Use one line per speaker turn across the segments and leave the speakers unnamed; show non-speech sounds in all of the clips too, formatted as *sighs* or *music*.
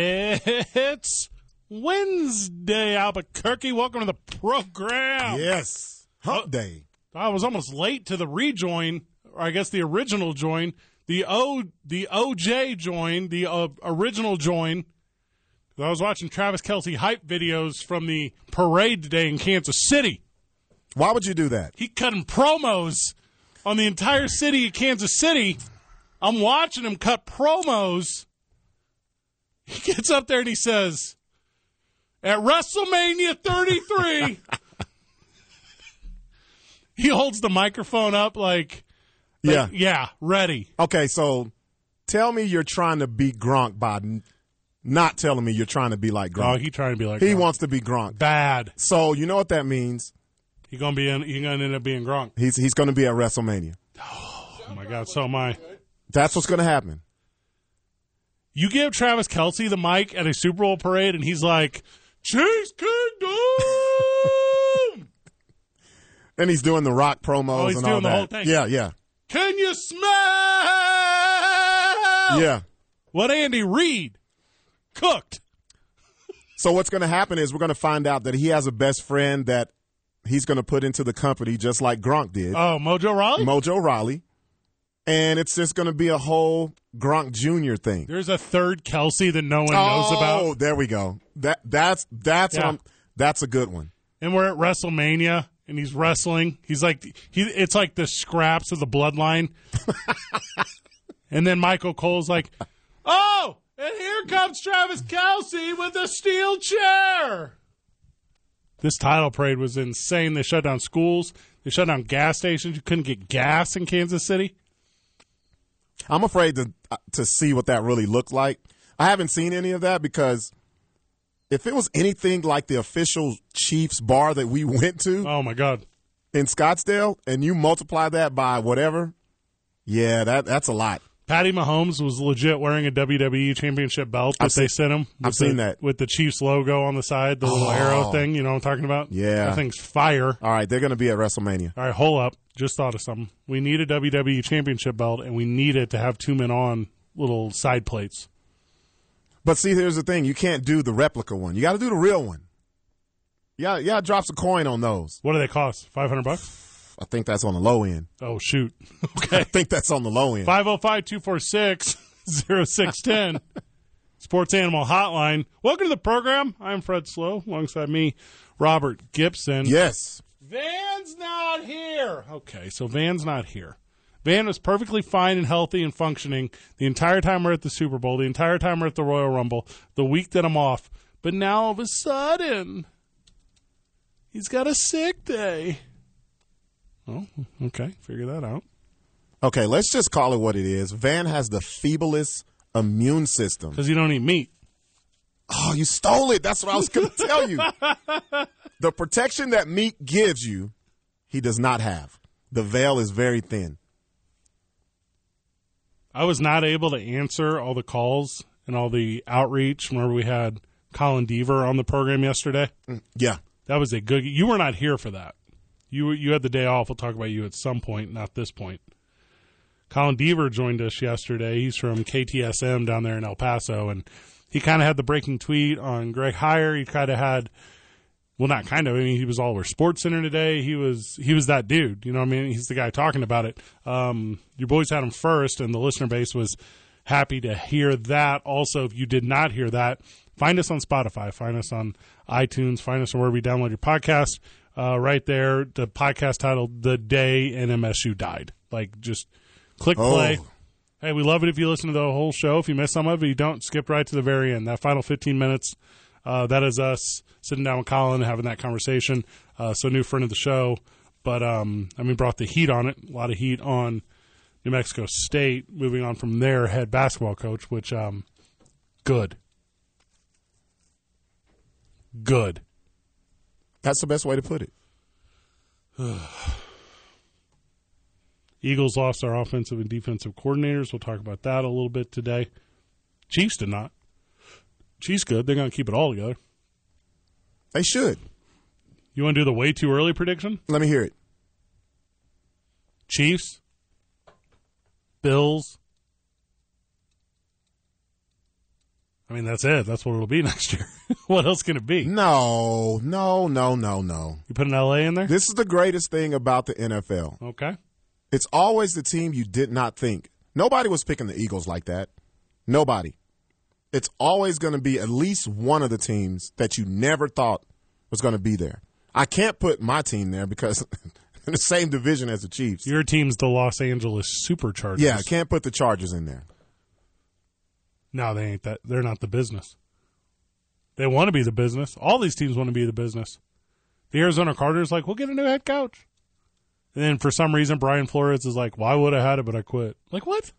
It's Wednesday, Albuquerque. Welcome to the program.
Yes. Hump day.
I was almost late to the rejoin, or I guess the original join, the O, the OJ join, the uh, original join. I was watching Travis Kelsey hype videos from the parade today in Kansas City.
Why would you do that?
He cutting promos on the entire city of Kansas City. I'm watching him cut promos. He *laughs* gets up there and he says, "At WrestleMania 33." *laughs* he holds the microphone up like, like,
Yeah.
yeah, ready.
Okay, so tell me you're trying to be Gronk by n- not telling me you're trying to be like
Oh,
Gronk.
he trying to be like
he
Gronk.
wants to be Gronk.
bad.
So you know what that means?
He gonna be in. He gonna end up being Gronk.
He's he's going to be at WrestleMania.
Oh my God, so am I.
That's what's going to happen.
You give Travis Kelsey the mic at a Super Bowl parade, and he's like, "Chase Kingdom,
And he's doing the rock promos
Oh, he's
and all
doing the
that.
whole thing.
Yeah, yeah,
can you smell?"
yeah.
What Andy Reid cooked?
So what's going to happen is we're going to find out that he has a best friend that he's going to put into the company just like Gronk did.
Oh, Mojo Rawley.
Mojo Riley, and it's just going to be a whole Gronk Jr. thing.
There's a third Kelsey that no one knows
Oh,
about,
there we go. That that's that's
Yeah.
um, that's a good one.
and we're at WrestleMania, and he's wrestling. He's like, he. It's like the scraps of the bloodline. and then Michael Cole's like, "Oh, and here comes Travis Kelsey with a steel chair." This title parade was insane. They shut down schools. They shut down gas stations. You couldn't get gas in Kansas City.
I'm afraid to uh, to see what that really looked like. I haven't seen any of that because if it was anything like the official Chiefs bar that we *laughs* went to
Oh my God.
in Scottsdale, and you multiply that by whatever, yeah, that that's a lot.
Patty Mahomes was legit wearing a WWE championship belt that
I've
they
seen-
sent him.
I've
with
seen
the-
that. Oh.
with the Chiefs logo on the side, the little arrow thing. You know what I'm talking about?
Yeah.
that thing's fire.
All right, they're going to be at WrestleMania.
All right, hold up. Just thought of something. We need a WWE championship belt, and we need it to have two men on little side plates.
But see, here's the thing: you can't do the replica one. You got to do the real one. Yeah, yeah, drops a coin on those.
What do they cost? Five hundred bucks?
I think that's on the low end. *laughs*
Oh shoot. *laughs* oh
I
Okay.
think that's on the low end.
505-246-0610. Sports Animal Hotline. Welcome to the program. I'm Fred Slow. Alongside me, Robert Gibson.
Yes,
Van's not here. Okay, so Van's not here. Van was perfectly fine and healthy and functioning the entire time we're at the Super Bowl, the entire time we're at the Royal Rumble, the week that I'm off. But now all of a sudden, he's got a sick day. Oh, okay. Figure that out.
Okay, let's just call it what it is. Van has the feeblest immune system.
Because you don't eat meat.
Oh, you stole it. That's what I was going to tell you. The protection that meat gives you, he does not have. The veil is very thin.
I was not able to answer all the calls and all the outreach whenever we had Colin Deaver on the program yesterday.
Mm, Yeah.
That was a good. You were not here for that. You were- you had the day off. We'll talk about you at some point, not this point. Colin Deaver joined us yesterday. He's from KTSM down there in El Paso, and he kind of had the breaking tweet on Greg Heyer. He kind of had, well, not kind of. I mean, he was all over Sports Center today. He was he was that dude. You know, what I mean, he's the guy talking about it. Um, your boys had him first, and the listener base was happy to hear that. Also, if you did not hear that, find us on Spotify, find us on iTunes, find us wherever you download your podcast. Uh, right there, the podcast titled "The Day NMSU Died." Like, just click
Oh.
play. Hey, we love it if you listen to the whole show. If you miss some of it, you don't skip right to the very end. That final 15 minutes, uh, that is us sitting down with Colin and having that conversation. Uh, so new friend of the show, but um, I mean, brought the heat on it. A lot of heat on New Mexico State. Moving on from there, head basketball coach, which um, good, good.
That's the best way to put it.
Eagles lost our offensive and defensive coordinators. We'll talk about that a little bit today. Chiefs did not. Chiefs good. They're going to keep it all together.
They should.
You want to do the way too early prediction?
Let me hear it.
Chiefs, Bills. I mean, that's it. That's what it'll be *laughs* next year. what else can it be?
No, no, no, no, no.
You put an LA in there?
This is the greatest thing about the NFL.
Okay.
It's always the team you did not think. Nobody was picking the Eagles like that. Nobody. It's always going to be at least one of the teams that you never thought was going to be there. I can't put my team there because *laughs* in the same division as the Chiefs.
Your team's the Los Angeles Superchargers.
yeah, I can't put the Chargers in there.
No, they ain't that. They're not the business. They want to be the business. All these teams want to be the business. The Arizona Cardinals like, we'll get a new head coach. And then for some reason, Brian Flores is like, well, I would have had it, but I quit. Like, what?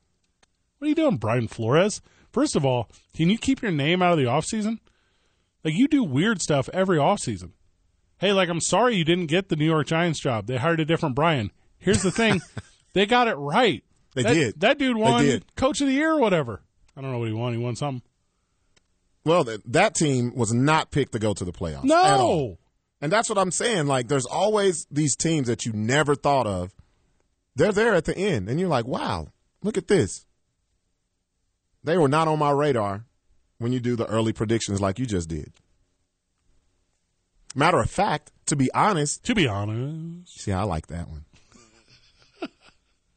What are you doing, Brian Flores? First of all, can you keep your name out of the offseason? Like, you do weird stuff every offseason. Hey, like, I'm sorry you didn't get the New York Giants job. They hired a different Brian. Here's the thing they got it right.
They
That-
did.
That dude won
did.
coach of the year or whatever. I don't know what he won. He won something.
Well, th- that team was not picked to go to the playoffs. at all.
No.
And that's what I'm saying. Like, there's always these teams that you never thought of. They're there at the end, and you're like, wow, look at this. They were not on my radar when you do the early predictions like you just did. Matter of fact, to be honest,
To be honest,
see, I like that one.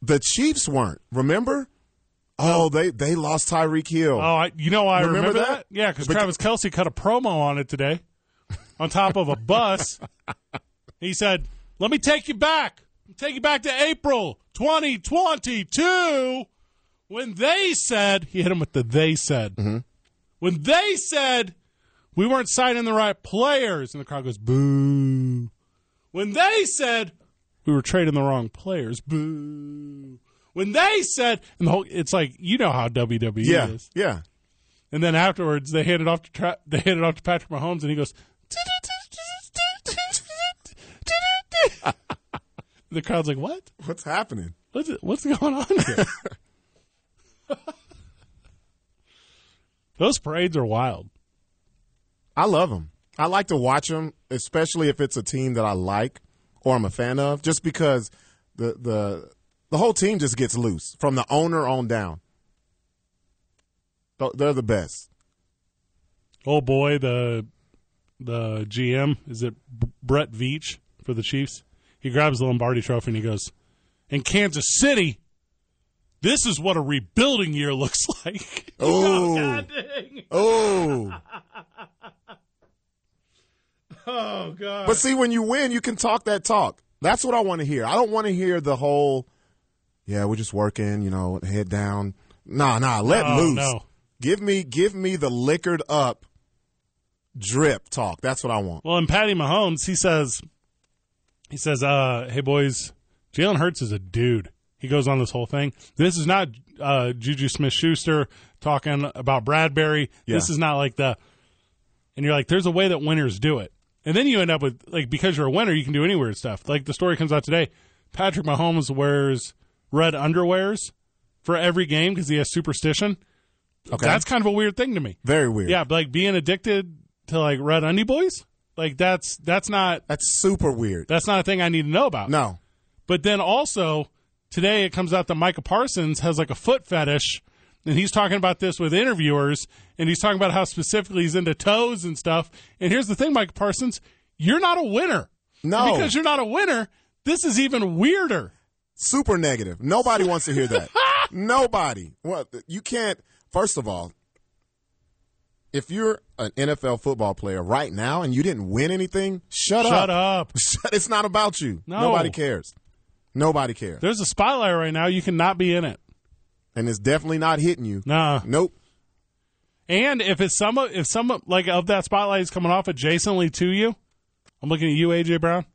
the Chiefs weren't. Remember? Oh, they they lost Tyreek Hill.
oh, I, you know why I
Remember
remember, that?
that?
Yeah, because
Beca-
Travis Kelsey cut a promo on it today, on top of a *laughs* bus. he said, "Let me take you back. Take you back to April 2022, when they said he hit him with the they said. When they said we weren't signing the right players, and the crowd goes boo. When they said we were trading the wrong players, boo. When they said, and the whole, it's like you know how WWE
yeah,
is.
yeah.
And then afterwards, they hand it off to tra- they hand it off to Patrick Mahomes, and he goes. *laughs* the crowd's like, "What?
What's happening?
What's what's going on here?" *laughs* Those parades are wild.
I love them. I like to watch them, especially if it's a team that I like or I'm a fan of, just because the the the whole team just gets loose from the owner on down. Th- They're the best.
Oh boy, the the GM is it B- Brett Veach for the Chiefs? He grabs the Lombardi Trophy and he goes, "In Kansas City, this is what a rebuilding year *laughs* looks like."
Oh.
God dang.
Oh,
*laughs* Oh god.
but see, when you win, you can talk that talk. That's what I want to hear. I don't want to hear the whole, "Yeah, we're just working," you know, head down. Nah, nah, let
No,
loose.
Oh, no.
Give me, give me the liquored up drip talk. That's what I want.
Well, and Patty Mahomes, he says, he says, uh, hey boys, Jalen Hurts is a dude. He goes on this whole thing. This is not uh, Juju Smith Schuster talking about Bradbury. This
Yeah.
is not like the, and you're like, there's a way that winners do it. And then you end up with, like, because you're a winner, you can do any weird stuff. Like, the story comes out today Patrick Mahomes wears red underwears for every game because he has superstition.
Okay,
That's kind of a weird thing to me.
very weird.
Yeah, but like being addicted to like red undie boys, like that's that's not
That's super weird.
that's not a thing I need to know about.
No.
But then also today it comes out that Micah Parsons has like a foot fetish, and he's talking about this with interviewers, and he's talking about how specifically he's into toes and stuff. And here's the thing, Micah Parsons, you're not a winner.
No.
And because you're not a winner, this is even weirder.
Super negative. Nobody wants to
*laughs*
hear that. Nobody. Well, you can't. First of all, if you're an NFL football player right now and you didn't win anything, shut,
Shut
*laughs* up.
up.
it's not about you.
No.
Nobody cares. Nobody cares.
There's a spotlight right now. You cannot be in it.
And it's definitely not hitting you.
Nah.
Nope.
And if it's some of- if some of- like of that spotlight is coming off adjacently to you, I'm looking at you, AJ Brown.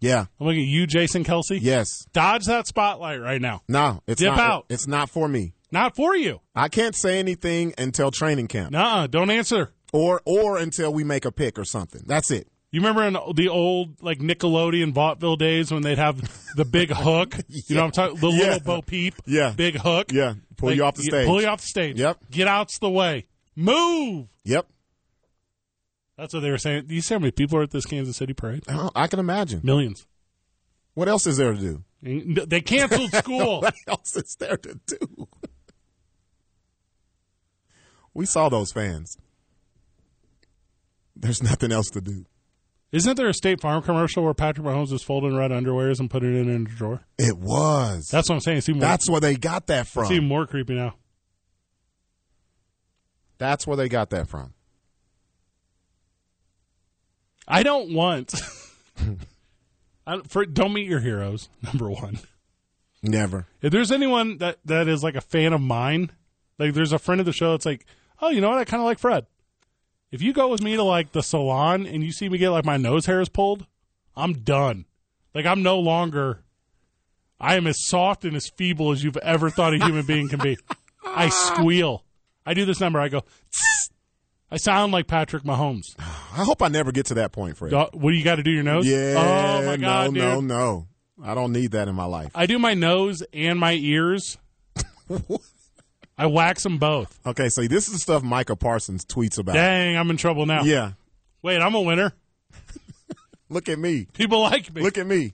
Yeah.
I'm looking at you, Jason Kelsey.
Yes.
Dodge that spotlight right now.
No. It's
Dip
not.
out.
It's not for me.
Not for you.
I can't say anything until training camp.
Nuh-uh, don't answer.
or or until we make a pick or something. That's it.
You remember in the old like Nickelodeon vaudeville days when they'd have the big hook?
*laughs*
You know what I'm talking the
Yeah.
little Bo Peep,
Yeah.
big hook.
Yeah. Pull you off the
yeah,
stage.
Pull you off the stage.
Yep.
Get out's the way. Move.
Yep,
That's what they were saying. Do you see how many people are at this Kansas City parade?
Oh, I can imagine.
Millions.
What else is there to do? *laughs*
And They canceled school.
What else is there to do? *laughs* we saw those fans. There's nothing else to do.
Isn't there a State Farm commercial where Patrick Mahomes is folding red underwears and putting it in a drawer?
It was.
That's what I'm saying. It's even,
That's where they got that
more, it's even
from.
more creepy now.
That's where they got that from.
I don't want.
*laughs*
I don't, for, don't meet your heroes. Number one.
Never.
If there's anyone that that is like a fan of mine, like there's a friend of the show that's like, oh, you know what? I kind of like Fred. If you go with me to like the salon and you see me get like my nose hairs pulled, I'm done. Like I'm no longer. I am as soft and as feeble as you've ever thought a human being can be. I squeal. I do this number. I go. "Tss." I sound like Patrick Mahomes.
*laughs* I hope I never get to that point, Fred.
Do- What do you got to do your nose?
Yeah.
Oh my god,
no,
dude.
no, no. I don't need that in my life.
I do my nose and my
*laughs*
ears. I wax them both.
Okay, so this is the stuff Micah Parsons tweets about.
Dang, I'm in trouble now.
Yeah.
Wait, I'm a winner.
Look at me.
People like me.
Look at me.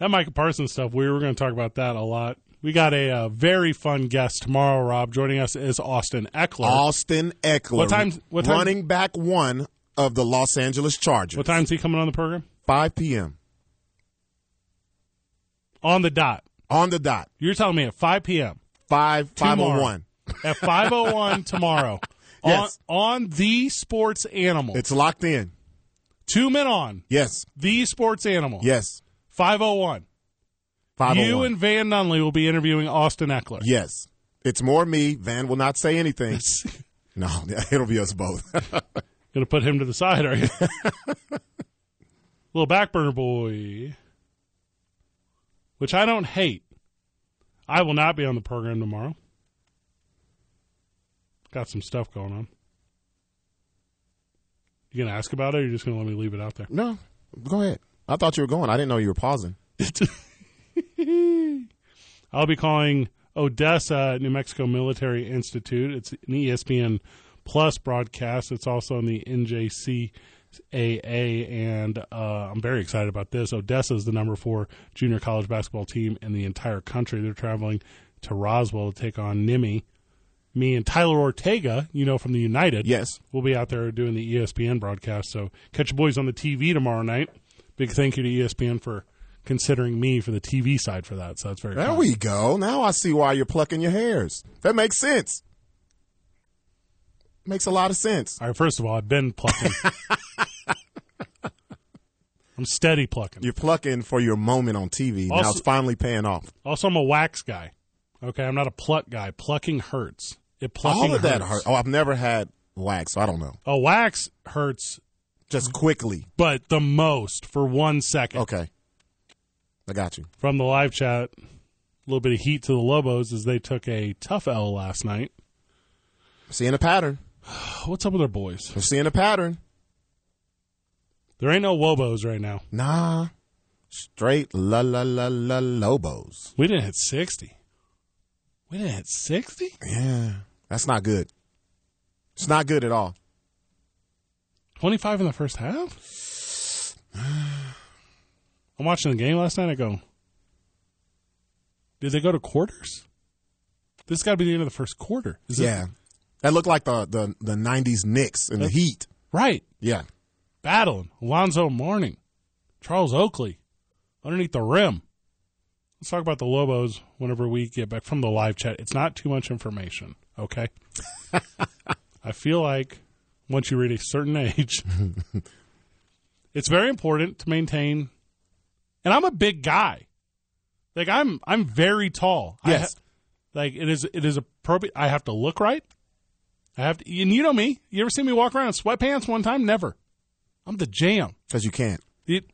That Micah Parsons stuff, we were going to talk about that a lot. We got a uh, very fun guest tomorrow, Rob. Joining us is Austin Eckler.
Austin Eckler.
What time's- what time-
Running back one of the Los Angeles Chargers.
what time's he coming on the program?
5 p.m.
On the dot.
On the dot. oh
You're telling me at 5 p.m.
5,
Tomorrow.
501.
At
*laughs*
5.01 tomorrow.
Yes.
On, on The Sports Animal.
It's locked in.
Two men on.
Yes.
The Sports Animal.
Yes.
501.
501.
You and Van Nunley will be interviewing Austin Eckler.
yes. It's more me. Van will not say
*laughs*
anything. no, *laughs* it'll be us both. *laughs*
Gonna put him to the side, are you? Little back burner boy. Which I don't hate. I will not be on the program tomorrow. Got some stuff going on. You gonna ask about it or you just gonna let me leave it out there?
no. Go ahead. I thought you were going. I didn't know you were pausing.
I'll be calling Odessa New Mexico Military Institute. It's an E ESPN Plus broadcast. It's also on the NJCAA, and uh, I'm very excited about this. Odessa is the number four junior college basketball team in the entire country. They're traveling to Roswell to take on NIMI. Me and Tyler Ortega, you know from the United,
Yes.
we'll be out there doing the E ESPN broadcast. So catch your boys on the TV tomorrow night. Big thank you to E ESPN for considering me for the TV side for that. So that's very
There
kind.
we go. Now I see why you're plucking your hairs. That makes sense. Makes a lot of sense.
All right, first of all, I've been
*laughs*
plucking. I'm steady plucking.
You're plucking for your moment on TV. now
Also-
it's finally paying off.
Also, I'm a wax guy. Okay, I'm not a pluck guy. Plucking hurts. It plucking
All of that hurt.
hurts.
Oh, I've never had wax, so I don't know.
A wax hurts, Mm-hmm.
Just quickly.
but the most for one second.
Okay. I got you.
From the live chat, a little bit of heat to the Lobos as they took a tough L last night. *sighs*
Seeing a pattern.
What's up with our boys?
We're seeing a pattern.
There ain't no Lobos right now.
Nah. Straight la la la la lobos.
We didn't hit 60. We didn't hit 60?
Yeah. That's not good. It's not good at all.
25 in the first half? *sighs* I'm watching the game last night. I go, did they go to quarters? This got to be the end of the first quarter. Is it-
Yeah. That looked like the, the, the 90s Knicks and the Heat.
Right.
Yeah.
Battling. Alonzo Mourning. Charles Oakley. Underneath the rim. Let's talk about the Lobos whenever we get back from the live chat. It's not too much information, okay? *laughs* I feel like once you reach a certain age, *laughs* it's very important to maintain. And I'm a big guy. Like I'm, I'm very tall. I
Yes.
ha- like it is, it is appropriate. I have to look right. I have to, and you know me. You ever see me walk around in sweatpants one time? Never. I'm the jam.
Because you can't.
It,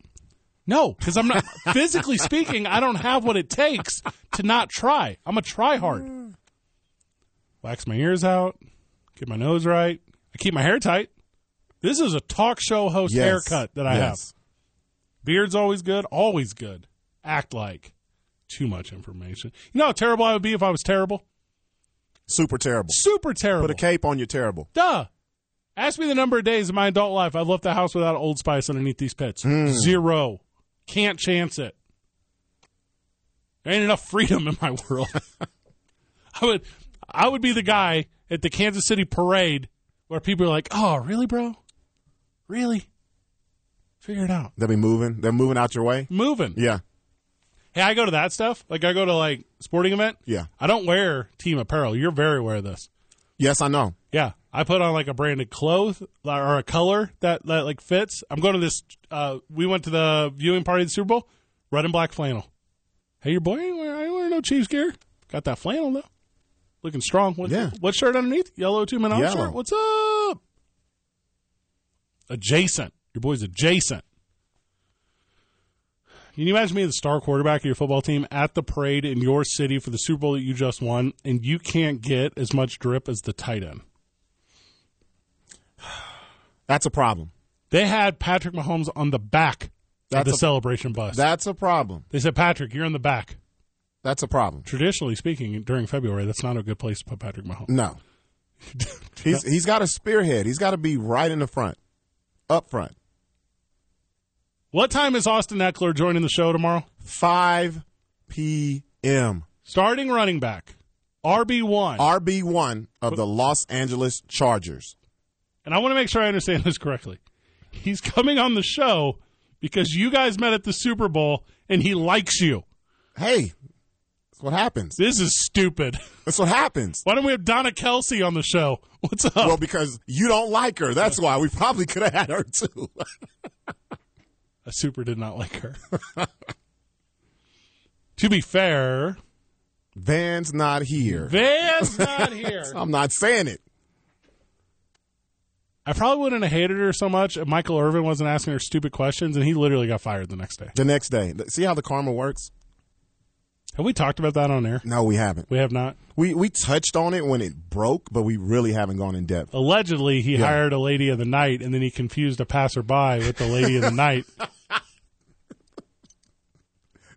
no, because I'm
*laughs*
not physically speaking. I don't have what it takes to not try. I'm a try hard. Wax my ears out, Get my nose right. I keep my hair tight. This is a talk show host
Yes.
haircut that I
Yes.
have. Beard's always good, always good. Act like too much information. You know how terrible I would be if I was terrible?
Super terrible.
Super terrible.
Put a cape on your terrible.
Duh. Ask me the number of days in my adult life I've left the house without Old Spice underneath these pits. Zero. Can't chance it. There ain't enough freedom in my *laughs* world. I would, I would be the guy at the Kansas City parade where people are like, "Oh, really, bro? Really? Figure it out.
They'll be moving. They're moving out your way.
Moving."
Yeah.
Hey, I go to that stuff. Like I go to like sporting event.
Yeah.
I don't wear team apparel. You're very aware of this.
Yes, I know.
Yeah, I put on like a branded cloth or a color that, that like fits. I'm going to this. Uh, we went to the viewing party of the Super Bowl, red and black flannel. Hey, your boy, I ain't wear- I ain't wearing no Chiefs gear. Got that flannel though, looking strong. What,
Yeah.
what shirt underneath? Yellow two man
Yellow.
shirt. What's up? Adjacent. Your boy's adjacent. Can you imagine being the star quarterback of your football team at the parade in your city for the Super Bowl that you just won, and you can't get as much drip as the tight end?
That's a problem.
They had Patrick Mahomes on the back of
That's
the
a-
celebration bus.
That's a problem.
they said, Patrick, you're on the back.
That's a problem.
Traditionally speaking, during February, that's not a good place to put Patrick Mahomes.
No. *laughs* He's he's got a spearhead. He's got to be right in the front, up front.
What time is Austin Eckler joining the show tomorrow?
5 p.m.
Starting running back, RB1.
RB1 of the Los Angeles Chargers.
and I want to make sure I understand this correctly. He's coming on the show because you guys met at the Super Bowl and he likes you.
Hey, that's what happens.
This is stupid. *laughs*
That's what happens.
Why don't we have Donna Kelsey on the show? What's up?
Well, because you don't like her. That's why we probably could have had her too.
a super did not like her. *laughs* to be fair,
Van's not here.
Van's not here.
I'm not saying it.
I probably wouldn't have hated her so much if Michael Irvin wasn't asking her stupid questions, and he literally got fired the next day.
The next day. See how the karma works?
Have we talked about that on air?
No, we haven't.
We have not.
We we touched on it when it broke, but we really haven't gone in depth.
Allegedly, he hired a lady of the night, and then he confused a passerby with the lady of the night.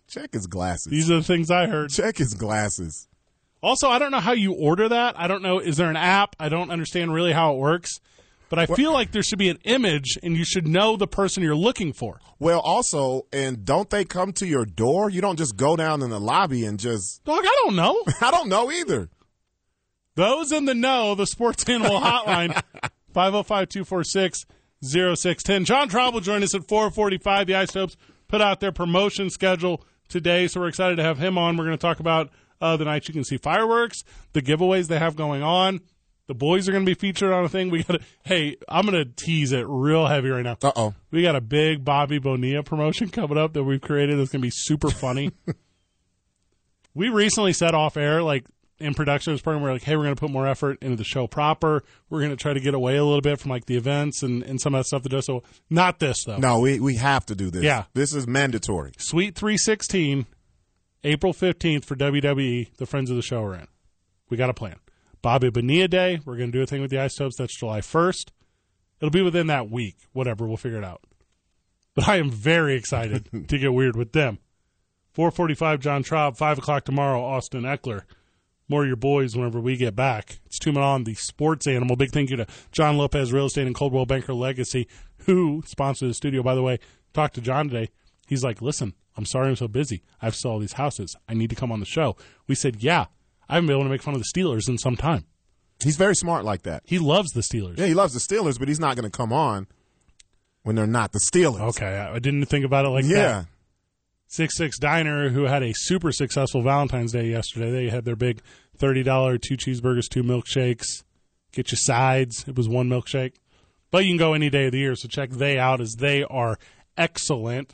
Check his glasses.
These are the things I heard.
Check his glasses.
Also, I don't know how you order that. I don't know. Is there an app? I don't understand really how it works. But I feel like there should be an image, and you should know the person you're looking for.
Well, also, and don't they come to your door? You don't just go down in the lobby and just *laughs*
Dog, I don't know.
I don't know either.
Those in the know, the Sports Animal Hotline, 505-246-0610. John Traub will join us at 445. The Ice Topes put out their promotion schedule today, so we're excited to have him on. We're going to talk about uh, the night you can see fireworks, the giveaways they have going on. The boys are going to be featured on a thing. We got to, hey, I'm going to tease it real heavy right now.
Uh oh.
We got a big Bobby Bonilla promotion *laughs* coming up that we've created that's going to be super funny. we recently said off air, like in production of this program, we're like, hey, we're going to put more effort into the show proper. We're going to try to get away a little bit from like the events and, and some of that stuff that does so. Not this, though.
No, we, we have to do this.
Yeah.
This is mandatory.
Sweet 316, April 15th for WWE, the Friends of the Show are in. We got a plan. Bobby Bonilla Day, we're going to do a thing with the Ice Tubs. That's July 1st. It'll be within that week. Whatever, we'll figure it out. But I am very excited to get weird with them. 445 John Traub, 5 o'clock tomorrow, Austin Eckler. More of your boys whenever we get back. It's Two Men On, the sports animal. Big thank you to John Lopez Real Estate and Coldwell Banker Legacy, who sponsored the studio. By the way, talked to John today. He's like, listen, I'm sorry I'm so busy. I have to sell all these houses. I need to come on the show. We said, yeah, I haven't been able to make fun of the Steelers in some time.
He's very smart like that.
He loves the Steelers.
Yeah, he loves the Steelers, but he's not going to come on when they're not the Steelers.
Okay, I I didn't think about it like that.
Yeah.
Six Six Diner, who had a super successful Valentine's Day yesterday. They had their big thirty dollar two cheeseburgers, two milkshakes. Get your sides. It was one milkshake, but you can go any day of the year. So check they out as they are excellent.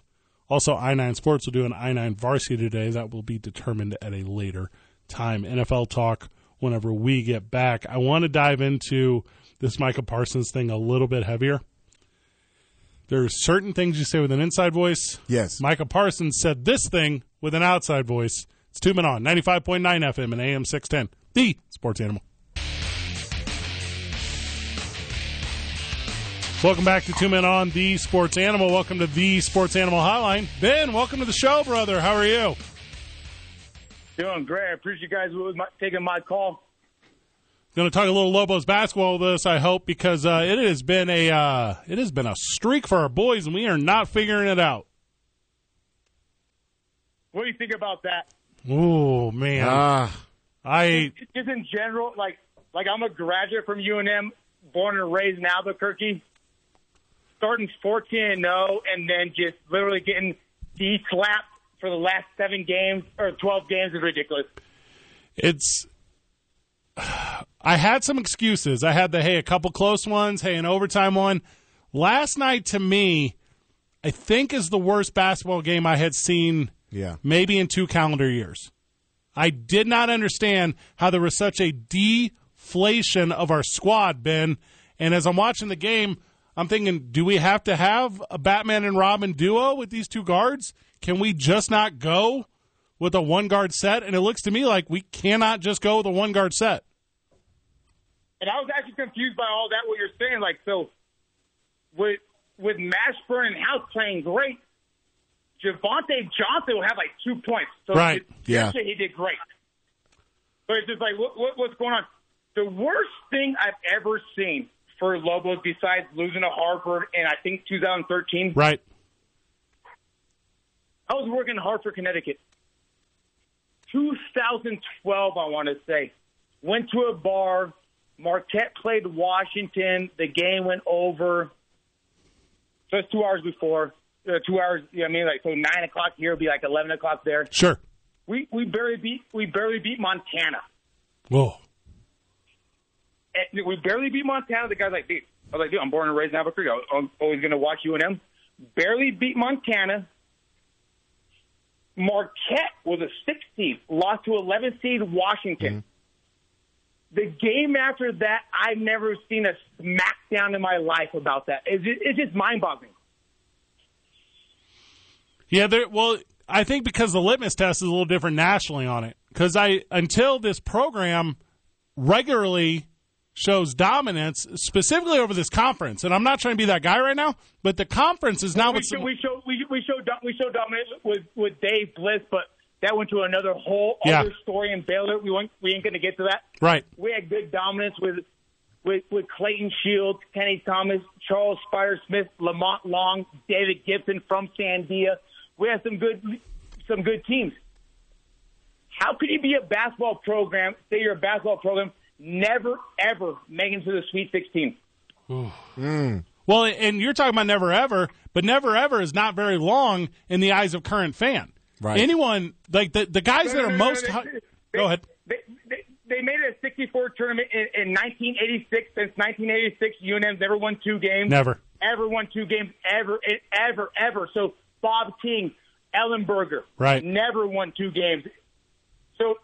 Also, I nine Sports will do an I nine Varsity today. That will be determined at a later time. NFL talk whenever we get back. I want to dive into this Micah Parsons thing a little bit heavier. There are certain things you say with an inside voice.
Yes.
Micah Parsons said this thing with an outside voice. It's two men on 95.9 FM and AM 610, the sports animal. Welcome back to Two Men on the Sports Animal. Welcome to the Sports Animal Hotline. Ben, welcome to the show, brother. How are you?
Doing great. I appreciate you guys with my, taking my call.
Going to talk a little Lobos basketball with us, I hope, because uh, it has been a uh, it has been a streak for our boys, and we are not figuring it out.
What do you think about that?
Oh man,
Ah,
I
Just in general, like like I'm a graduate from UNM, born and raised in Albuquerque. Starting 14 and 0, and then just literally getting de slapped for the last seven games or 12 games is ridiculous.
it's *sighs* I had some excuses. I had the hey, a couple close ones, hey, an overtime one. Last night to me, I think is the worst basketball game I had seen
yeah.
maybe in two calendar years. I did not understand how there was such a deflation of our squad, Ben. And as I'm watching the game, I'm thinking, do we have to have a Batman and Robin duo with these two guards? Can we just not go with a one guard set? And it looks to me like we cannot just go with a one guard set.
And I was actually confused by all that what you're saying. Like so, with with Mashburn and House playing great, Javante Johnson will have like two points. So
Right.
it-
Yeah.
actually, he did great. But it's just like what, what what's going on? The worst thing I've ever seen for Lobos, besides losing to Harvard in I think 2013,
Right.
I was working in Hartford, Connecticut. 2012, I want to say. Went to a bar. Marquette played Washington. The game went over. So it's two hours before. Uh, two hours, you know what I mean? Like, so 9 o'clock here would be like 11 o'clock there.
Sure.
We, we, barely beat, we barely beat Montana.
Whoa.
And we barely beat Montana. The guy's like, dude, I was like, dude, I'm born and raised in Albuquerque. I- I'm always going to watch UNM. Barely beat Montana. Marquette was a six seed, lost to 11 seed Washington. The game after that, I've never seen a smackdown in my life about that. It's just, it's just mind boggling.
Yeah, there, well, I think because the litmus test is a little different nationally on it. Because I until this program regularly shows dominance, specifically over this conference, and I'm not trying to be that guy right now, but the conference is now
We
with
show
some,
we show we, we show dom- we show dominant with with Dave Bliss, but that went to another whole
Yeah.
other story in Baylor. We won't, we ain't going to get to that.
right.
we had good dominance with with, with Clayton Shields, Kenny Thomas, Charles Spire Smith, Lamont Long, David Gibson from Sandia. We had some good some good teams. How could you be a basketball program, say you're a basketball program, never ever making it to the Sweet 16?
Well, and you're talking about never ever, but never ever is not very long in the eyes of current fan.
Right.
Anyone like the the guys that are most.
They-
hi-
they-
go ahead.
They, they, they made it a 64 tournament in, in 1986. Since 1986, UNM's never won two games.
Never.
ever won two games ever, ever, ever. So Bob King, Ellenberger,
Right.
Never won two games. So,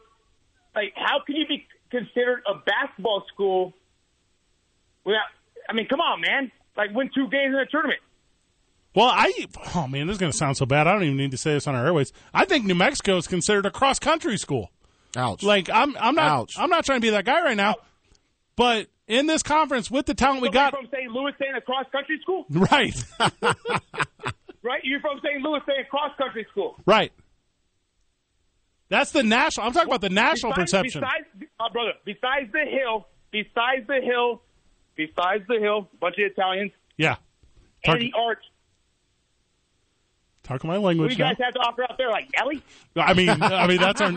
like, how can you be considered a basketball school without? I mean, come on, man! Like, win two games in a tournament.
Well, I oh man, this is going to sound so bad. I don't even need to say this on our airways. I think New Mexico is considered a cross country school.
Ouch.
Like I'm I'm not
Ouch.
I'm not trying to be that guy right now, but in this conference with the talent we
Somebody
got,
from St. Louis saying a cross country school,
*laughs* right,
right? You're from St. Louis saying cross country school.
right. That's the national. I'm talking about the national
Besides-
perception.
Besides, my brother, besides the hill, besides the hill, besides the hill, bunch of Italians
yeah,
and
Talking-
the arts.
talking my
What do
language
you guys
now.
have to offer out there? Like *laughs* Ellie?
I mean, I mean that's our.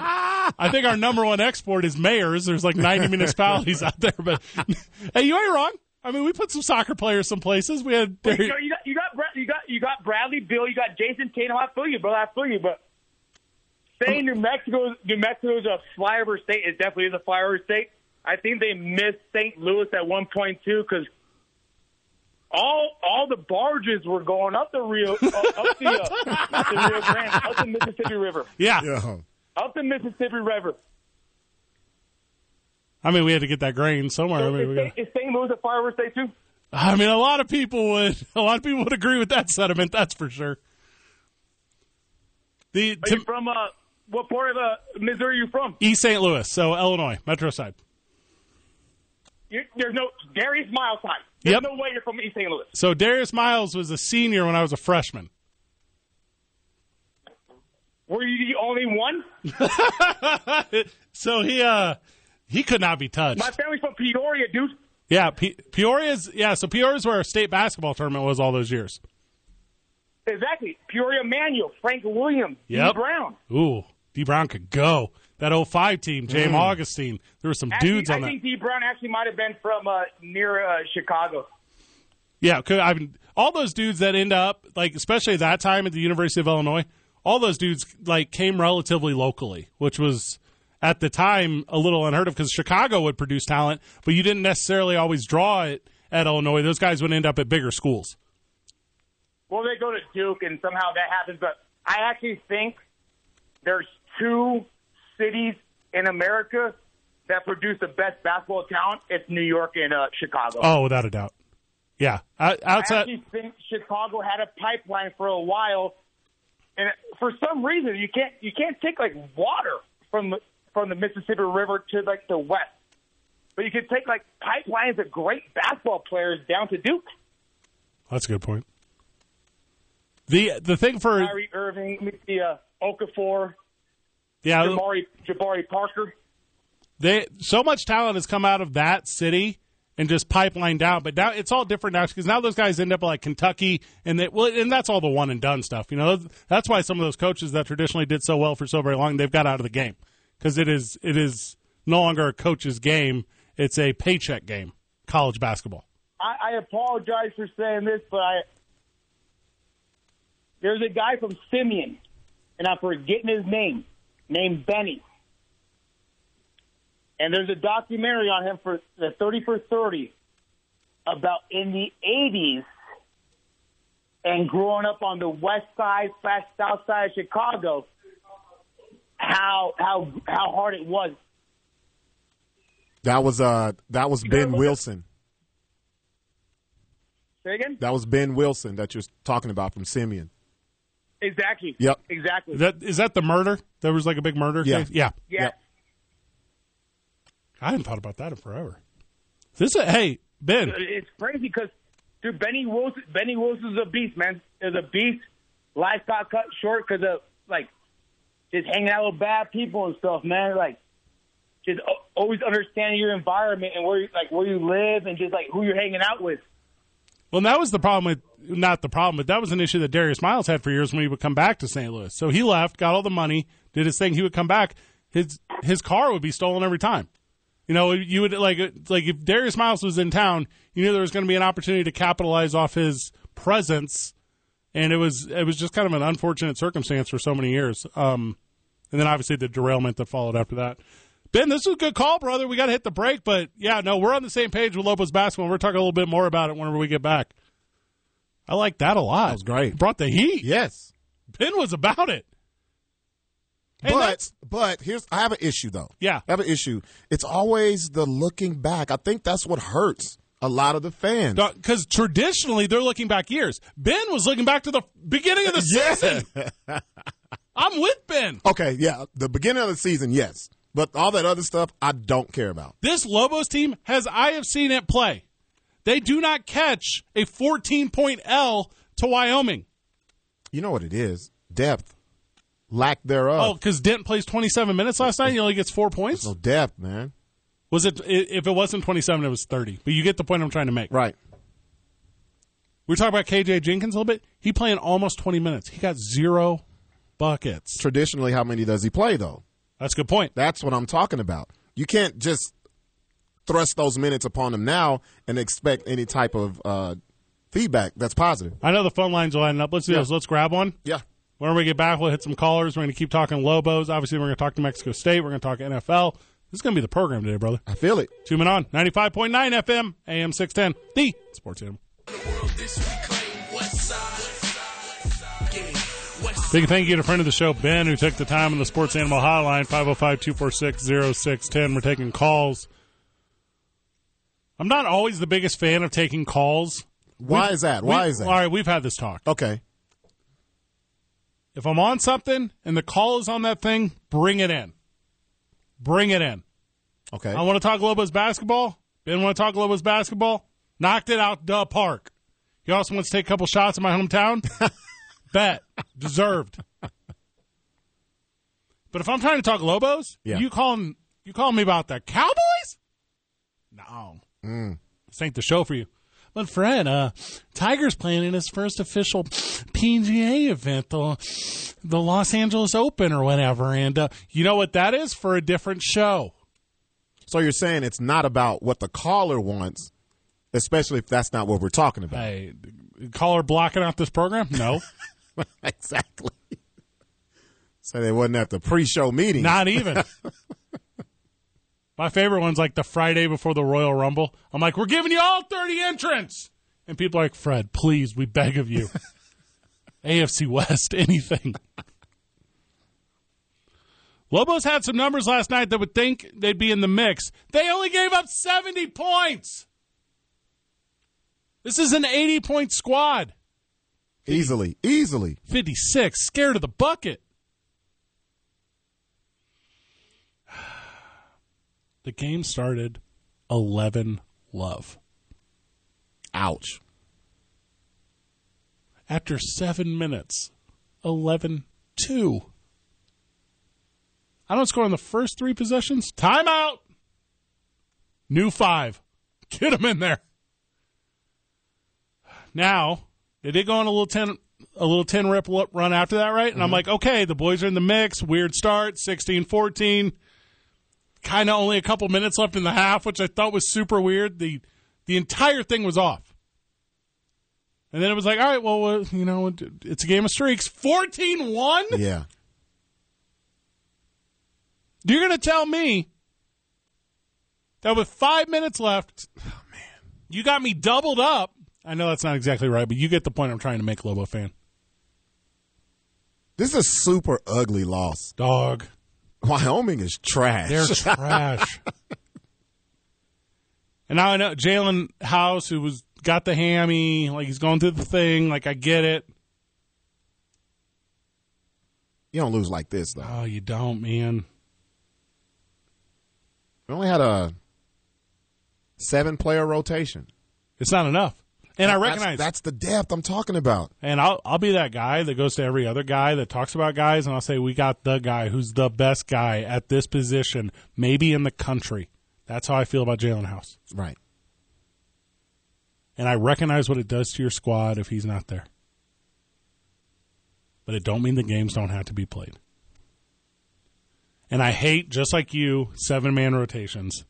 I think our number one export is mayors. There's like 90 municipalities out there, but *laughs* hey, you ain't wrong. I mean, we put some soccer players some places. We had
You, know, you got you got Brad, you got you got Bradley Bill, you got Jason Tatum. I feel you, bro. I feel you, but saying New Mexico New Mexico is a flyover state it definitely is a flyover state. I think they missed St. Louis at one point too because all all the barges were going up the Rio up the, *laughs* uh, up the Rio Grande, up the Mississippi River,
yeah.
Yeah.
up the Mississippi River.
I mean, we had to get that grain somewhere. I mean, we
Is,
got-
St- is St. Louis a flyover state too?
I mean, a lot of people would. *laughs* A lot of people would agree with that sentiment. That's for sure. The
Are
to-
you from uh, what part of uh, Missouri are you from?
East St. Louis, so Illinois, Metro side.
you there's no Darius Miles time. There's
Yep.
no way you're from East St. Louis.
So Darius Miles was a senior when I was a freshman.
Were you the only one?
So he uh he could not be touched.
My family's from Peoria, dude.
yeah, Pe- Peoria's yeah, so Peoria's where our state basketball tournament was all those years.
Exactly. Peoria Manual, Frank Williams, Dee
Yep.
Brown.
Ooh, D Brown could go. That 05 team, James Augustine. There were some
Mm. Actually,
dudes on
I
that.
think D. Brown actually might have been from uh, near uh, Chicago.
Yeah, could, I mean, all those dudes that end up like, especially that time at the University of Illinois, all those dudes like came relatively locally, which was at the time a little unheard of because Chicago would produce talent, but you didn't necessarily always draw it at Illinois. Those guys would end up at bigger schools.
Well, they go to Duke, and somehow that happens. But I actually think there's two cities in America that produce the best basketball talent. It's New York and uh, Chicago.
Oh, without a doubt. Yeah, O-
I
outside.
actually think Chicago had a pipeline for a while, and for some reason you can't you can't take like water from the, from the Mississippi River to like the west, but you can take like pipelines of great basketball players down to Duke,
That's a good point. The the thing for
Kyrie Irving, let me see, uh, Okafor,
yeah,
Jabari, Jabari Parker.
they so much talent has come out of that city and just pipeline down. But now it's all different now because now those guys end up like Kentucky and they well, and that's all the one and done stuff. You know, that's why some of those coaches that traditionally did so well for so very long they've got out of the game because it is it is no longer a coach's game; it's a paycheck game. College basketball.
I, I apologize for saying this, but I there's a guy from Simeon, and I'm forgetting his name, named Benny. And there's a documentary on him for the 30 for 30 about in the 80s and growing up on the west side slash south side of Chicago, how how how hard it was.
That was uh that was Ben Wilson.
Say again?
That was Ben Wilson that you're talking about from Simeon.
Exactly.
Yep.
Exactly.
Is that is that the murder? There was like a big murder.
Yeah.
case? yeah.
yeah.
Yep.
I hadn't thought about that in forever. This is, hey Ben.
it's crazy because dude, Benny Wilson, Benny Wilson's a beast, man. Is a beast. Life got cut short because of like just hanging out with bad people and stuff, man. Like just o- always understanding your environment and where you- like where you live and just like who you're hanging out with.
Well, and that was the problem with not the problem, but that was an issue that Darius Miles had for years when he would come back to St. Louis. So he left, got all the money, did his thing. He would come back. His his car would be stolen every time. You know, you would like like if Darius Miles was in town, you knew there was going to be an opportunity to capitalize off his presence, and it was it was just kind of an unfortunate circumstance for so many years. Um, and then obviously the derailment that followed after that. Ben, this was a good call, brother. We got to hit the break, but yeah, no, we're on the same page with Lopez basketball. We're talking a little bit more about it whenever we get back. I like that a lot. That
was great.
Brought the heat.
Yes.
Ben was about it. And
but
that's-
but here's I have an issue though.
Yeah.
I have an issue. It's always the looking back. I think that's what hurts a lot of the fans. *laughs*
because traditionally they're looking back years. Ben was looking back to the beginning of
*laughs*
the season. I'm with Ben.
Okay, yeah, the beginning of the season, yes. But all that other stuff I don't care about.
This Lobos team has I have seen it play. They do not catch a 14 point L to Wyoming.
You know what it is? Depth. Lack thereof.
Oh, because Dent plays 27 minutes last night. and He only gets four points.
No depth, man.
Was it? i- If it wasn't 27, it was 30. But you get the point I'm trying to make.
Right.
We were talking about KJ Jenkins a little bit. He playing almost 20 minutes. He got zero buckets.
Traditionally, how many does he play though?
That's a good point.
That's what I'm talking about. You can't just thrust those minutes upon him now and expect any type of uh, feedback that's positive.
I know the phone lines are lining up. Let's do this. Let's grab one.
Yeah.
When we get back, we'll hit some callers. We're going to keep talking Lobos. Obviously, we're going to talk to Mexico State. We're going to talk NFL. This is going to be the program today, brother.
I feel it.
Two men on 95.9 FM, AM 610, the sports animal. Big thank you to friend of the show, Ben, who took the time on the Sports Animal Hotline, 505 246 0610. We're taking calls. I'm not always the biggest fan of taking calls.
Why is that? Why
We-
is that?
All right, we've had this talk.
Okay.
If I'm on something and the call is on that thing, bring it in. Bring it in.
Okay.
I want to talk Lobos basketball. Ben want to talk Lobos basketball. Knocked it out the park. You also want to take a couple shots in my hometown? Bet. Deserved. But if I'm trying to talk Lobos,
Yeah.
you calling you calling me about the Cowboys? No. This ain't the show for you. But Fred, uh, Tiger's playing in his first official PGA event, the, the Los Angeles Open or whatever. And uh, you know what that is for a different show.
So you're saying it's not about what the caller wants, especially if that's not what we're talking about. *laughs*
Hey, caller blocking out this program? No,
exactly. So they wasn't at the pre-show meeting.
not even. My favorite one's like the Friday before the Royal Rumble. I'm like, we're giving you all 30 entrants. And people are like, Fred, please, we beg of you. AFC West, anything. Lobos had some numbers last night that would think they'd be in the mix. They only gave up 70 points. This is an 80 point squad.
easily, easily.
56, scared of the bucket. *sighs* The game started 11 love.
Ouch.
After seven minutes, 11 2. I don't score on the first three possessions. Timeout! New five. *laughs* Get him in there. Now, they did go on a little 10 a little 10 rip lo- run after that, right? And I'm like, okay, the boys are in the mix. Weird start, 16 14. Kind of only a couple minutes left in the half, which I thought was super weird. The the entire thing was off. And then it was like, all right, well, uh, you know, it's a game of streaks. 14 1?
Yeah.
You're going to tell me that with five minutes left, oh, man, you got me doubled up. I know that's not exactly right, but you get the point I'm trying to make, Lobo fan.
This is a super ugly loss. *laughs*
Dog.
Wyoming is trash.
They're trash. And now I know Jalen House, who was got the hammy, like he's going through the thing. Like I get it.
*laughs* you don't lose like this though.
Oh, you don't, man.
We only had a seven-player rotation.
It's not enough. And I
That's-
recognize
that's the depth I'm talking about.
And I'll I'll be that guy that goes to every other guy that talks about guys, and I'll say we got the guy who's the best guy at this position, maybe in the country. That's how I feel about Jalen House,
Right.
and I recognize what it does to your squad if he's not there. But it don't mean the games don't have to be played. And I hate, just like you, seven man rotations.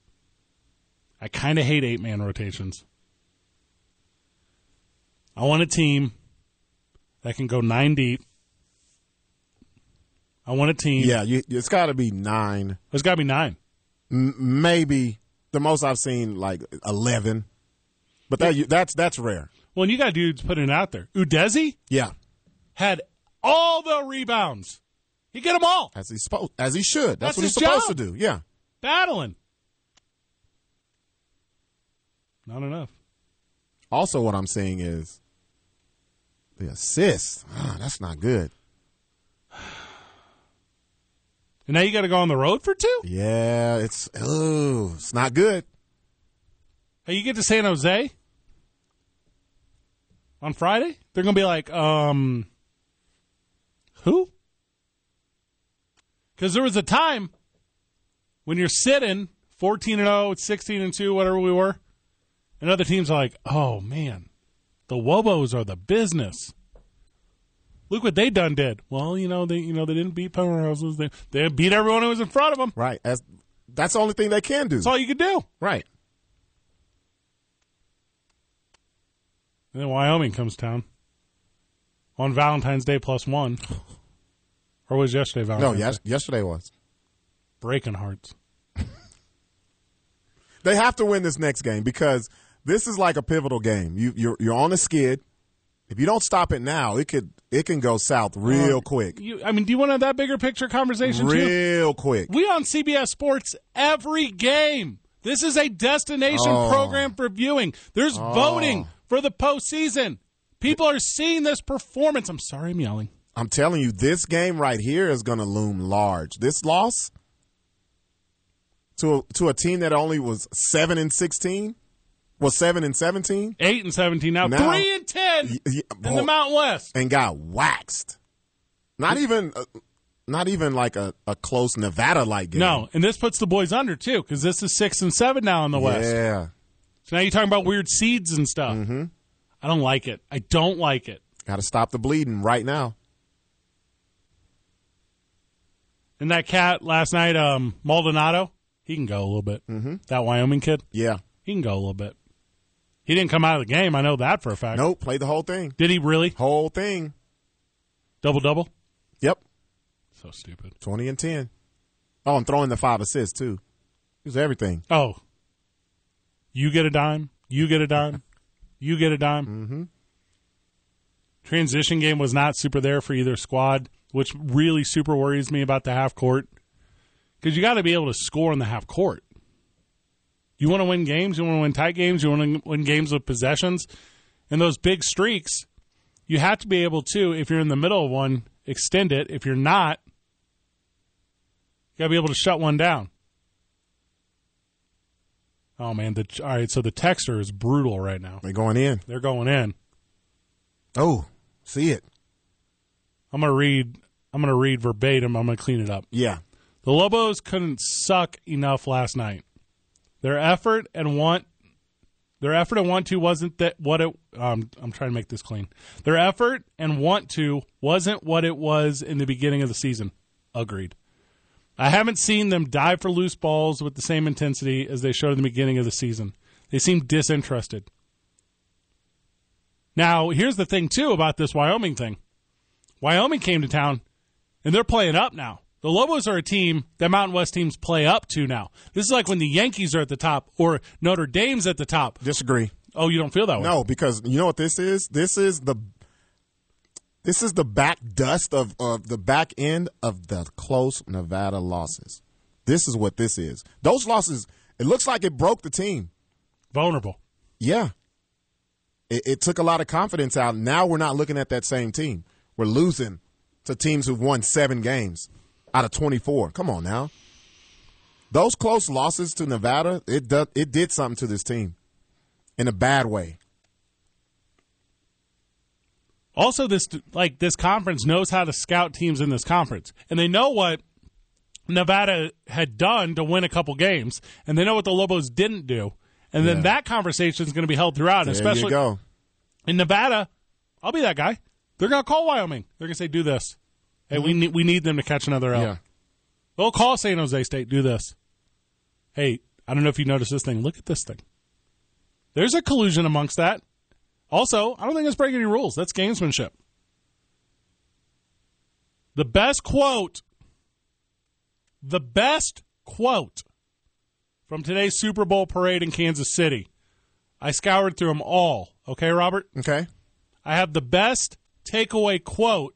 I kind of hate eight man rotations. I want a team that can go nine deep. I want a team.
Yeah. You, it's got to be nine,
It's got to be nine.
M- maybe the most I've seen like eleven, but that you that's that's rare.
Well, and you got dudes putting it out there. Udezi
Yeah.
had all the rebounds. He get them all.
As he's supposed, as he should.
That's
That's, what
his
he's supposed
job.
to do. Yeah.
Battling. Not enough.
Also, what I'm saying is the assist. Ah, that's not good.
And now you got to go on the road for two?
Yeah, it's oh, it's not good.
Hey, you get to San Jose on Friday? They're going to be like, um, who? Because there was a time when you're sitting 14 and 0, 16 and 2, whatever we were, and other teams are like, oh man, the Wobos are the business. Look what they done did. Well, you know they you know they didn't beat Pomerosas. They they beat everyone who was in front of them.
Right. As that's the only thing they can do.
That's all you could do.
right.
And then Wyoming comes to town on Valentine's Day plus one. Or was yesterday
No.
Valentine's
Yes.
Day?
Yesterday was.
Breaking hearts.
They have to win this next game because this is like a pivotal game. You you're you're on a skid. If you don't stop it now, it could it can go south
Uh-huh.
real quick.
You, I mean, do you want to have that bigger picture conversation too?
Real quick.
We on CBS Sports every game. This is a destination
Oh.
program for viewing. There's voting for the postseason. People are seeing this performance. I'm sorry, I'm yelling.
I'm telling you, this game right here is going to loom large. This loss to to a team that only was seven and sixteen was seven and seventeen
Eight and seventeen now,
Now-
three and ten
Y- oh. y-
in
boy.
the Mountain West.
and got waxed. Not even, uh, not even like a, a close Nevada like game.
No, and this puts the boys under too because this is six and seven now in the West.
Yeah,
So now you're talking about weird seeds and stuff. Mm-hmm. I don't like it. I don't like it.
got to stop the bleeding right now.
And that cat last night, um, Maldonado, he can go a little bit. Mm-hmm. That Wyoming kid,
Yeah.
he can go a little bit. He didn't come out of the game. I know that for a fact.
Nope. Played the whole thing.
Did he really
Whole thing.
double double?
Yep.
So stupid.
Twenty and ten. Oh, and throwing the five assists too. It was everything.
Oh, you get a dime. You get a dime. You get a dime. Mm-hmm. Transition game was not super there for either squad, which really super worries me about the half court because you got to be able to score in the half court. You want to win games. You want to win tight games. You want to win games with possessions, and those big streaks. You have to be able to, if you're in the middle of one, extend it. If you're not, you got to be able to shut one down. Oh man, the all right. So the texter is brutal right now.
They're going in.
They're going in.
Oh, see it.
I'm gonna read. I'm gonna read verbatim. I'm gonna clean it up.
Yeah.
The Lobos couldn't suck enough last night. Their effort and want, their effort and want to wasn't that what it. Um, I'm trying to make this clean. Their effort and want to wasn't what it was in the beginning of the season. Agreed. I haven't seen them dive for loose balls with the same intensity as they showed in the beginning of the season. They seem disinterested. Now, here's the thing too about this Wyoming thing. Wyoming came to town and they're playing up now. The Lobos are a team that Mountain West teams play up to now. This is like when the Yankees are at the top or Notre Dame's at the top.
Disagree.
Oh, you don't feel that way?
No, because you know what this is? This is the this is the back dust of, of the back end of the close Nevada losses. This is what this is. Those losses, it looks like it broke the team.
Vulnerable.
Yeah. It, it took a lot of confidence out. Now we're not looking at that same team. We're losing to teams who've won seven games out of 24. Come on now. Those close losses to Nevada, it, do, it did something to this team in a bad way.
Also, this like this conference knows how to scout teams in this conference, and they know what Nevada had done to win a couple games, and they know what the Lobos didn't do. And then that conversation is going to be held throughout,
There
especially
you go.
in Nevada, I'll be that guy. They're going to call Wyoming. They're going to say, "Do this." Hey, we need we need them to catch another L.
Mm-hmm. Yeah.
They'll call San Jose State. Do this. Hey, I don't know if you noticed this thing. Look at this thing. There's a collusion amongst that. Also, I don't think that's breaking any rules. That's gamesmanship. The best quote, the best quote from today's Super Bowl parade in Kansas City. I scoured through them all. Okay, Robert?
Okay.
I have the best takeaway quote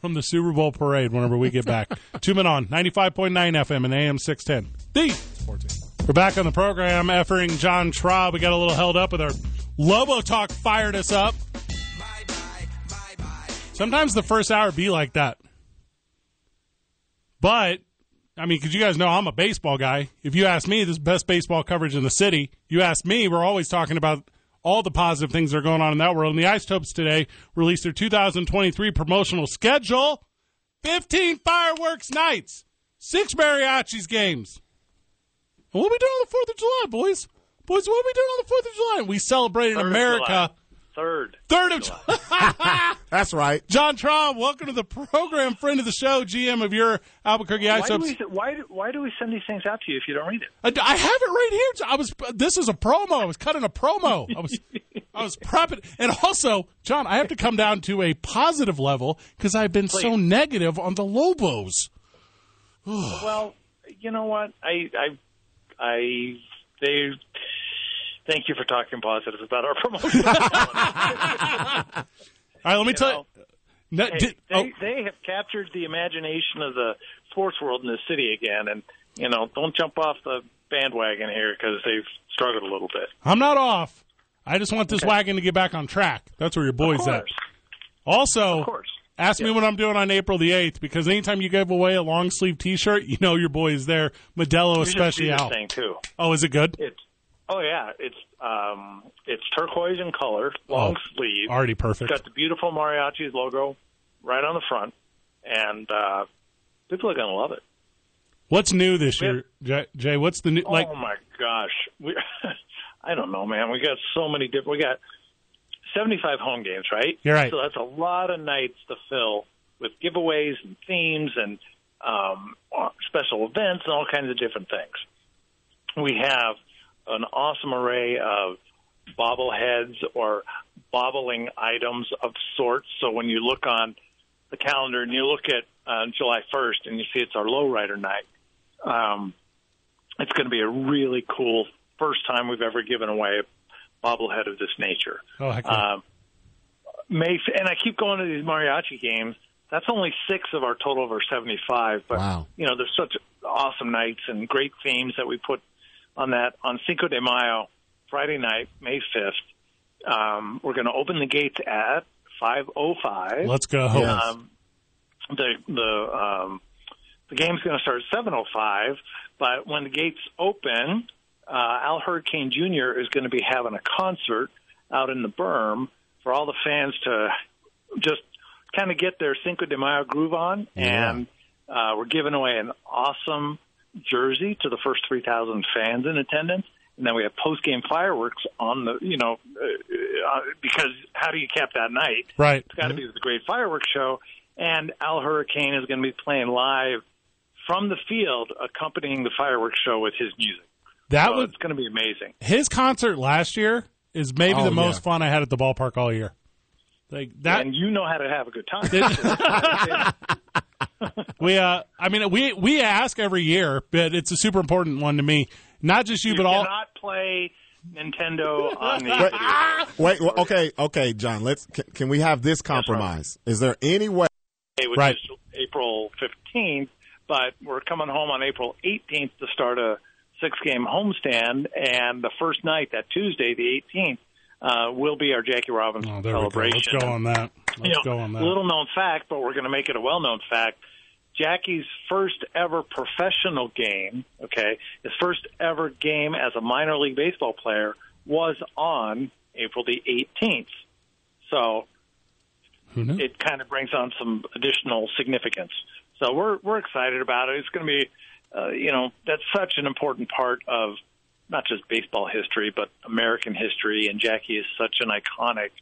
from the Super Bowl parade whenever we get back. Two men on 95.9 FM and AM 610. The 14. We're back on the program. Effering John Traub. We got a little held up with our Lobo Talk fired us up. Sometimes the first hour be like that. But, I mean, because you guys know I'm a baseball guy. If you ask me, this is best baseball coverage in the city. You ask me, we're always talking about all the positive things that are going on in that world. And the Ice Topes today released their 2023 promotional schedule 15 fireworks nights, six mariachis games. And what we doing on the 4th of July, boys? Boys, what we doing on the 4th of July? We celebrated
Third of
America.
July. Third.
3rd of July.
That's right.
John Traum, welcome to the program, friend of the show, GM of your Albuquerque
Why
Ice
do,
Ups.
we, why, do- why do we send these things out to you if you don't read it?
I, I have it right here. I was this is a promo. I was cutting a promo. I
*laughs*
was I was prepping, and also, John, I have to come down to a positive level because I've been so negative on the Lobos.
Well, you know what? I, I, I, they. Thank you for talking positive about our
*laughs*
promotion.
All right, let me tell
know,
you. No,
Hey,
did-
they,
oh,
they have captured the imagination of the sports world in the city again, and you know, don't jump off the bandwagon here because they've struggled a little bit.
I'm not off. I just want this wagon to get back on track. That's where your boy's
of
at.
course,
Also,
of course.
Ask me what I'm doing on April the 8th because anytime you give away a long sleeve t shirt, you know your boy is there. Modelo
You should see
especially
this
out.
thing too.
Oh, is it good?
It's oh yeah, it's um, it's turquoise in color, long
Oh,
sleeve.
Already
It's
perfect.
got the beautiful mariachis logo right on the front, and uh, people are gonna love it.
What's new this year, Jay? Jay, What's the new? Like,
oh my gosh, we, *laughs* I don't know, man. We got so many different. We got seventy-five home games, right?
You're right.
So that's a lot of nights to fill with giveaways and themes and um, special events and all kinds of different things. We have an awesome array of bobbleheads or bobbling items of sorts. So when you look on the calendar and you look at uh, July 1st and you see it's our lowrider night, um, it's going to be a really cool first time we've ever given away a bobblehead of this nature.
oh heck, yeah.
Um, May and I keep going to these mariachi games. That's only six of our total of our seventy-five. But
Wow.
you know, there's such awesome nights and great themes that we put on that on Cinco de Mayo, Friday night, May fifth. Um, we're going to open the gates at five oh five.
let's go.
Yeah.
Um, the the um, the game's going to start at seven oh five, but when the gates open, uh, Al Hurricane Jr. is going to be having a concert out in the berm for all the fans to just kind of get their Cinco de Mayo groove on, and uh, we're giving away an awesome jersey to the first three thousand fans in attendance. And then we have post game fireworks on the, you know, uh, uh, because how do you cap that night?
Right.
It's got to be the great fireworks show, and Al Hurricane is going to be playing live from the field, accompanying the fireworks show with his music.
That
So
was
it's going to be amazing.
his concert last year. Is maybe
Oh,
the most
yeah.
fun I had at the ballpark all year. Like that.
and you know how to have a good time.
we, uh, I mean, we we ask every year, but it's a super important one to me. Not just you,
you
but all.
cannot play Nintendo on the.
Wait,
video.
wait, well, okay, okay, John. Let's can, can we have this compromise? Is there any way?
Day, which
Right.
is April 15th, but we're coming home on April 18th to start a six game homestand. And the first night, that Tuesday, the 18th, uh, will be our Jackie Robinson
Oh, there we go.
celebration.
Let's go on that. Let's
you know,
go on that.
Little known fact, but we're going to make it a well known fact. Jackie's first ever professional game, okay, his first ever game as a minor league baseball player was on April the 18th. So
Who knew?
it kind of brings on some additional significance. So we're we're excited about it. It's going to be, uh, you know, that's such an important part of not just baseball history but American history. And Jackie is such an iconic.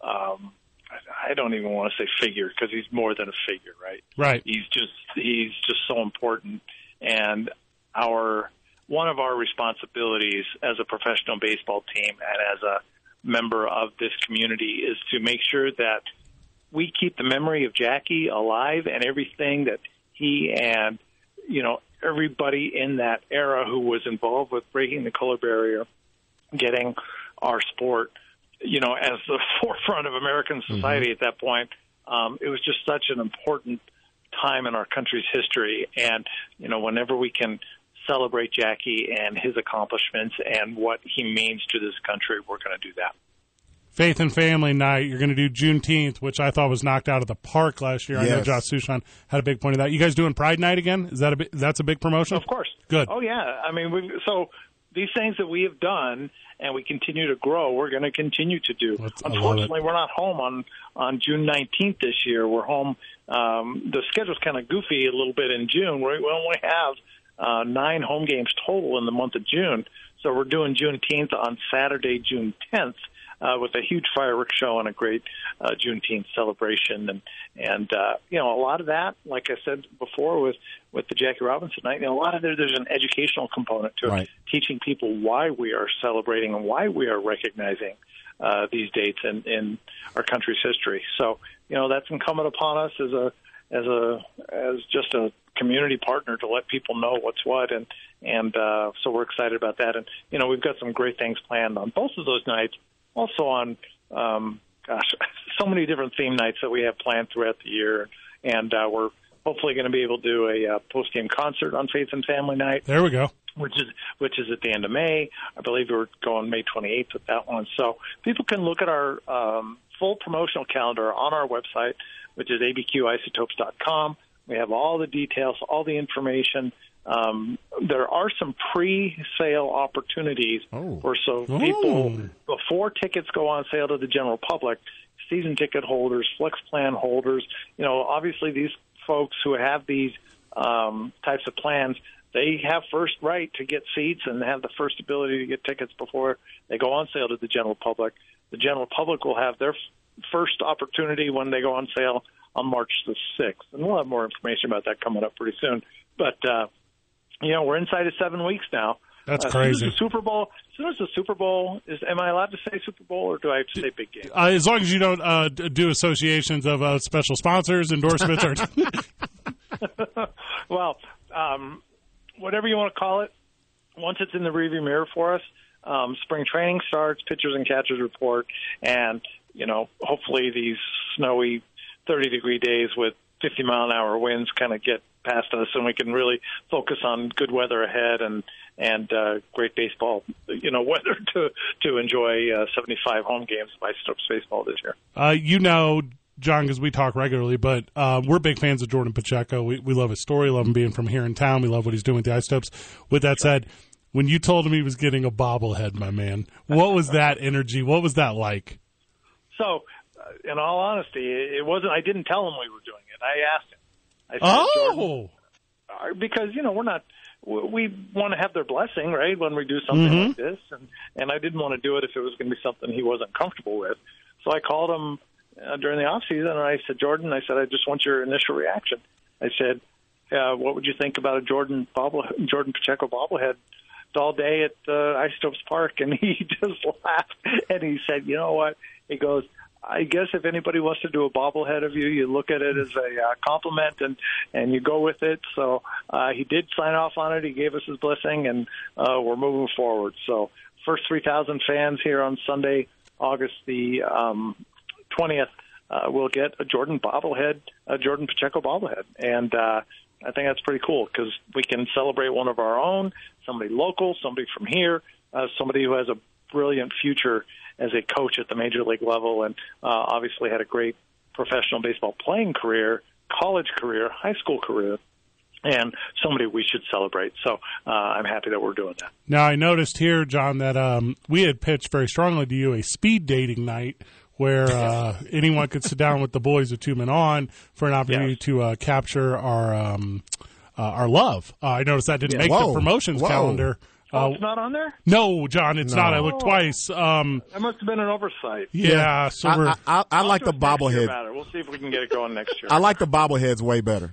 Um, I- I don't even want to say figure because he's more than a figure, right?
right.
He's just he's just so important, and our one of our responsibilities as a professional baseball team and as a member of this community is to make sure that we keep the memory of Jackie alive and everything that he and you know everybody in that era who was involved with breaking the color barrier, getting our sport, you know, as the *laughs* forefront of American society at that point. Um, it was just such an important time in our country's history, and you know, whenever we can celebrate Jackie and his accomplishments and what he means to this country, we're going to do that.
Faith and Family Night. You're going to do Juneteenth, which I thought was knocked out of the park last year. I know
Yes.
Josh Sushan had a big point of that. You guys doing Pride Night again? Is that a bi- that's a big promotion?
Of course.
Good.
Oh yeah. I mean, we've, so these things that we have done and we continue to grow, we're going to continue to do.
That's- I love it.
Unfortunately, we're not home on on June nineteenth this year. We're home. Um, the schedule's kind of goofy a little bit in June. We we only have uh, nine home games total in the month of June. So we're doing Juneteenth on Saturday, June tenth. Uh, with a huge fireworks show and a great uh, Juneteenth celebration, and and uh, you know a lot of that, like I said before, with with the Jackie Robinson night, you know, a lot of there there's an educational component to it,
Right.
teaching people why we are celebrating and why we are recognizing uh, these dates in, in our country's history. So, you know, that's incumbent upon us as a as a as just a community partner to let people know what's what, and and uh, so we're excited about that. And you know, we've got some great things planned on both of those nights, also on um, gosh, *laughs* so many different theme nights that we have planned throughout the year, and uh, we're hopefully going to be able to do a uh, post game concert on Faith and Family Night
There we go.
which is which is at the end of May. I believe we're going May 28th with that one. So people can look at our um, full promotional calendar on our website, which is abqisotopes.com. We have all the details, all the information. Um, there are some pre-sale opportunities
Oh.
for so people before tickets go on sale to the general public, season ticket holders, flex plan holders. You know, obviously these folks who have these um, types of plans, they have first right to get seats and have the first ability to get tickets before they go on sale to the general public. The general public will have their f- first opportunity when they go on sale on March the 6th. And we'll have more information about that coming up pretty soon. But, uh, you know, we're inside of seven weeks now. Uh,
That's
As soon as
crazy.
the Super Bowl. As soon as the Super Bowl is, am I allowed to say Super Bowl or do I have to say big game?
Uh, as long as you don't uh, d- do associations of uh, special sponsors, endorsements,
*laughs*
or *laughs*
Well, um, whatever you want to call it, once it's in the rearview mirror for us, um, spring training starts, pitchers and catchers report, and you know, hopefully these snowy, thirty degree days with fifty mile an hour winds kind of get past us, and we can really focus on good weather ahead and and uh, great baseball, you know, *laughs* weather to to enjoy uh, seventy five home games by Stokes baseball this year.
Uh, you know, John, because we talk regularly, but uh, we're big fans of Jordan Pacheco. We, we love his story, love him being from here in town. We love what he's doing with the Ice Topes. With that said, when you told him he was getting a bobblehead, my man, what was that energy? What was that like?
So, uh, in all honesty, it it wasn't. I didn't tell him we were doing it. I asked him. I said, "Jordan,
Oh,
are- because you know we're not. we- We want to have their blessing, right? When we do something like this, and and I didn't want to do it if it was going to be something he wasn't comfortable with. So I called him uh, during the off season, and I said, Jordan, I said, I just want your initial reaction. I said, uh, what would you think about a Jordan bobble, Jordan Pacheco bobblehead all day at uh, Ice Topes Park? And *laughs* he just laughed and he said, you know what? He goes, I guess if anybody wants to do a bobblehead of you, you look at it as a uh, compliment and and you go with it. So uh, he did sign off on it. He gave us his blessing, and uh, we're moving forward. So first three thousand fans here on Sunday, August the um, twentieth uh, will get a Jordan bobblehead, a Jordan Pacheco bobblehead, and uh, I think that's pretty cool because we can celebrate one of our own, somebody local, somebody from here, uh, somebody who has a brilliant future as a coach at the major league level, and uh, obviously had a great professional baseball playing career, college career, high school career. And somebody we should celebrate. So uh, I'm happy that we're doing that.
Now I noticed here, John, that um, we had pitched very strongly to you a speed dating night where
*laughs*
uh, anyone could sit down with the boys of Two Men On for an opportunity
Yes.
to uh, capture our um, uh, our love. Uh, I noticed that didn't make the
Whoa.
promotions
Whoa.
calendar. Uh,
it's not on there.
no, John, it's not. I looked twice. Um,
That must have been an oversight.
yeah, so we're,
I, I, I, I like the
Talk to us next year
bobblehead.
about it. We'll see if we can get it going next year.
I like the bobbleheads way better.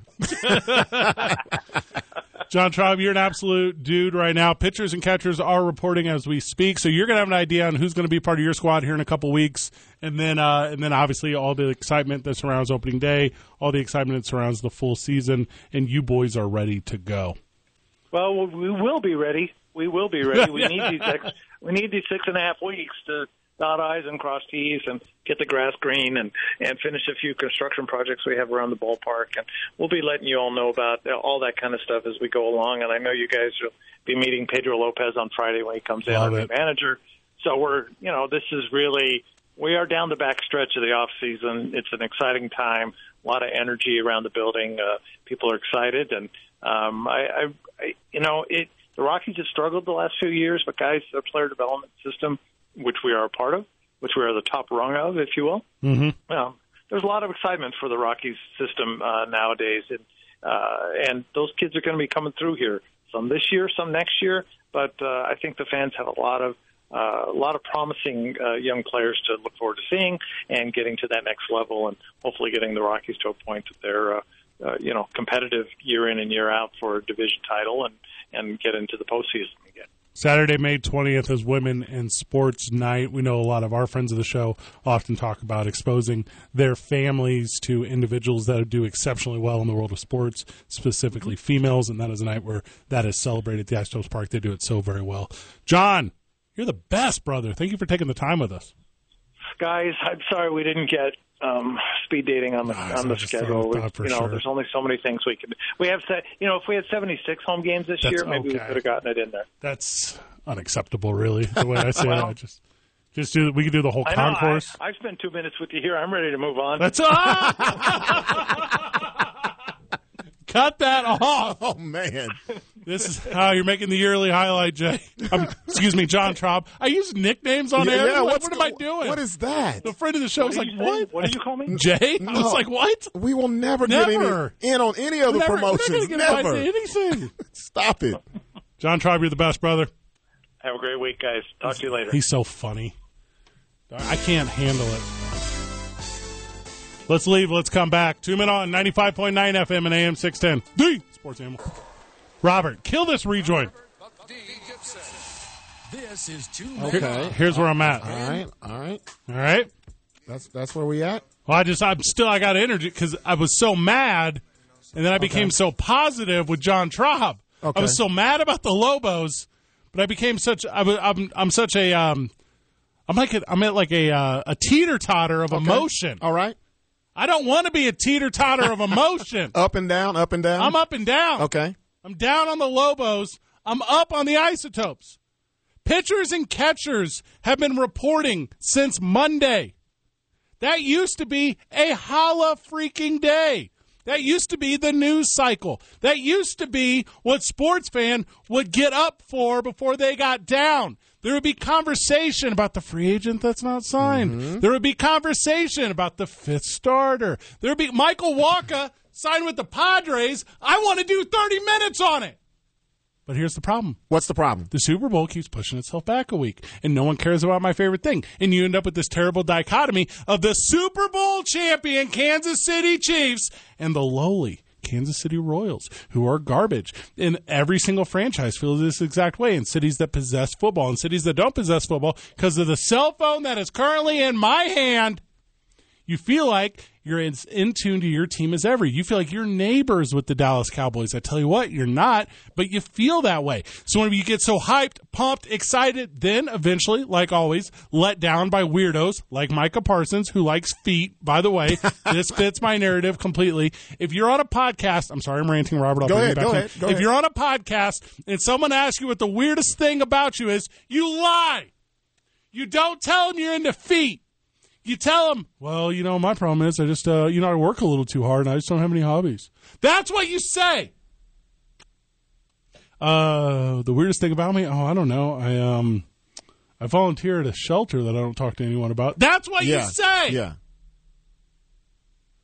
John Traub, you're an absolute dude right now. Pitchers and catchers are reporting as we speak, so you're going to have an idea on who's going to be part of your squad here in a couple weeks, and then uh, and then obviously all the excitement that surrounds opening day, all the excitement that surrounds the full season, and you boys are ready to go.
Well, we will be ready. We will be ready.
*laughs*
We need these ex- we need these six and a half weeks to dot I's and cross T's and get the grass green and and finish a few construction projects we have around the ballpark. And we'll be letting you all know about uh, all that kind of stuff as we go along. And I know you guys will be meeting Pedro Lopez on Friday when he comes in,
Love
our new
it.
manager. So we're you know this is really we are down the back stretch of the off season. It's an exciting time. A lot of energy around the building. Uh, people are excited, and um, I, I, I, you know, it. The Rockies have struggled the last few years, but guys, their player development system, which we are a part of, which we are the top rung of, if you will. Mm-hmm. Um, there's a lot of excitement for the Rockies system uh, nowadays, and uh, and those kids are going to be coming through here. Some this year, some next year, but uh, I think the fans have a lot of uh, a lot of promising uh, young players to look forward to seeing and getting to that next level, and hopefully getting the Rockies to a point that they're uh, uh, you know competitive year in and year out for a division title and and get into the postseason again.
Saturday, May 20th is Women in Sports Night. We know a lot of our friends of the show often talk about exposing their families to individuals that do exceptionally well in the world of sports, specifically females, and that is a night where that is celebrated at the Ice Topes Park. They do it so very well. John, you're the best, brother. Thank you for taking the time with us.
guys, I'm sorry we didn't get um, speed dating on the
Ah,
on the
that's
schedule.
what I
We-
thought for
you know,
sure.
there's only so many things we could. We have set. You know, if we had 76 home games this
That's
year, maybe we
okay.
could have gotten it in there. *laughs*
That's unacceptable, really, the way I say it. I just Just do we could do the whole
I know.
concourse.
I, I've spent two minutes with you here. I'm ready to move on.
That's *laughs* ah! Cut that off.
Oh man,
This is how you're making the yearly highlight, *laughs* Jay. Um, excuse me, John Traub. I use nicknames on air. what, what am I
go-
doing?
What is that?
the friend of the show was
did
like,
you say?
"What?
What did you call
*laughs*
me?"
Jay?" I
No.
was like, "What?
We will never,
Never.
get any in on any of the
Never-
promotions.
We're not gonna
Never.
get invited to anything."
Stop it.
*laughs* John Traub, you're the best, brother.
Have a great week, guys. Talk to you later.
He's so funny. I can't handle it. Let's leave. Let's come back. Two men on 95.9 FM and AM 610. D Sports Animal. Robert, kill this rejoin.
D. Gibson.
This is two
Okay.
men
Here- Here's where I'm at.
*laughs* All
All
right, all right.
All right.
That's that's where we at.
Well, I just, I'm still, I got energy because I was so mad and then I became so positive with John Traub.
Okay.
I was so mad about the Lobos, but I became such, I was, I'm, I'm such a, um, I'm like, a, I'm at like a, uh, a teeter totter of emotion.
All right.
I don't want to be a teeter totter of
*laughs*
emotion.
Up and down, up and down.
I'm up and down.
Okay.
I'm down on the Lobos. I'm up on the isotopes. Pitchers and catchers have been reporting since Monday. That used to be a holla freaking day. That used to be the news cycle. That used to be what sports fan would get up for before they got down. There would be conversation about the free agent that's not signed. There would be conversation about the fifth starter. There would be Michael Walker signed with the Padres. I want to do 30 minutes on it. But here's the problem
What's the problem?
the Super Bowl keeps pushing itself back a week, and no one cares about my favorite thing. And you end up with this terrible dichotomy of the Super Bowl champion Kansas City Chiefs and the lowly Kansas City Royals, who are garbage. And every single franchise feels this exact way in cities that possess football and cities that don't possess football because of the cell phone that is currently in my hand you feel like you're as in tune to your team as ever. You feel like you're neighbors with the Dallas Cowboys. I tell you what, you're not, but you feel that way. So when you get so hyped, pumped, excited, then eventually, like always, let down by weirdos like Micah Parsons, who likes feet. By the
*laughs*
way, this fits my narrative completely. If you're on a podcast, I'm sorry, I'm ranting, Robert. I'll
Go
bring you
ahead,
back
go
in.
ahead, go
if
ahead.
you're on a podcast and someone asks you what the weirdest thing about you is, you lie. You don't tell them you're into feet you tell them, well, you know, my problem is I just, uh, you know, I work a little too hard and I just don't have any hobbies. That's what you say. Uh, the weirdest thing about me, oh, I don't know. I, um, I volunteer at a shelter that I don't talk to anyone about. That's what
Yeah.
you say.
Yeah.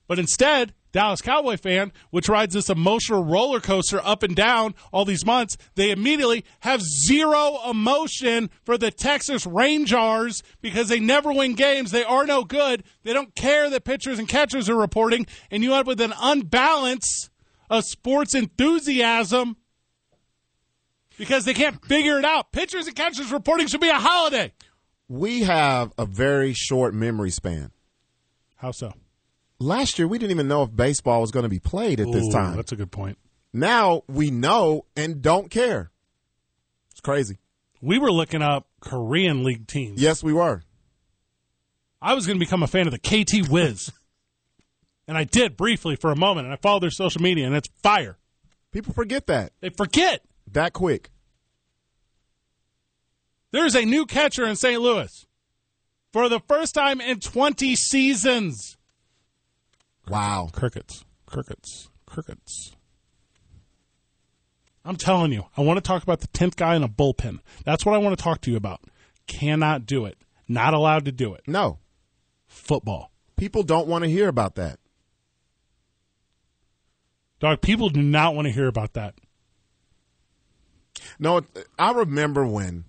But instead, Dallas Cowboy fan, which rides this emotional roller coaster up and down all these months, they immediately have zero emotion for the Texas Rangers because they never win games. They are no good. They don't care that pitchers and catchers are reporting, and you end up with an unbalance of sports enthusiasm because they can't figure it out. Pitchers and catchers reporting should be a holiday.
We have a very short memory span.
How so?
Last year, we didn't even know if baseball was going to be played at this time.
That's a good point.
Now we know and don't care. It's crazy.
We were looking up Korean League teams.
Yes, we were.
I was going to become a fan of the KT Wiz. and I did briefly for a moment, and I followed their social media, and it's fire.
People forget that
They forget
that quick.
there's a new catcher in St. Louis for the first time in 20 seasons.
Wow.
Crickets, crickets, crickets. I'm telling you, I want to talk about the 10th guy in a bullpen. That's what I want to talk to you about. Cannot do it. Not allowed to do it.
No,
Football.
people don't want to hear about that.
Dog, people do not want to hear about that.
No, it- I remember when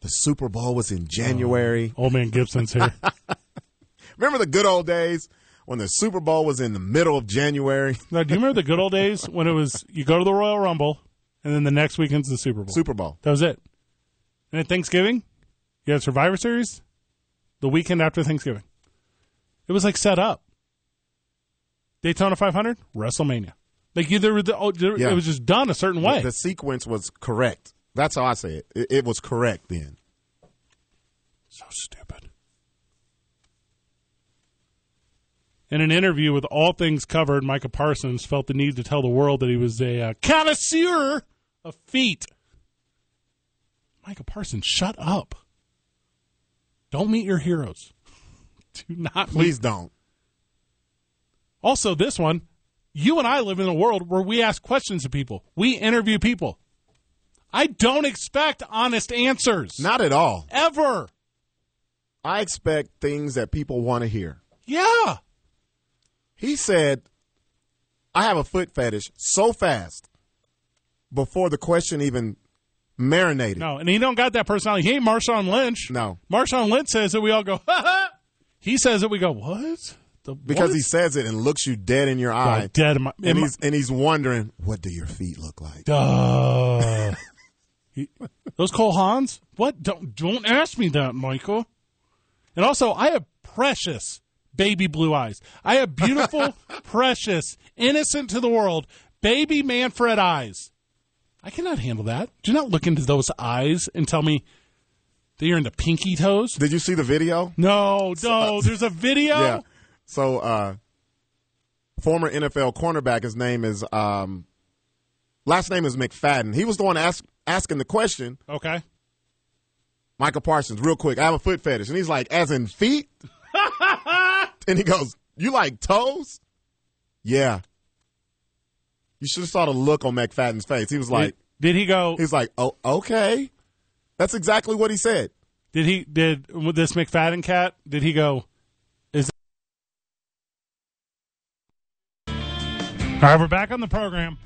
the Super Bowl was in January.
Old man Gibson's here. Oh.
Remember the good old days when the Super Bowl was in the middle of January?
Now, do you remember the good old days when it was you go to the Royal Rumble and then the next weekend's the Super Bowl?
Super Bowl.
That was it. And then Thanksgiving, you had Survivor Series the weekend after Thanksgiving. It was like set up. Daytona 500, WrestleMania. Like you, there were the, oh, there,
Yeah.
it was just done a certain way.
The sequence was correct. That's how I say it. It, it was correct then.
So stupid. In an interview with All Things Covered, Micah Parsons felt the need to tell the world that he was a uh, connoisseur of feet. Micah Parsons, shut up. Don't meet your heroes. *laughs* Do not meet
Please don't.
Also, this one, you and I live in a world where we ask questions of people. We interview people. I don't expect honest answers.
Not at all.
ever.
I expect things that people want to hear.
Yeah.
He said, I have a foot fetish so fast before the question even marinated.
No, and he don't got that personality. He ain't Marshawn Lynch.
No.
Marshawn Lynch says that we all go, *laughs* ha ha. He says that we go, what? The,
Because
what?
he says it and looks you dead in your eye.
Like, dead in my, in
And
my-
he's and he's wondering, what do your feet look like?
Duh. *laughs* He- those Cole Hans? What? Don't don't ask me that, Michael. And also, I have precious baby blue eyes. I have
*laughs*
beautiful, precious, innocent to the world baby Manfred eyes. I cannot handle that. Do not look into those eyes and tell me that you're into pinky toes.
Did you see the video?
No, no. There's a video.
uh, Yeah. So uh former NFL cornerback, his name is um last name is McFadden. He was the one ask, asking the question,
Okay.
Michael Parsons, real quick, I have a foot fetish. And he's like, as in *laughs* feet? and he goes, You like toes? Yeah. You should have saw the look on McFadden's face. He was like
did, did he go?
he's like, Oh, okay. That's exactly what he said.
Did he did with this McFadden cat? Did he go? Is all right. We're back on the program.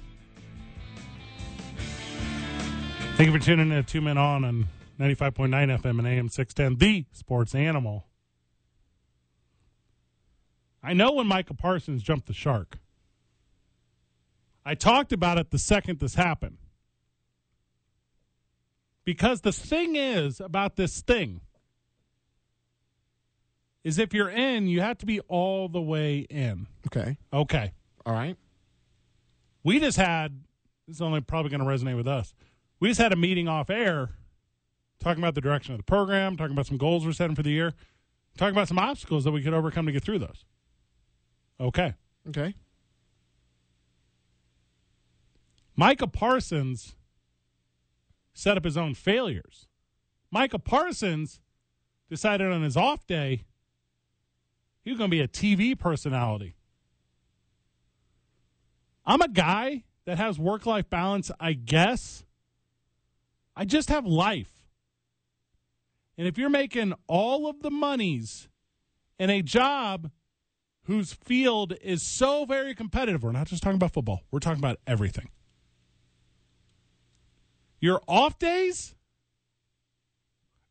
Thank you for tuning in to Two Men On on ninety five point nine FM and AM six ten, the Sports Animal. I know when Michael Parsons jumped the shark. I talked about it the second this happened. Because the thing is about this thing is if you're in, you have to be all the way in.
Okay.
Okay.
All right.
We just had this is only probably going to resonate with us. We just had a meeting off air talking about the direction of the program, talking about some goals we're setting for the year, talking about some obstacles that we could overcome to get through those. Okay.
Okay.
Micah Parsons set up his own failures. Micah Parsons decided on his off day he was going to be a TV personality. I'm a guy that has work life balance, I guess. I just have life. And if you're making all of the monies in a job whose field is so very competitive, we're not just talking about football, we're talking about everything. Your off days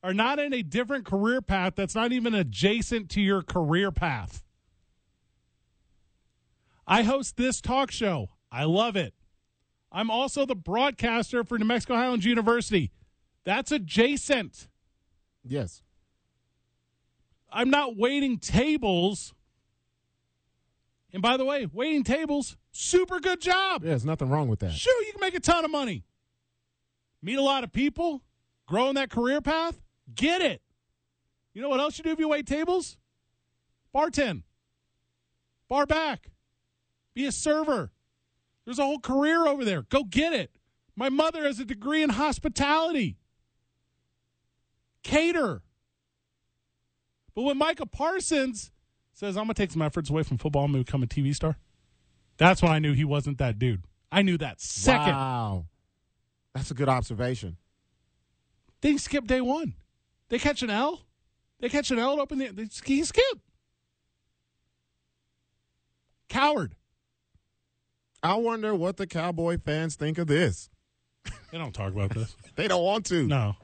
are not in a different career path that's not even adjacent to your career path. I host this talk show. I love it. I'm also the broadcaster for New Mexico Highlands University. That's adjacent.
Yes.
I'm not waiting tables. And by the way, waiting tables, super good job.
there's nothing wrong with that.
Sure, you can make a ton of money. Meet a lot of people, grow in that career path, get it. You know what else you do if you wait tables? Bartend, bar back, be a server. There's a whole career over there. Go get it. My mother has a degree in hospitality. Cater. But when Micah Parsons says, I'm going to take some efforts away from football and become a TV star, that's when I knew he wasn't that dude. I knew that second.
Wow. That's a good observation.
They skip day one. They catch an L. They catch an L and open the. They ski skip. Coward.
I wonder what the Cowboy fans think of this.
They don't talk about this.
They don't want
*laughs*
to.
no.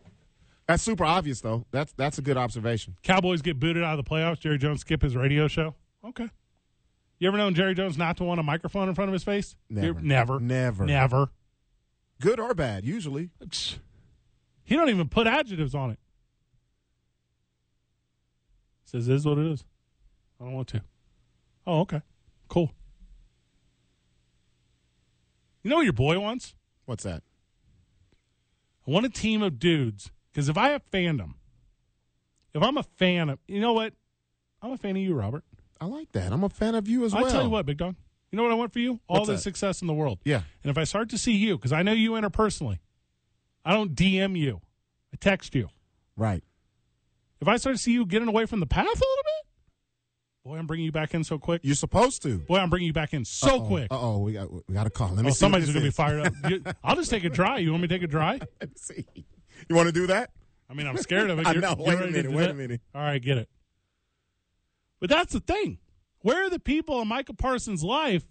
That's super obvious, though. That's that's a good observation.
Cowboys get booted out of the playoffs. Jerry Jones skip his radio show. Okay. You ever known Jerry Jones not to want a microphone in front of his face?
Never.
You- Never.
Never.
Never.
Good or bad, usually.
Psh. He don't even put adjectives on it. Says this is what it is. I don't want to. Oh, okay. Cool. You know what your boy wants?
What's that?
I want a team of dudes. Because if I have fandom, if I'm a fan of, you know what? I'm a fan of you, Robert.
I like that. I'm a fan of you as well.
I'll tell you what, Big Dog. You know what I want for you? All
What's
the
that?
success in the world.
Yeah.
And if I start to see you, because I know you interpersonally, I don't DM you, I text you.
Right.
If I start to see you getting away from the path a little bit, boy, I'm bringing you back in so quick.
You're supposed to.
Boy, I'm bringing you back in so quick.
Uh oh, we got we got a call. Let me
Oh,
see. what
somebody's
this
going to be
is.
fired up. You- I'll just take a dry. You want me to take a dry?
Let me see. You want to do that?
I mean, I'm scared of it.
*laughs* I
You're-
know.
you're
Wait a
ready to
minute,
do
wait a
that?
minute.
All right, get it. But that's the thing. Where are the people in Micah Parsons' life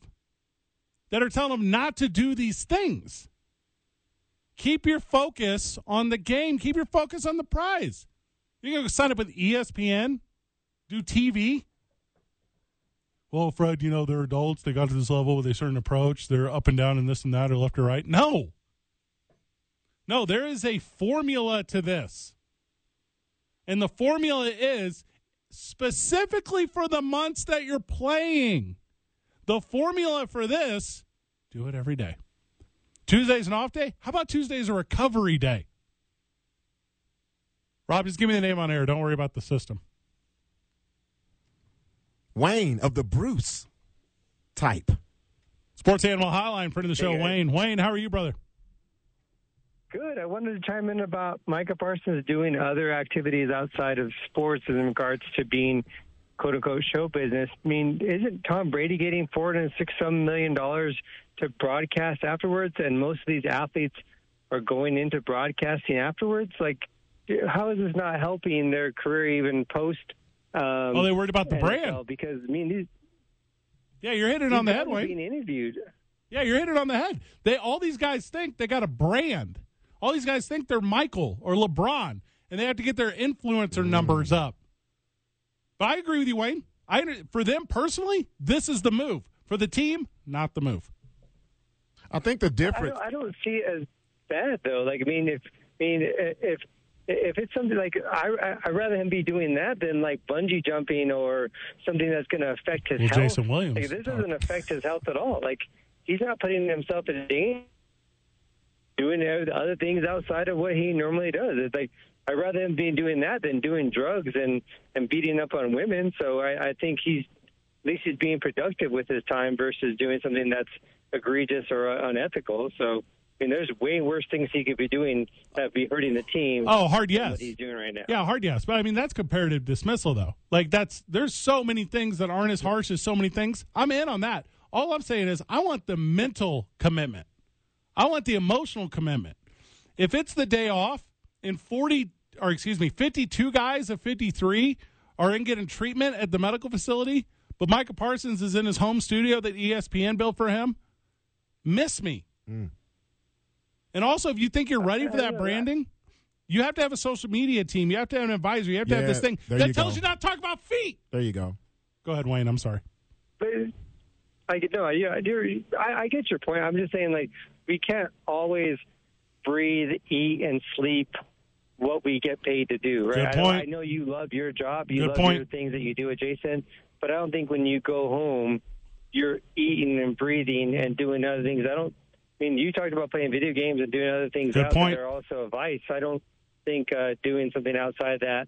that are telling him not to do these things? Keep your focus on the game. Keep your focus on the prize. You're going to sign up with E ESPN, do TV. Well, Fred, you know, they're adults. They got to this level with a certain approach. They're up and down and this and that or left or right. No. No, there is a formula to this. And the formula is specifically for the months that you're playing. The formula for this do it every day. Tuesday's an off day. How about Tuesday's a recovery day? Rob, just give me the name on air. Don't worry about the system.
Wayne of the Bruce type.
Sports Animal Highline, friend of the show, Wayne. Wayne, how are you, brother?
Good. I wanted to chime in about Micah Parsons doing other activities outside of sports in regards to being quote unquote show business. I mean, isn't Tom Brady getting four hundred and six some million dollars to broadcast afterwards and most of these athletes are going into broadcasting afterwards? Like how is this not helping their career even post um
Oh, they worried about the
NFL?
brand.
Because I mean these
Yeah, you're hitting it on the
these
head,
guys are
Wayne.
being interviewed.
Yeah, you're hitting it on the head. They all these guys think they got a brand. All these guys think they're Michael or LeBron, and they have to get their influencer numbers up. But I agree with you, Wayne. I under- for them personally, this is the move. For the team, not the move.
I think the
I
difference.
don't, I don't see it as bad though. Like I mean, if I mean if if it's something like I I- I'd rather him be doing that than like bungee jumping or something that's going to affect his
Well,
health.
Jason Williams
Like, this
talked.
doesn't affect his health at all. Like he's not putting himself in danger doing the other things outside of what he normally does. It's like I'd rather him be doing that than doing drugs and and beating up on women. So I, I think he's at least he's being productive with his time versus doing something that's egregious or uh, unethical. So I mean, there's way worse things he could be doing that be hurting the team.
Oh, hard
than
yes.
what he's doing right now.
Yeah, hard yes. But I mean, that's comparative dismissal, though. Like that's there's so many things that aren't as harsh as so many things. I'm in on that. All I'm saying is I want the mental commitment. I want the emotional commitment. If it's the day off and 40 or excuse me, 52 guys of 53 are in getting treatment at the medical facility, but Micah Parsons is in his home studio that E ESPN built for him, miss me.
Mm.
And also, if you think you're ready for that branding, you have to have a social media team. You have to have an advisor. You have to have
Yeah,
this thing
there
that
you
tells
go.
you not to talk about feet.
There you go.
Go ahead, Wayne. I'm sorry.
But I get no, I- yeah, I do. I, I get your point. I'm just saying, like, we can't always breathe, eat, and sleep what we get paid to do, right?
Good
I, I
point.
know you love your job, you
Good
love
point.
your things that you do, Jason. But I don't think when you go home, you're eating and breathing and doing other things. I don't. I mean, you talked about playing video games and doing other things
Good
out
point.
that are also a vice. I don't think uh, doing something outside that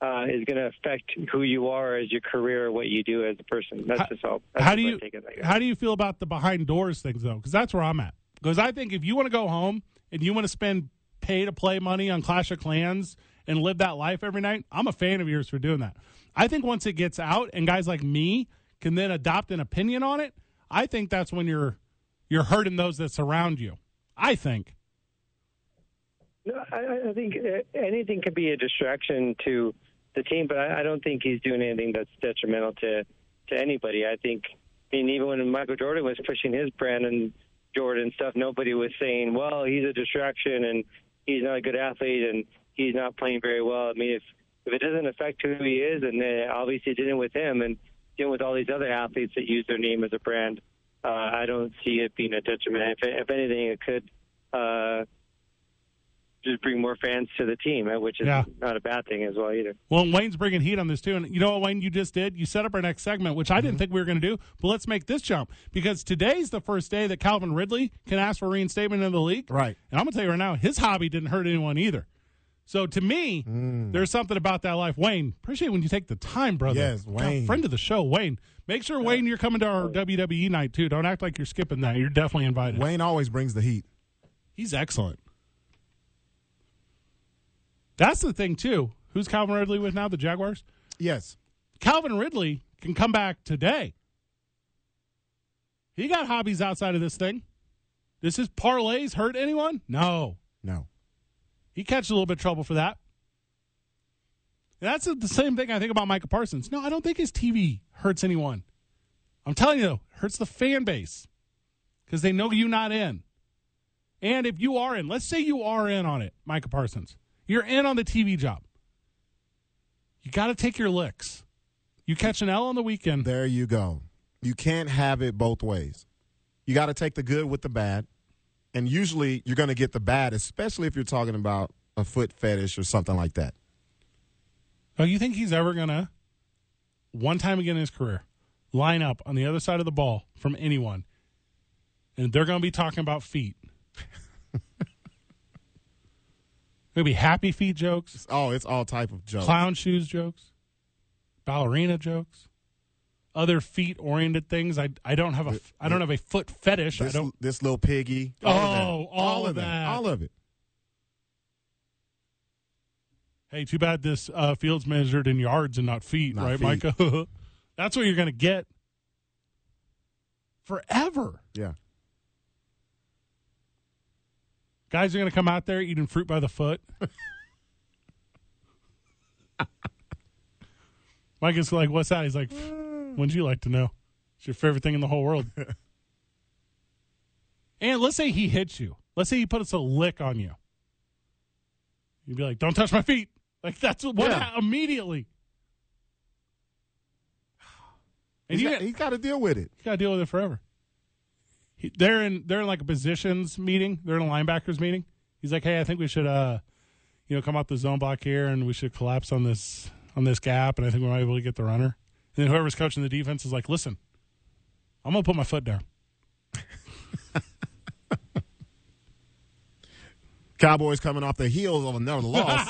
uh, is going to affect who you are as your career or what you do as a person. That's
How-
just all. That's
How
just
do
my
you
take on that.
how do you feel about the behind doors things though? Because that's where I'm at. Because I think if you want to go home and you want to spend pay to play money on Clash of Clans and live that life every night, I'm a fan of yours for doing that. I think once it gets out and guys like me can then adopt an opinion on it, I think that's when you're you're hurting those that surround you. I think.
No, I, I think uh, anything could be a distraction to the team, but I, I don't think he's doing anything that's detrimental to to anybody. I think, I mean, even when Michael Jordan was pushing his brand and Jordan stuff, nobody was saying, "Well, he's a distraction and he's not a good athlete and he's not playing very well." I mean, if if it doesn't affect who he is, and then obviously it didn't with him, and dealing with all these other athletes that use their name as a brand, uh, I don't see it being a detriment. If, if anything, it could. Uh, just bring more fans to the team, eh, which is
Yeah.
not a bad thing as well either.
Well, and Wayne's bringing heat on this too. And you know what, Wayne, you just did? You set up our next segment, which I
Mm-hmm.
didn't think we were going to do, but let's make this jump because today's the first day that Calvin Ridley can ask for reinstatement in the league.
Right.
And I'm going to tell you right now, his hobby didn't hurt anyone either. So to me,
Mm.
there's something about that life. Wayne, appreciate when you take the time, brother.
Yes,
God,
Wayne.
friend of the show, Wayne. Make sure, Wayne, you're coming to our WWE night too. Don't act like you're skipping that. You're definitely invited.
Wayne always brings the heat.
He's excellent. That's the thing too. Who's Calvin Ridley with now? The Jaguars?
Yes.
Calvin Ridley can come back today. He got hobbies outside of this thing. This is parlays hurt anyone? No.
No.
He catches a little bit of trouble for that. And that's the same thing I think about Micah Parsons. No, I don't think his TV hurts anyone. I'm telling you, though, hurts the fan base because they know you're not in. And if you are in, let's say you are in on it, Micah Parsons, you're in on the TV job. You got to take your licks. You catch an L on the weekend.
There you go. You can't have it both ways. You got to take the good with the bad. And usually you're going to get the bad, especially if you're talking about a foot fetish or something like that.
Oh, you think he's ever gonna one time again in his career line up on the other side of the ball from anyone, and they're gonna be talking about feet? *laughs* Maybe happy feet jokes,
Oh, it's all type of jokes.
clown shoes jokes, ballerina jokes, other feet oriented things. I I don't have a f- I don't have a foot fetish. I
This,
don't.
this little piggy. All of that.
Oh, all of that.
All of it.
Hey, too bad this uh, field's measured in yards and not feet,
Not
right,
feet.
Micah? *laughs* That's what you're gonna get forever.
Yeah.
Guys are going to come out there eating fruit by the foot. Mike is like, what's that? He's like, when'd you like to know? It's your favorite thing in the whole world. and let's say he hits you. Let's say he puts a lick on you. You'd be like, don't touch my feet. Like, that's what
Yeah.
ha- immediately. And
He's
you
got,
got-
he's got to deal with it.
got to deal with it forever. He, they're in they're in like a positions meeting. They're in a linebackers meeting. He's like, hey, I think we should uh, you know, come out the zone block here and we should collapse on this on this gap, and I think we might be able to get the runner. And then whoever's coaching the defense is like, listen, I'm gonna put my foot down.
Cowboys coming off the heels of another
*laughs*
loss.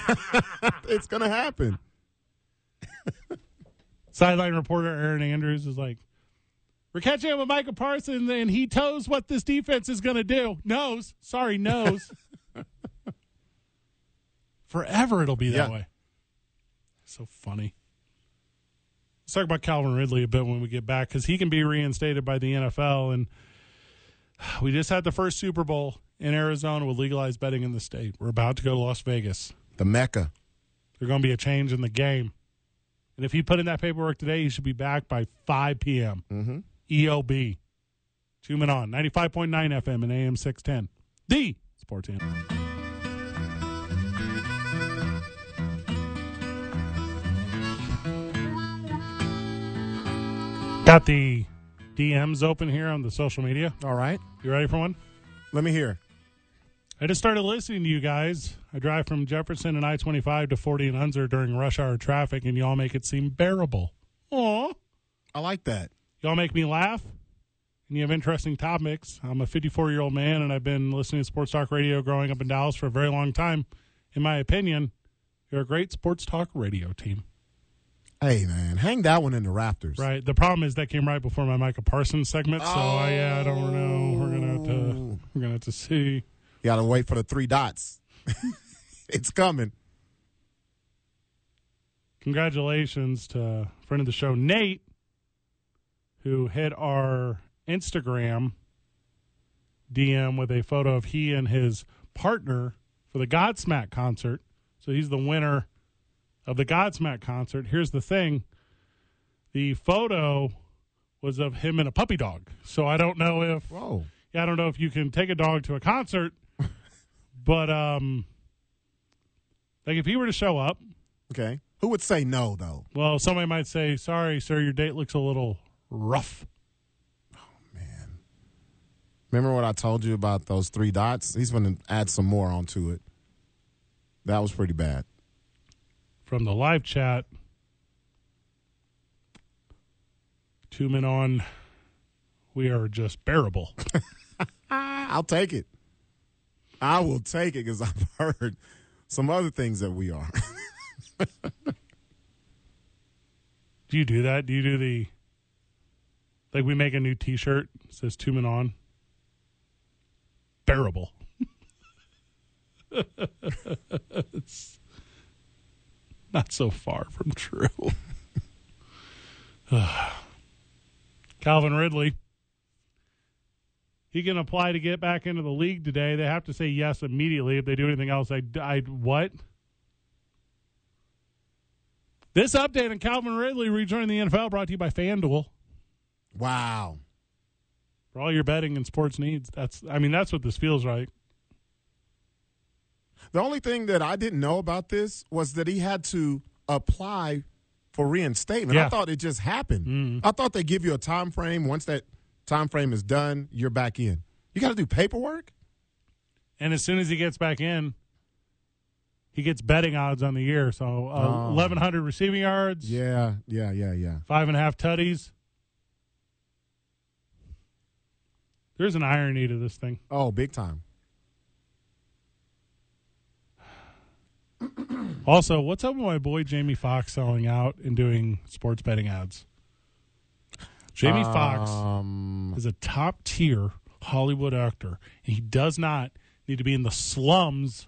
*laughs* it's going to happen.
Sideline reporter Aaron Andrews is like, we're catching up with Michael Parsons, and he toes what this defense is going to do. Knows, sorry, knows. *laughs* Forever it'll be that
Yeah.
way. So funny. Let's talk about Calvin Ridley a bit when we get back because he can be reinstated by the NFL. And we just had the first Super Bowl in Arizona with legalized betting in the state. We're about to go to Las Vegas
The Mecca.
there's going to be a change in the game. And if he put in that paperwork today, he should be back by 5 p.m. Mm-hmm. EOB. Two men on 95.9 FM and AM 610. The Sports Animal. Got the DMs open here on the social media.
All right.
You ready for one?
Let me hear.
I just started listening to you guys. I drive from Jefferson and I 25 to 40 and under during rush hour traffic, and y'all make it seem bearable. Aw.
I like that.
Y'all make me laugh, and you have interesting topics. I'm a 54 year old man, and I've been listening to sports talk radio growing up in Dallas for a very long time. In my opinion, you're a great sports talk radio team.
Hey, man, hang that one in the rafters.
Right. The problem is that came right before my Micah Parsons segment, so I, yeah, I don't know. We're gonna have to. We're gonna have to see.
You got to wait for the three dots. *laughs* it's coming.
congratulations to friend of the show Nate, who hit our Instagram DM with a photo of he and his partner for the Godsmack concert. So he's the winner of the Godsmack concert. Here's the thing: the photo was of him and a puppy dog. So I don't know if
Whoa.
yeah, I don't know if you can take a dog to a concert, *laughs* but um, like if he were to show up
Okay. Who would say no, though?
well, somebody might say, "Sorry, sir, your date looks a little rough."
Remember what I told you about those three dots? He's going to add some more onto it. That was pretty bad.
From the live chat, two men on. We are just bearable.
I'll take it. I will take it because *laughs* I've heard some other things that we are. *laughs*
do you do that? Do you do the like? We make a new T-shirt it says two men on. Bearable. It's- *laughs* Not so far from true. *sighs* Calvin Ridley. He can apply to get back into the league today. They have to say yes immediately. If they do anything else, I, I what? This update on Calvin Ridley rejoining the NFL brought to you by FanDuel
Wow.
for all your betting and sports needs. That's I mean that's what this feels like.
The only thing that I didn't know about this was that he had to apply for reinstatement.
Yeah. Mm-hmm.
I thought it just happened. I thought they give you a time frame. Once that time frame is done, you're back in. You got to do paperwork.
And as soon as he gets back in, he gets betting odds on the year. So uh,
Oh.
1,100 receiving yards,
Yeah, yeah, yeah, yeah.
five and a half tutties. There's an irony to this thing.
Oh, big time.
Also, what's up with my boy Jamie Foxx selling out and doing sports betting ads? Jamie Foxx
Um,
is a top tier Hollywood actor, and he does not need to be in the slums.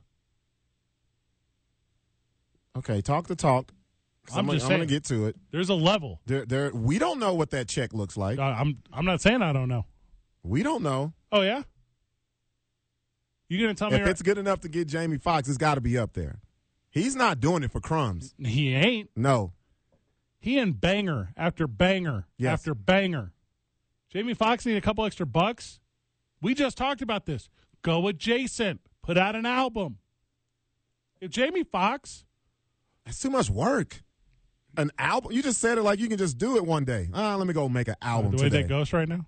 okay, talk the talk. 'cause
I'm
I'm, gonna-
just
I'm going
saying.
to get to it.
There's a level.
There, there. We don't know what that check looks like.
I- I'm I'm not saying I don't know.
We don't know
Oh yeah. You gonna tell me
if
right-
it's good enough to get Jamie Foxx. It's got to be up there. He's not doing it for crumbs.
He ain't.
No,
He and banger after banger
Yes.
after banger. Jamie Foxx need a couple extra bucks. We just talked about this. Go adjacent. Put out an album. If Jamie Foxx,
That's too much work. An album? You just said it like you can just do it one day. Ah, let me go make an
the
album
way
today.
that goes right now,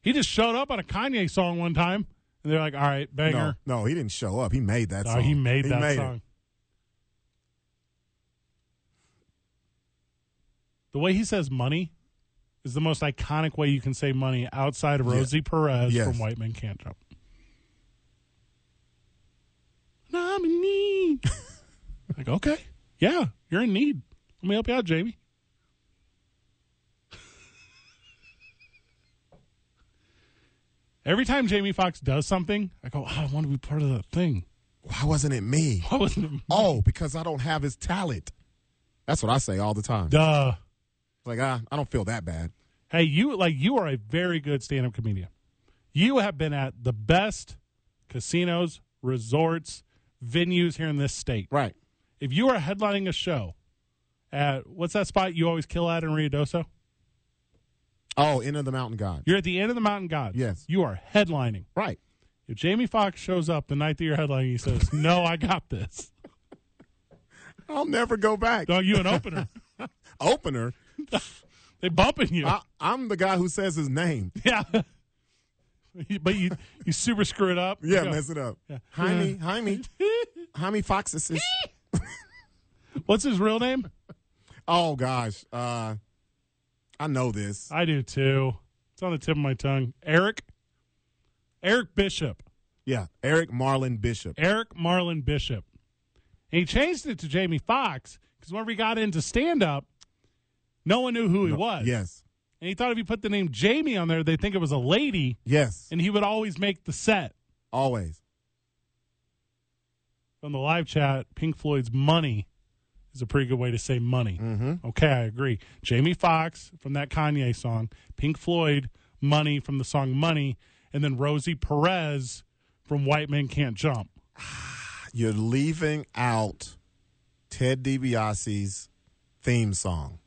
he just showed up on a Kanye song one time, and they're like, "All right,
no,
banger."
no, he didn't show up. He made that
No,
song.
Oh, he made that
it.
song. The way he says money is the most iconic way you can say money outside of
Yeah.
Rosie Perez
Yes.
from White Men Can't Jump. No, I'm in
*laughs*
need. like, okay. Yeah, you're in need. Let me help you out, Jamie. Every time Jamie Foxx does something, I go, oh, I want to be part of that thing.
Why wasn't it me?
Why wasn't it?
Oh, because I don't have his talent. That's what I say all the
*laughs*
time.
Duh.
Like, ah, I don't feel that bad.
Hey, you like you are a very good stand-up comedian. You have been at the best casinos, resorts, venues here in this state.
Right.
If you are headlining a show at what's that spot you always kill at in Rio Doso?
Oh, end of the mountain god.
You're at the end of the Mountain Gods.
Yes.
You are headlining.
Right.
If Jamie Foxx shows up the night that you're headlining, he says, *laughs* "No, I got this."
I'll never go back.
Dog, you an
*laughs*
opener?
Opener.
they bumping you.
I, I'm the guy who says his name.
*laughs* yeah. *laughs* but you you super screw it up.
Yeah,
You go,
mess it up. Jaime,
*laughs*
Jaime, Jaime Fox is. is-
What's his real name?
Oh gosh, uh, I know this.
I do too. It's on the tip of my tongue. Eric. Eric Bishop.
Yeah, Eric Marlin Bishop.
Eric Marlon Bishop. And he changed it to Jamie Foxx because whenever he got into stand up, no one knew who he was.
Yes,
And he thought if he put the name Jamie on there, they'd think it was a lady,
yes,
and he would always make the set.
always.
On the live chat, Pink Floyd's money is a pretty good way to say money. Mm-hmm. Okay, I agree. Jamie Foxx from that Kanye song, Pink Floyd, money from the song Money, and then Rosie Perez from White Men Can't Jump.
You're leaving out Ted DiBiase's theme song.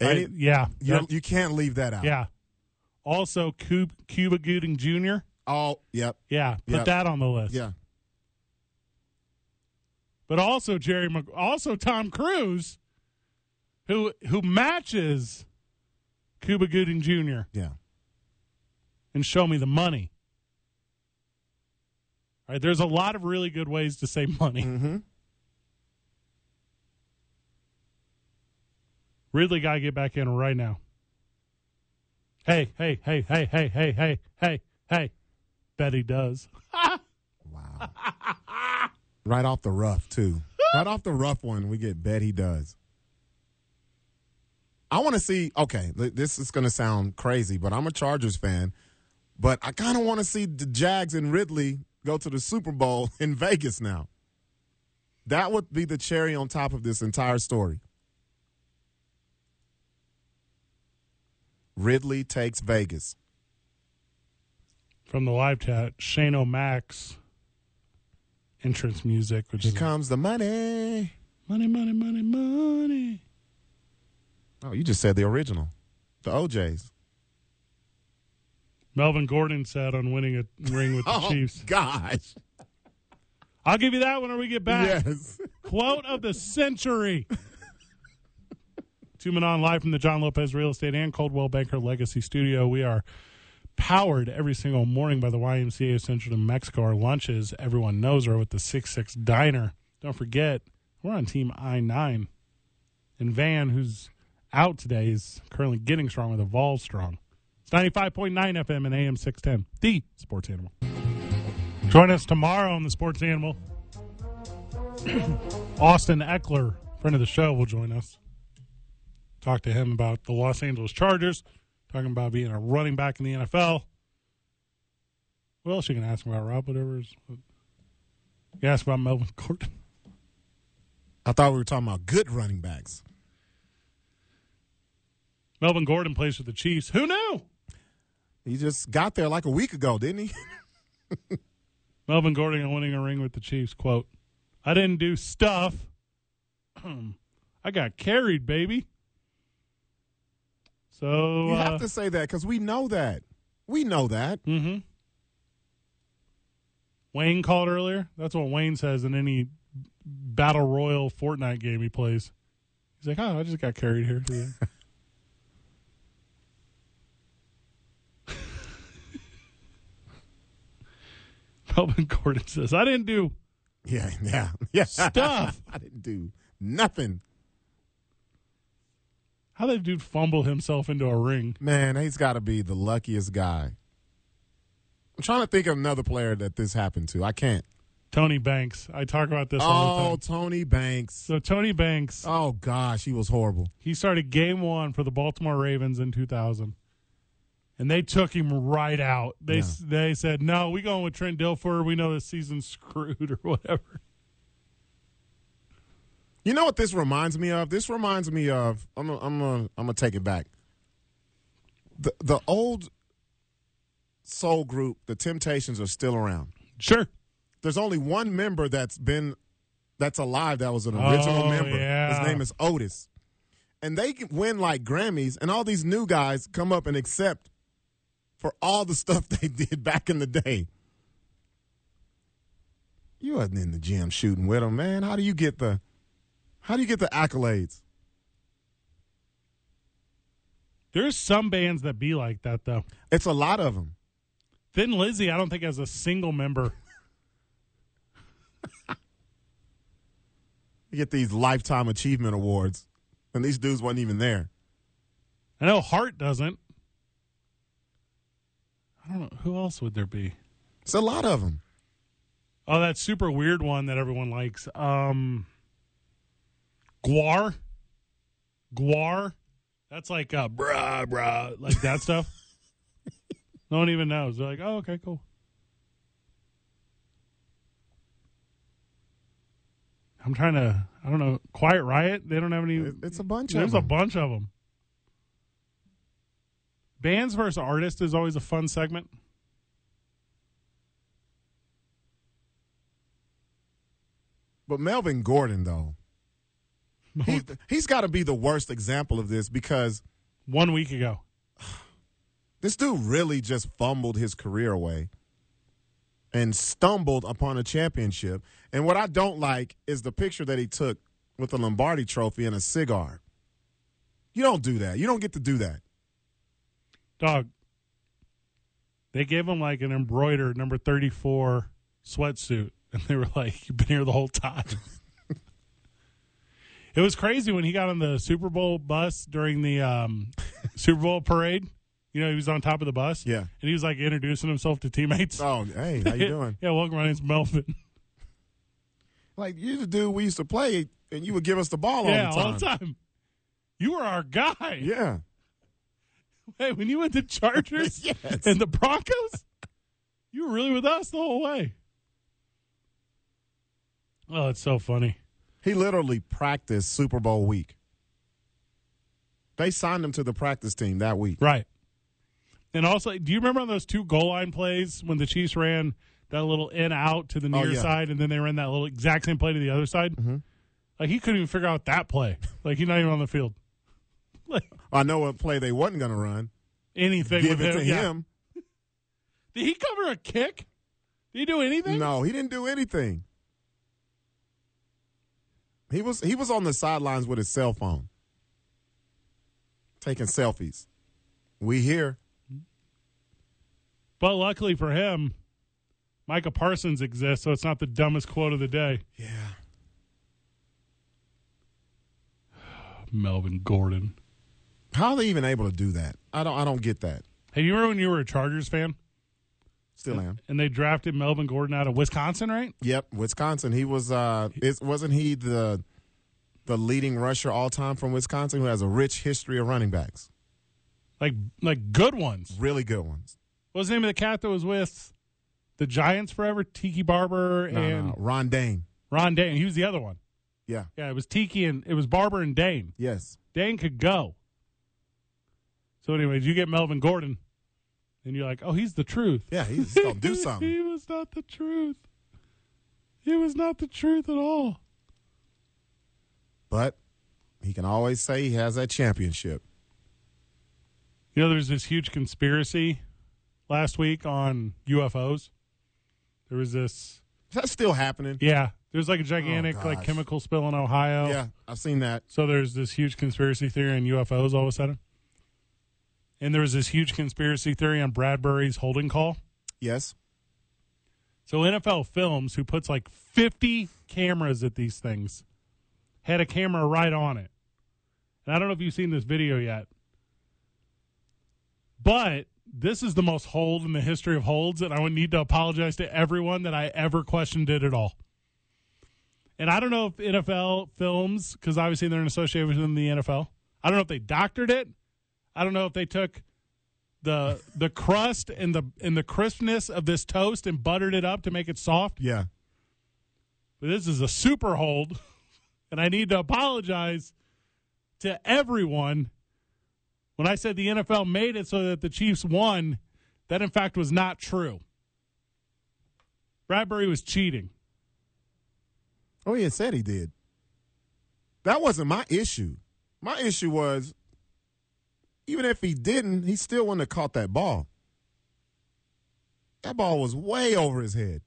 I,
Any-
yeah.
you're-
that-
you can't leave that out.
yeah. Also, Cube, Cuba Gooding Jr.
Oh, yep.
Yeah, put
Yeah.
that on the list.
Yeah.
but also Jerry, Mc- also Tom Cruise, who who matches Cuba Gooding Jr.
Yeah.
and Show Me the Money. All right, there's a lot of really good ways to say money.
Mm-hmm.
Ridley got to get back in right now. Hey, hey, hey, hey, hey, hey, hey, hey, hey. Bet he does.
Wow. right off the rough too. right off the rough one, we get bet he does. I want to see. Okay, th- this is going to sound crazy, but I'm a Chargers fan. But I kind *laughs* of want to see the Jags and Ridley go to the Super Bowl in Vegas now. that would be the cherry on top of this entire story. Ridley takes Vegas.
From the live chat, Shane O'Max entrance music, which
Here
is
comes the money.
money, money, money, money.
Oh, you just said the original, the OJ's.
Melvin Gordon said on winning a ring
*laughs*
with the Chiefs.
Oh, gosh.
I'll give you that whenever we get back.
Yes.
Quote of the century. Two men on live from the John Lopez Real Estate and Coldwell Banker Legacy Studio. We are powered every single morning by the YMCA Central New Mexico. Our lunches, everyone knows, are with the 6 6 Diner. Don't forget, we're on Team I 9. And Van, who's out today, is currently getting strong with a Vol Strong. It's 95.9 FM and AM 610, the sports animal. Join us tomorrow on the sports animal. Austin Eckler, friend of the show, will join us. Talk to him about the Los Angeles Chargers, talking about being a running back in the NFL. What else you can ask him about, Rob? Whatever's. You can ask about Melvin Gordon. *laughs*
I thought we were talking about good running backs.
Melvin Gordon plays for the Chiefs. Who knew?
He just got there like a week ago, didn't he?
Melvin Gordon winning a ring with the Chiefs. Quote, I didn't do stuff. *clears throat* I got carried, baby. So.
You
uh,
have to say that because we know that. We know that.
Mm-hmm. Wayne called earlier. That's what Wayne says in any battle royal Fortnite game he plays. He's like, "Oh, I just got carried here." *laughs* Yeah. Melvin Gordon says, "I didn't do
Yeah, yeah, yeah.
Stuff.
*laughs* I didn't do nothing,
how that dude fumble himself into a ring."
man. He's got to be the luckiest guy. I'm trying to think of another player that this happened to. I can't.
Tony Banks. I talk about this all the
Oh,
time.
Tony Banks.
So Tony Banks,
Oh gosh, he was horrible.
He started game one for the Baltimore Ravens in 2000, and they took him right out. They they said, "No, we going with Trent Dilfer. We know this season's *laughs* screwed or whatever."
You know what this reminds me of? This reminds me of I'm a, I'm a, I'm gonna take it back. The the old soul group, the Temptations, are still around.
Sure.
There's only one member that's been that's alive that was an original
Oh,
member.
yeah.
His name is Otis, and they can win like Grammys, and all these new guys come up and accept for all the stuff *laughs* they did back in the day. You wasn't in the gym shooting with them, man. How do you get the how do you get the accolades?
There's some bands that be like that though.
It's a lot of them.
Thin Lizzy, I don't think has a single member.
You get these lifetime achievement awards, and these dudes weren't even there.
I know Hart doesn't. I don't know who else would there be.
It's a lot of them.
Oh, that super weird one that everyone likes. Um Guar. Guar. That's like uh bruh bruh like that stuff. *laughs* No one even knows. They're like, oh okay, cool. I'm trying to I don't know, Quiet Riot, they don't have any
It- It's a bunch
there's
of
a
them.
bunch of them. Bands versus artists is always a fun segment.
But Melvin Gordon, though, he, he's got to be the worst example of this because
One week ago.
this dude really just fumbled his career away and stumbled upon a championship. And what I don't like is the picture that he took with the Lombardi trophy and a cigar. You don't do that. You don't get to do that.
dog. They gave him like an embroidered number thirty four sweatsuit, and they were like, *laughs* "You've been here the whole time." it was crazy when he got on the Super Bowl bus during the
*laughs*
um, Super Bowl parade. You know, he was on top of the bus,
Yeah.
and he was like introducing himself to teammates.
Oh, hey,
*laughs*
how you doing?
yeah, welcome. My name's Melvin.
Like you're the dude we used to play, and you would give us the ball
yeah,
all the time.
all the time. You were our guy.
Yeah,
Hey, when you went to Chargers
*laughs* Yes.
and the Broncos, you were really with us the whole way. Oh, it's so funny.
He literally practiced Super Bowl week. They signed him to the practice team that week.
Right. And also, do you remember on those two goal line plays when the Chiefs ran that little in out to the near
Oh, yeah. Mm-hmm.
side, and then they ran that little exact same play to the other side? Like he couldn't even figure out that play. Like he's not even on the field. Like
I know what play they wasn't going to run.
anything
Give
with
it
him.
to
yeah.
him.
Did he cover a kick? Did he do anything?
No, he didn't do anything. He was he was on the sidelines with his cell phone, taking selfies. We here.
But luckily for him, Micah Parsons exists, so it's not the dumbest quote of the day.
Yeah.
Melvin Gordon.
How are they even able to do that? I don't I don't get that.
Hey, you remember when you were a Chargers fan
Still am.
and they drafted Melvin Gordon out of Wisconsin, right?
Yep, Wisconsin. He was uh is wasn't he the the leading rusher all time from Wisconsin who has a rich history of running backs.
Like like good ones.
Really good ones.
What was the name of the cat that was with the Giants forever? Tiki Barber
No,
and
no, Ron Dane.
Ron Dane. He was the other one.
Yeah.
Yeah, it was Tiki and it was Barber and Dane.
Yes.
Dane could go. So, anyways, you get Melvin Gordon, and you're like, oh, he's the truth.
Yeah, he's
*laughs*
gonna do something.
he was not the truth. He was not the truth at all.
But he can always say he has that championship.
You know, there's this huge conspiracy last week on UFOs. There was this,
Is that still happening?
yeah, there's like a gigantic like
Oh, gosh.
chemical spill in Ohio.
Yeah, I've seen that.
So there's this huge conspiracy theory on UFOs all of a sudden. And there was this huge conspiracy theory on Bradbury's holding call.
Yes.
So NFL Films, who puts like 50 cameras at these things, had a camera right on it. And I don't know if you've seen this video yet, but this is the most hold in the history of holds, and I would need to apologize to everyone that I ever questioned it at all. And I don't know if NFL Films, because obviously they're an association in the NFL. I don't know if they doctored it. I don't know if they took the the crust and the and the crispness of this toast and buttered it up to make it soft.
Yeah.
But this is a super hold, *laughs* and I need to apologize to everyone. When I said the NFL made it so that the Chiefs won, that in fact was not true. Bradbury was cheating.
Oh, he had said he did. That wasn't my issue. My issue was even if he didn't, he still wouldn't have caught that ball. That ball was way over his head.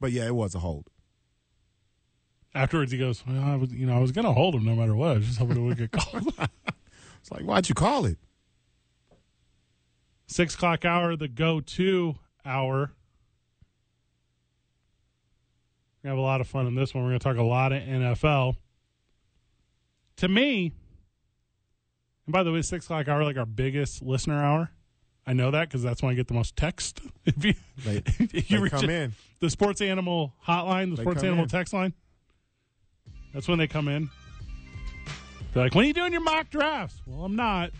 But yeah, it was a hold.
Afterwards, he goes, "Well, I was, you know, I was going to hold him no matter what. I was just hoping it would get *laughs* called."
It's like, why'd you call it?
Six o'clock hour, the go-to hour. We have a lot of fun in this one. We're going to talk a lot of NFL. To me, and by the way, six o'clock hour like our biggest listener hour. I know that because that's when I get the most text. *laughs* if you,
They,
if you
they
reach
come
it-
in.
the sports animal hotline, the
They
sports
come
animal
in.
text line. That's when they come in. They're like, "When are you doing your mock drafts?" Well, I'm not.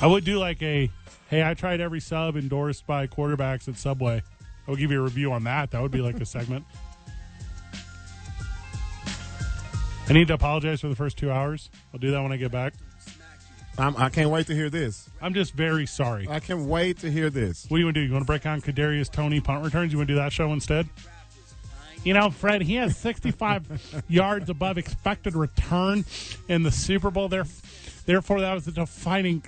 I would do like a, "Hey, I tried every sub endorsed by quarterbacks at Subway." I would give you a review on that. That would be like a *laughs* segment. I need to apologize for the first two hours. I'll do that when I get back.
I'm, I can't wait to hear this.
I'm just very sorry.
I can wait to hear this.
What do you want to do? You want to break on Kadarius Tony punt returns? You want to do that show instead? You know, Fred, he has 65 yards above expected return in the Super Bowl. There, therefore, that was the defining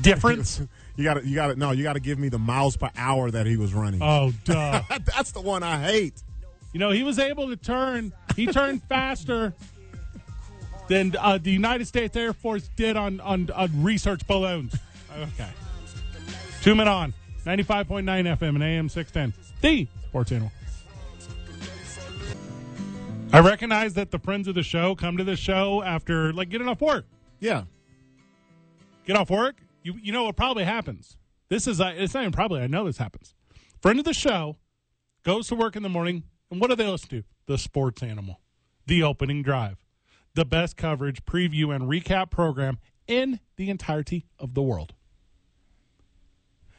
difference.
You got to, you got to, no, you got to give me the miles per hour that he was running.
Oh, duh!
That's the one I hate.
You know, he was able to turn. He turned faster than uh, the United States Air Force did on on, on research balloons. Okay, two men on ninety-five point nine FM and AM six ten. The Sports Animal. I recognize that the friends of the show come to the show after like getting off work.
Yeah.
Get off work. You you know what probably happens. This is uh, it's not even probably. I know this happens. Friend of the show goes to work in the morning, and what do they listen to? The Sports Animal, the opening drive, the best coverage, preview, and recap program in the entirety of the world.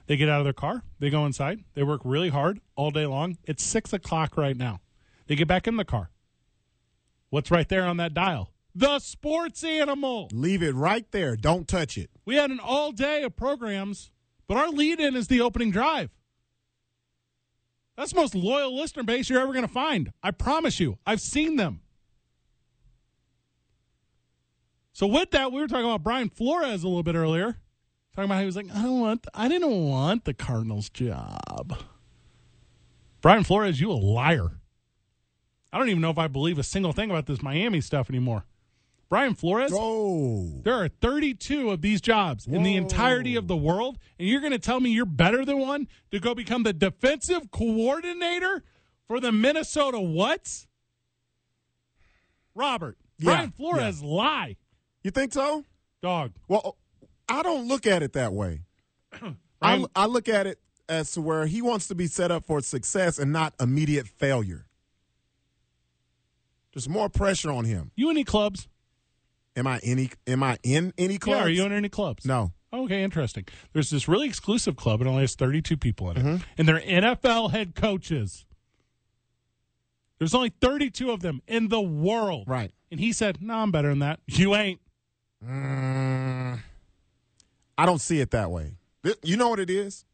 They get out of their car, they go inside, they work really hard all day long. It's six o'clock right now. They get back in the car. What's right there on that dial? The sports animal.
Leave it right there. Don't touch it.
We had an all day of programs, but our lead in is the opening drive. That's the most loyal listener base you're ever going to find. I promise you. I've seen them. So with that, we were talking about Brian Flores a little bit earlier. Talking about how he was like, I don't want I didn't want the Cardinals job. Brian Flores, you a liar. I don't even know if I believe a single thing about this Miami stuff anymore. Brian Flores,
Oh.
there are 32 of these jobs in the entirety of the world, and you're going to tell me you're better than one to go become the defensive coordinator for the Minnesota what? Robert,
Yeah,
Brian Flores lie,
You think so?
dog.
Well, I don't look at it
*clears throat*
that way. I,
Brian-
I look at it as to where he wants to be set up for success and not immediate failure. There's more pressure on him.
You any clubs?
Am I any? Am I in any clubs?
Yeah, are you in any clubs?
no.
Okay, interesting. There's this really exclusive club. It only has 32 people in it,
Mm-hmm.
and they're NFL head coaches. There's only 32 of them in the world.
Right.
And he said, "No, I'm better than that. You ain't."
Mm, I don't see it that way. Th- You know what it is?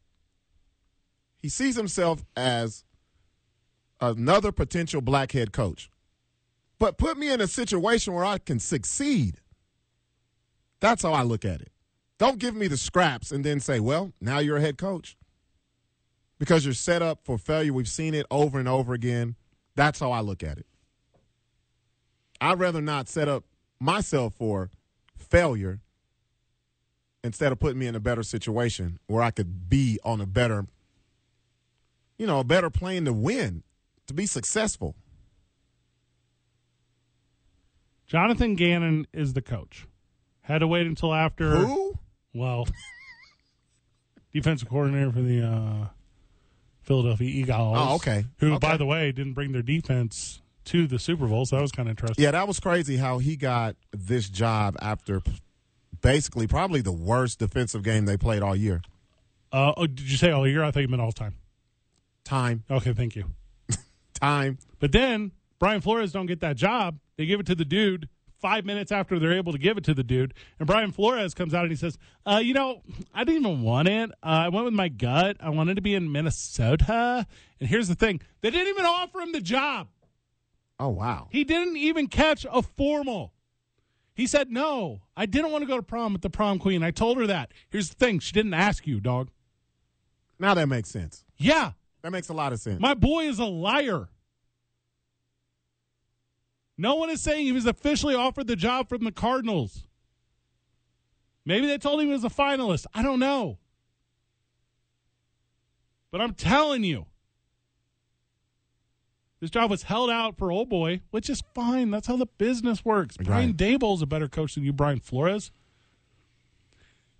He sees himself as another potential black head coach. But put me in a situation where I can succeed. That's how I look at it. Don't give me the scraps and then say, well, now you're a head coach. Because you're set up for failure. We've seen it over and over again. That's how I look at it. I'd rather not set up myself for failure instead of putting me in a better situation where I could be on a better, you know, a better plane to win, to be successful.
Jonathan Gannon is the coach. Had to wait until after.
Who?
Well, *laughs* defensive coordinator for the uh, Philadelphia Eagles.
Oh, okay.
Who,
Okay.
by the way, didn't bring their defense to the Super Bowl, so that was kind of interesting.
Yeah, that was crazy how he got this job after p- basically probably the worst defensive game they played all year.
Uh, oh, did you say all year? I thought you meant all time.
Time,
Okay, thank you.
time.
But then Brian Flores don't get that job. They give it to the dude five minutes after they're able to give it to the dude, and Brian Flores comes out and he says, uh, "You know, I didn't even want it. Uh, I went with my gut. I wanted to be in Minnesota." And here's the thing: they didn't even offer him the job.
Oh, wow.
He didn't even catch a formal. He said, No, I didn't want to go to prom with the prom queen. I told her that. Here's the thing she didn't ask you, dog.
Now that makes sense.
Yeah,
That makes a lot of sense.
my boy is a liar. No one is saying he was officially offered the job from the Cardinals. Maybe they told him he was a finalist. I don't know. But I'm telling you, this job was held out for old boy, which is fine. That's how the business works. Brian
Right.
Dable's a better coach than you, Brian Flores.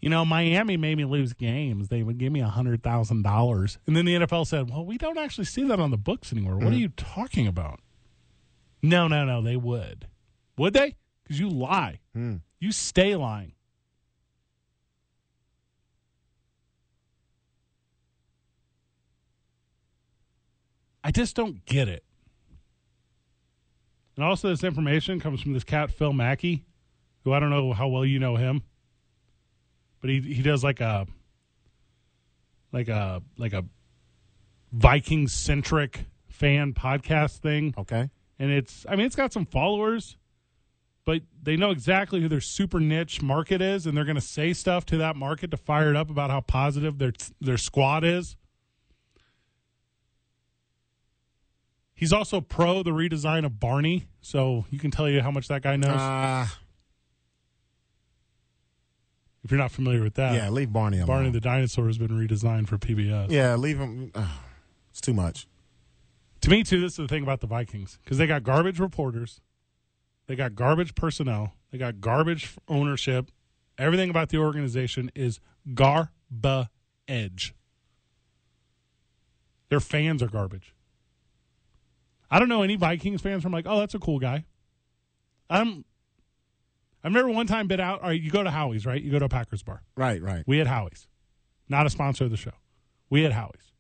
You know, Miami made me lose games. They would give me $100,000. And then the NFL said, well, we don't actually see that on the books anymore. What are you talking about? No, no, no, they would. Would they? Because you lie. You stay lying. I just don't get it. And also, this information comes from this cat, Phil Mackey, who I don't know how well you know him, but he he does like a like a like a Viking centric fan podcast thing
Okay.
and it's I mean it's got some followers, but they know exactly who their super niche market is, and they're going to say stuff to that market to fire it up about how positive their their squad is. He's also pro the redesign of Barney, so you can tell you how much that guy knows
Uh,
if you're not familiar with that.
yeah, leave Barney alone.
Barney the dinosaur has been redesigned for PBS.
yeah, leave him. ah, it's too much.
To me, too, this is the thing about the Vikings because they got garbage reporters, they got garbage personnel, they got garbage f- ownership. Everything about the organization is garbage. Their fans are garbage. I don't know any Vikings fans from like, oh, that's a cool guy. I'm. I remember one time been out. All right, you go to Howie's, right? You go to a Packers bar.
Right, right.
We had Howie's. Not a sponsor of the show. We at Howie's.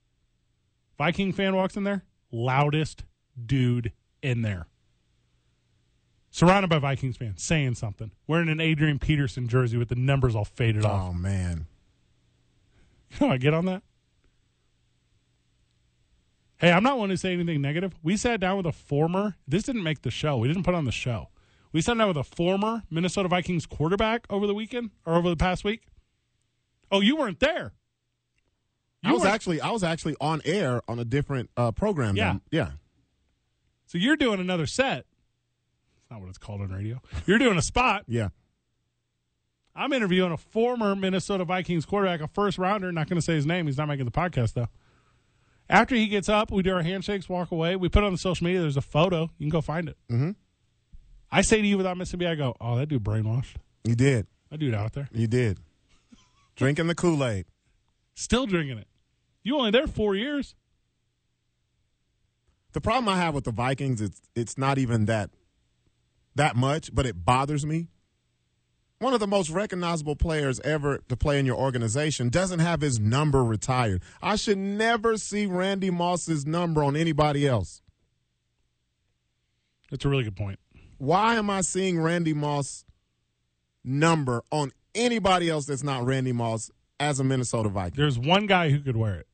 Viking fan walks in there, loudest dude in there. Surrounded by Vikings fans, saying something. Wearing an Adrian Peterson jersey with the numbers all faded off.
Oh man,
*laughs* You know, I get on that. Hey, I'm not one to say anything negative. We sat down with a former, this didn't make the show. We didn't put on the show. We sat down with a former Minnesota Vikings quarterback over the weekend or over the past week. Oh, you weren't there.
I was
weren't-
actually I was actually on air on a different uh, program.
Yeah.
than- yeah.
So you're doing another set. It's not what it's called on radio. You're doing a spot.
Yeah.
I'm interviewing a former Minnesota Vikings quarterback, a first rounder. Not going to say his name. He's not making the podcast though. After he gets up, we do our handshakes, walk away. We put it on the social media. There's a photo. You can go find it. Mm-hmm. I say to you without missing a beat, I go, "Oh, that dude brainwashed.
You did.
That dude out there
You did. Drinking the Kool Aid.
still drinking it. You only there four years.
The problem I have with the Vikings it's it's not even that that much, but it bothers me. One of the most recognizable players ever to play in your organization doesn't have his number retired. I should never see Randy Moss's number on anybody else.
That's a really good point.
Why am I seeing Randy Moss number on anybody else that's not Randy Moss as a Minnesota Viking?
There's one guy who could wear it.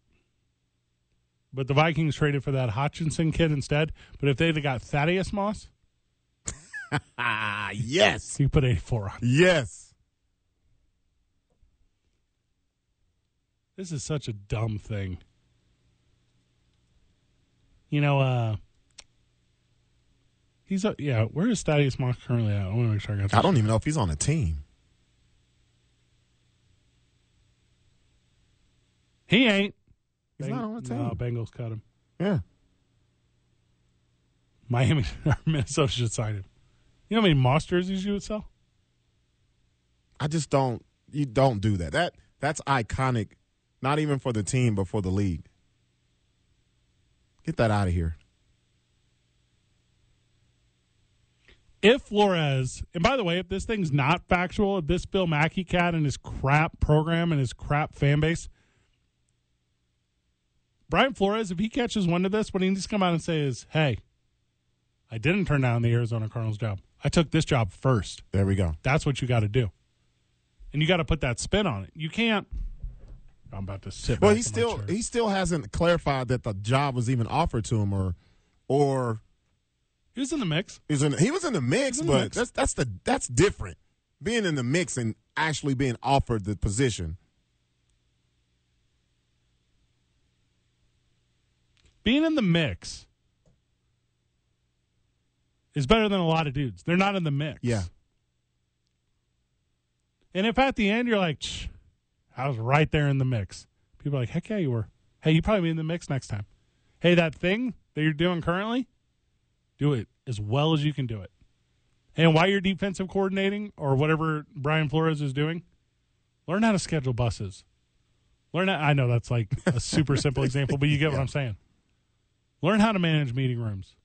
But the Vikings traded for that Hutchinson kid instead. But if they'd have got Thaddeus Moss,
Ah, yes.
he put 84 on.
Yes.
This is such a dumb thing. You know, uh, he's, a, yeah, where is Thaddeus Moss currently at? I want to make sure I got
I
this.
don't even know if he's on a team.
He ain't.
He's not on a team.
No, Bengals cut him.
Yeah.
Miami, *laughs* Minnesota should sign him. You know how many Moss jerseys you would sell?
I just don't. You don't do that. That that's iconic. Not even for the team, but for the league. Get that out of here.
if Flores, and by the way, if this thing's not factual, if this Bill Mackey cat and his crap program and his crap fan base, Brian Flores, if he catches one of this, what he needs to come out and say is, hey, I didn't turn down the Arizona Cardinals job. I took this job first.
There we go.
That's what you got to do. And you got to put that spin on it. You can't. I'm about to sit.
Well,
back in
he
my
still
chair.
he still hasn't clarified that the job was even offered to him, or or
he was in the mix.
he was in, he was in the mix.
He's in the
but
mix.
that's that's the that's different. Being in the mix and actually being offered the position.
being in the mix is better than a lot of dudes. They're not in the mix.
Yeah.
And if at the end you're like, "Tch, I was right there in the mix, people are like, heck yeah, you were. Hey, you probably be in the mix next time. Hey, that thing that you're doing currently, do it as well as you can do it. And while you're defensive coordinating or whatever Brian Flores is doing, learn how to schedule buses. Learn how, I know that's like a super simple example, but you get what I'm saying. Learn how to manage meeting rooms.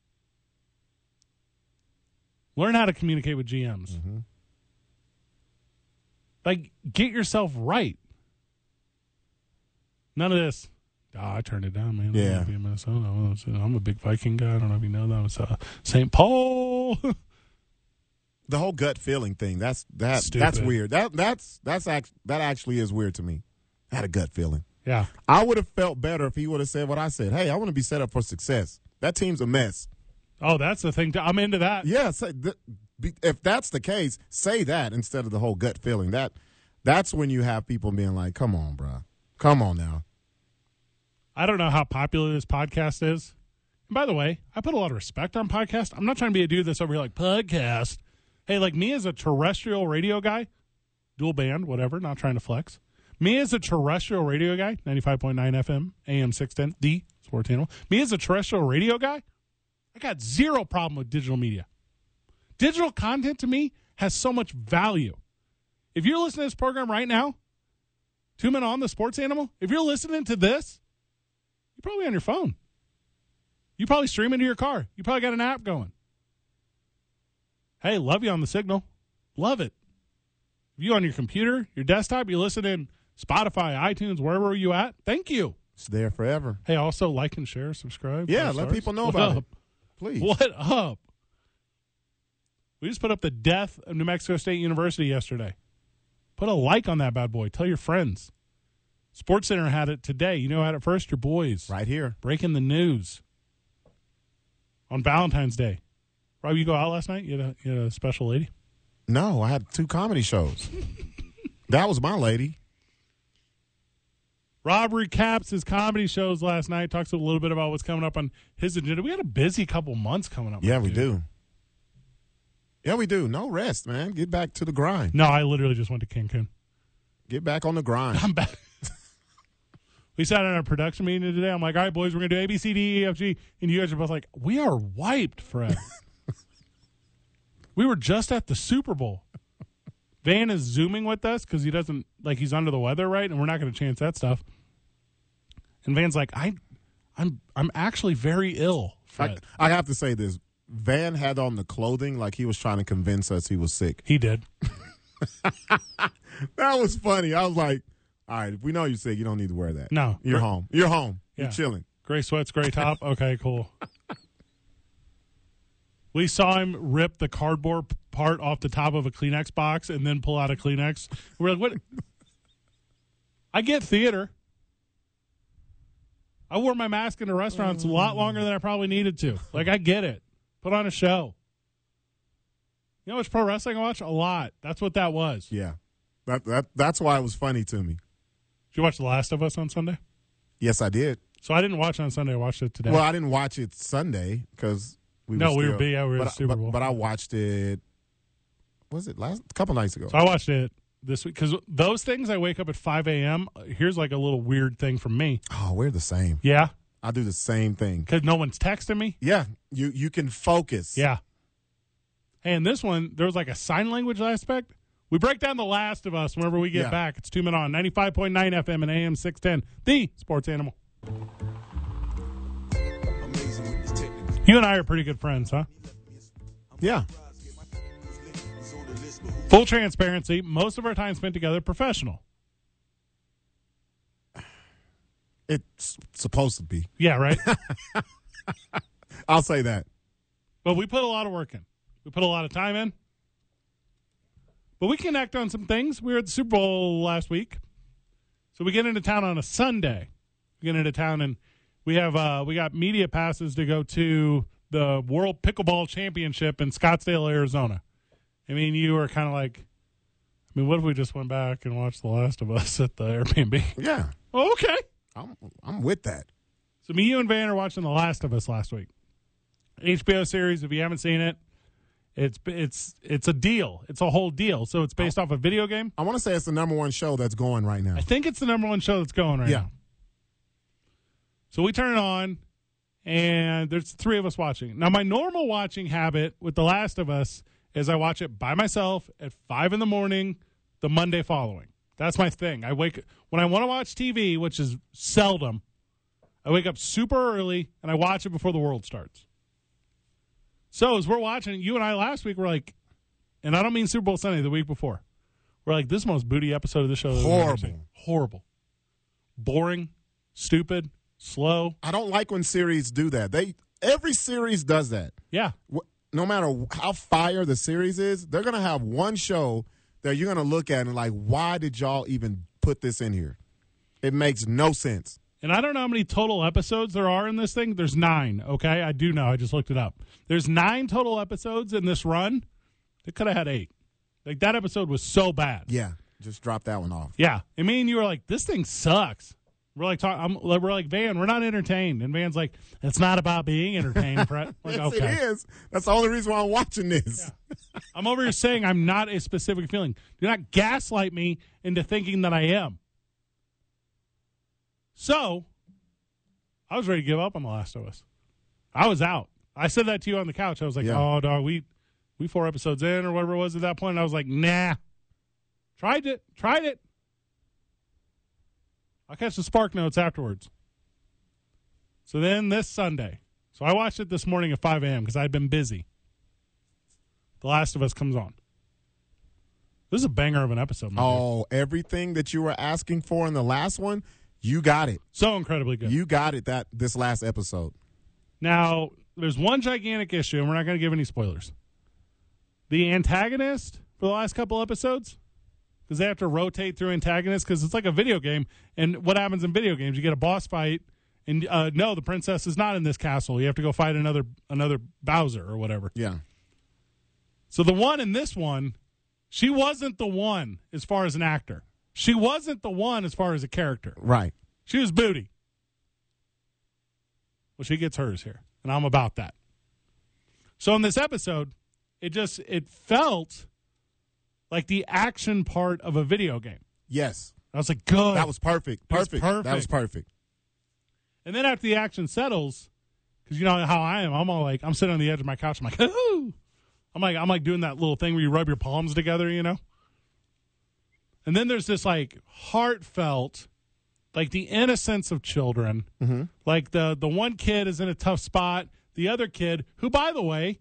Learn how to communicate with GMs. Like, get yourself right. None of this. Ah, I turned it down, man.
Yeah.
I'm, gonna be in Minnesota. I was- I'm a big Viking guy. I don't know if you know that. I was uh, St. Paul. *laughs*
The whole gut feeling thing. That's that that's
Stupid.
weird. That that's that's act, that actually is weird to me. I had a gut feeling.
yeah.
I would have felt better if he would have said what I said. Hey, I want to be set up for success. That team's a mess.
Oh, that's the thing. too. I'm into that.
Yeah, say, th- be- if that's the case, say that instead of the whole gut feeling. That that's when you have people being like, "Come on, bro, come on now."
I don't know how popular this podcast is. And by the way, I put a lot of respect on podcast. I'm not trying to be a dude that's over here like podcast. Hey, like me as a terrestrial radio guy, dual band, whatever, not trying to flex. Me as a terrestrial radio guy, 95.9 FM, AM 610, the sports channel. Me as a terrestrial radio guy, I got zero problem with digital media. Digital content to me has so much value. If you're listening to this program right now, Two Men on the Sports Animal, if you're listening to this, you're probably on your phone. You probably stream into your car. You probably got an app going. Hey, love you on the signal. Love it. If you on your computer, your desktop, you listen in Spotify, iTunes, wherever are you at? Thank you.
It's there forever.
Hey, also like and share, subscribe.
Yeah,
five
let
stars.
people know
What
about
up?
it. Please.
What up? We just put up the death of New Mexico State University yesterday. Put a like on that bad boy. Tell your friends. Sports Center had it today. You know how it first, your boys.
Right here.
Breaking the news on Valentine's Day. Rob, you go out last night? You had a, you had a special lady?
No, I had two comedy shows. that was my lady.
Rob recaps his comedy shows last night, talks a little bit about what's coming up on his agenda. We had a busy couple months coming up.
Yeah, we
dude.
do. Yeah, we do. No rest, man. Get back to the grind.
No, I literally just went to Cancun.
Get back on the grind.
I'm back. *laughs* we sat in our production meeting today. I'm like, all right, boys, we're going to do A, B, C, D, E, F, G. And you guys are both like, we are wiped, Fred. we were just at the Super Bowl. Van is zooming with us because he doesn't, like, he's under the weather, right? And we're not going to chance that stuff. And Van's like, I, I'm, I'm actually very ill,
I,
Fred.
I have to say this. Van had on the clothing like he was trying to convince us he was sick.
he did.
That was funny. I was like, all right, if we know you're sick, you don't need to wear that.
No.
You're home. You're home.
Yeah.
You're chilling.
Gray sweats, gray top.
*laughs*
Okay, cool. We saw him rip the cardboard p- part off the top of a Kleenex box and then pull out a Kleenex. We're like, what? I get theater. I wore my mask into restaurants a lot longer than I probably needed to. Like, I get it. Put on a show. You know which pro wrestling I watch? A lot. That's what that was.
Yeah. That, that That's why it was funny to me.
Did you watch The Last of Us on Sunday?
Yes, I did.
So I didn't watch it on Sunday. I watched it today.
Well, I didn't watch it Sunday because we
No,
were
we were
still-
big, yeah, we were
but,
at Super
but-
Bowl.
But I watched it. Was it last a couple nights ago?
So I watched it this week because those things I wake up at 5 a.m. Here's like a little weird thing from me.
Oh, we're the same.
Yeah,
I do the same thing.
because no one's texting me.
Yeah, you you can focus.
Yeah. Hey, and this one, there was like a sign language aspect. We break down The Last of Us whenever we get
Yeah.
back. It's two men on 95.9 FM and AM 610, the sports animal. You and I are pretty good friends, huh?
yeah.
Full transparency, most of our time spent together professional.
It's supposed to be.
Yeah, *laughs* right?
I'll say that.
But we put a lot of work in. We put a lot of time in. But we connect on some things. We were at the Super Bowl last week. So we get into town on a Sunday. We get into town and we have uh we got media passes to go to the World Pickleball Championship in Scottsdale, Arizona. I mean, you were kind of like I mean, what if we just went back and watched The Last of Us at the Airbnb? *laughs*
Yeah,
okay.
I'm I'm with that.
So me, you, and Van are watching The Last of Us last week. HBO series. If you haven't seen it, it's it's it's a deal. It's a whole deal. So it's based off a video game.
I want to say it's the number one show that's going right now.
I think it's the number one show that's going right
Yeah.
now. So we turn it on, and there's three of us watching. Now my normal watching habit with The Last of Us is I watch it by myself at five in the morning, the Monday following. That's my thing. I wake when I want to watch TV, which is seldom. I wake up super early and I watch it before the world starts. So as we're watching, you and I last week were like, and I don't mean Super Bowl Sunday, the week before. We're like, this is the most booty episode of the show. that we've ever
Horrible.
seen. Horrible. Boring, stupid, slow.
I don't like when series do that. They every series does that.
Yeah.
Wh- No matter how fire the series is, they're gonna have one show that you're gonna look at and like, why did y'all even put this in here? It makes no sense.
And I don't know how many total episodes there are in this thing. There's nine, okay? I do know. I just looked it up. There's nine total episodes in this run. They could have had eight. Like, that episode was so bad.
Yeah, just drop that one off.
Yeah, and me and you were like, "This thing sucks." We're like, talk, I'm, we're like, Van, we're not entertained, and Van's like, "It's not about being entertained,
*laughs*
Brett." Like,
yes,
okay,
it is. That's the only reason why I'm watching this.
I'm over here saying I'm not a specific feeling. Do not gaslight me into thinking that I am. So, I was ready to give up on The Last of Us. I was out. I said that to you on the couch. I was like,
Yeah.
"Oh, dog, we we four episodes in or whatever it was at that point." And I was like, "Nah." Tried it. Tried it. I'll catch the spark notes afterwards. So then this Sunday. So I watched it this morning at 5 a.m. because I'd been busy. The Last of Us comes on. This is a banger of an episode. man.
Oh, everything that you were asking for in the last one, you got it.
So incredibly good.
You got it that this last episode.
Now, there's one gigantic issue, and we're not going to give any spoilers. The antagonist for the last couple episodes, because they have to rotate through antagonists, because it's like a video game. And what happens in video games? You get a boss fight, and uh, no, the princess is not in this castle. You have to go fight another another Bowser or whatever.
Yeah.
So the one in this one, she wasn't the one as far as an actor. She wasn't the one as far as a character.
Right.
She was booty. Well, she gets hers here, and I'm about that. So in this episode, it just it felt like the action part of a video game.
Yes.
I was like, good.
That was perfect.
It was
Perfect. That was
perfect.
perfect.
and then after the action settles, because you know how I am, I'm all like, I'm sitting on the edge of my couch. I'm like, *laughs* ooh. I'm like, I'm like doing that little thing where you rub your palms together, you know. And then there's this like heartfelt, like the innocence of children. Like the the one kid is in a tough spot. The other kid, who by the way,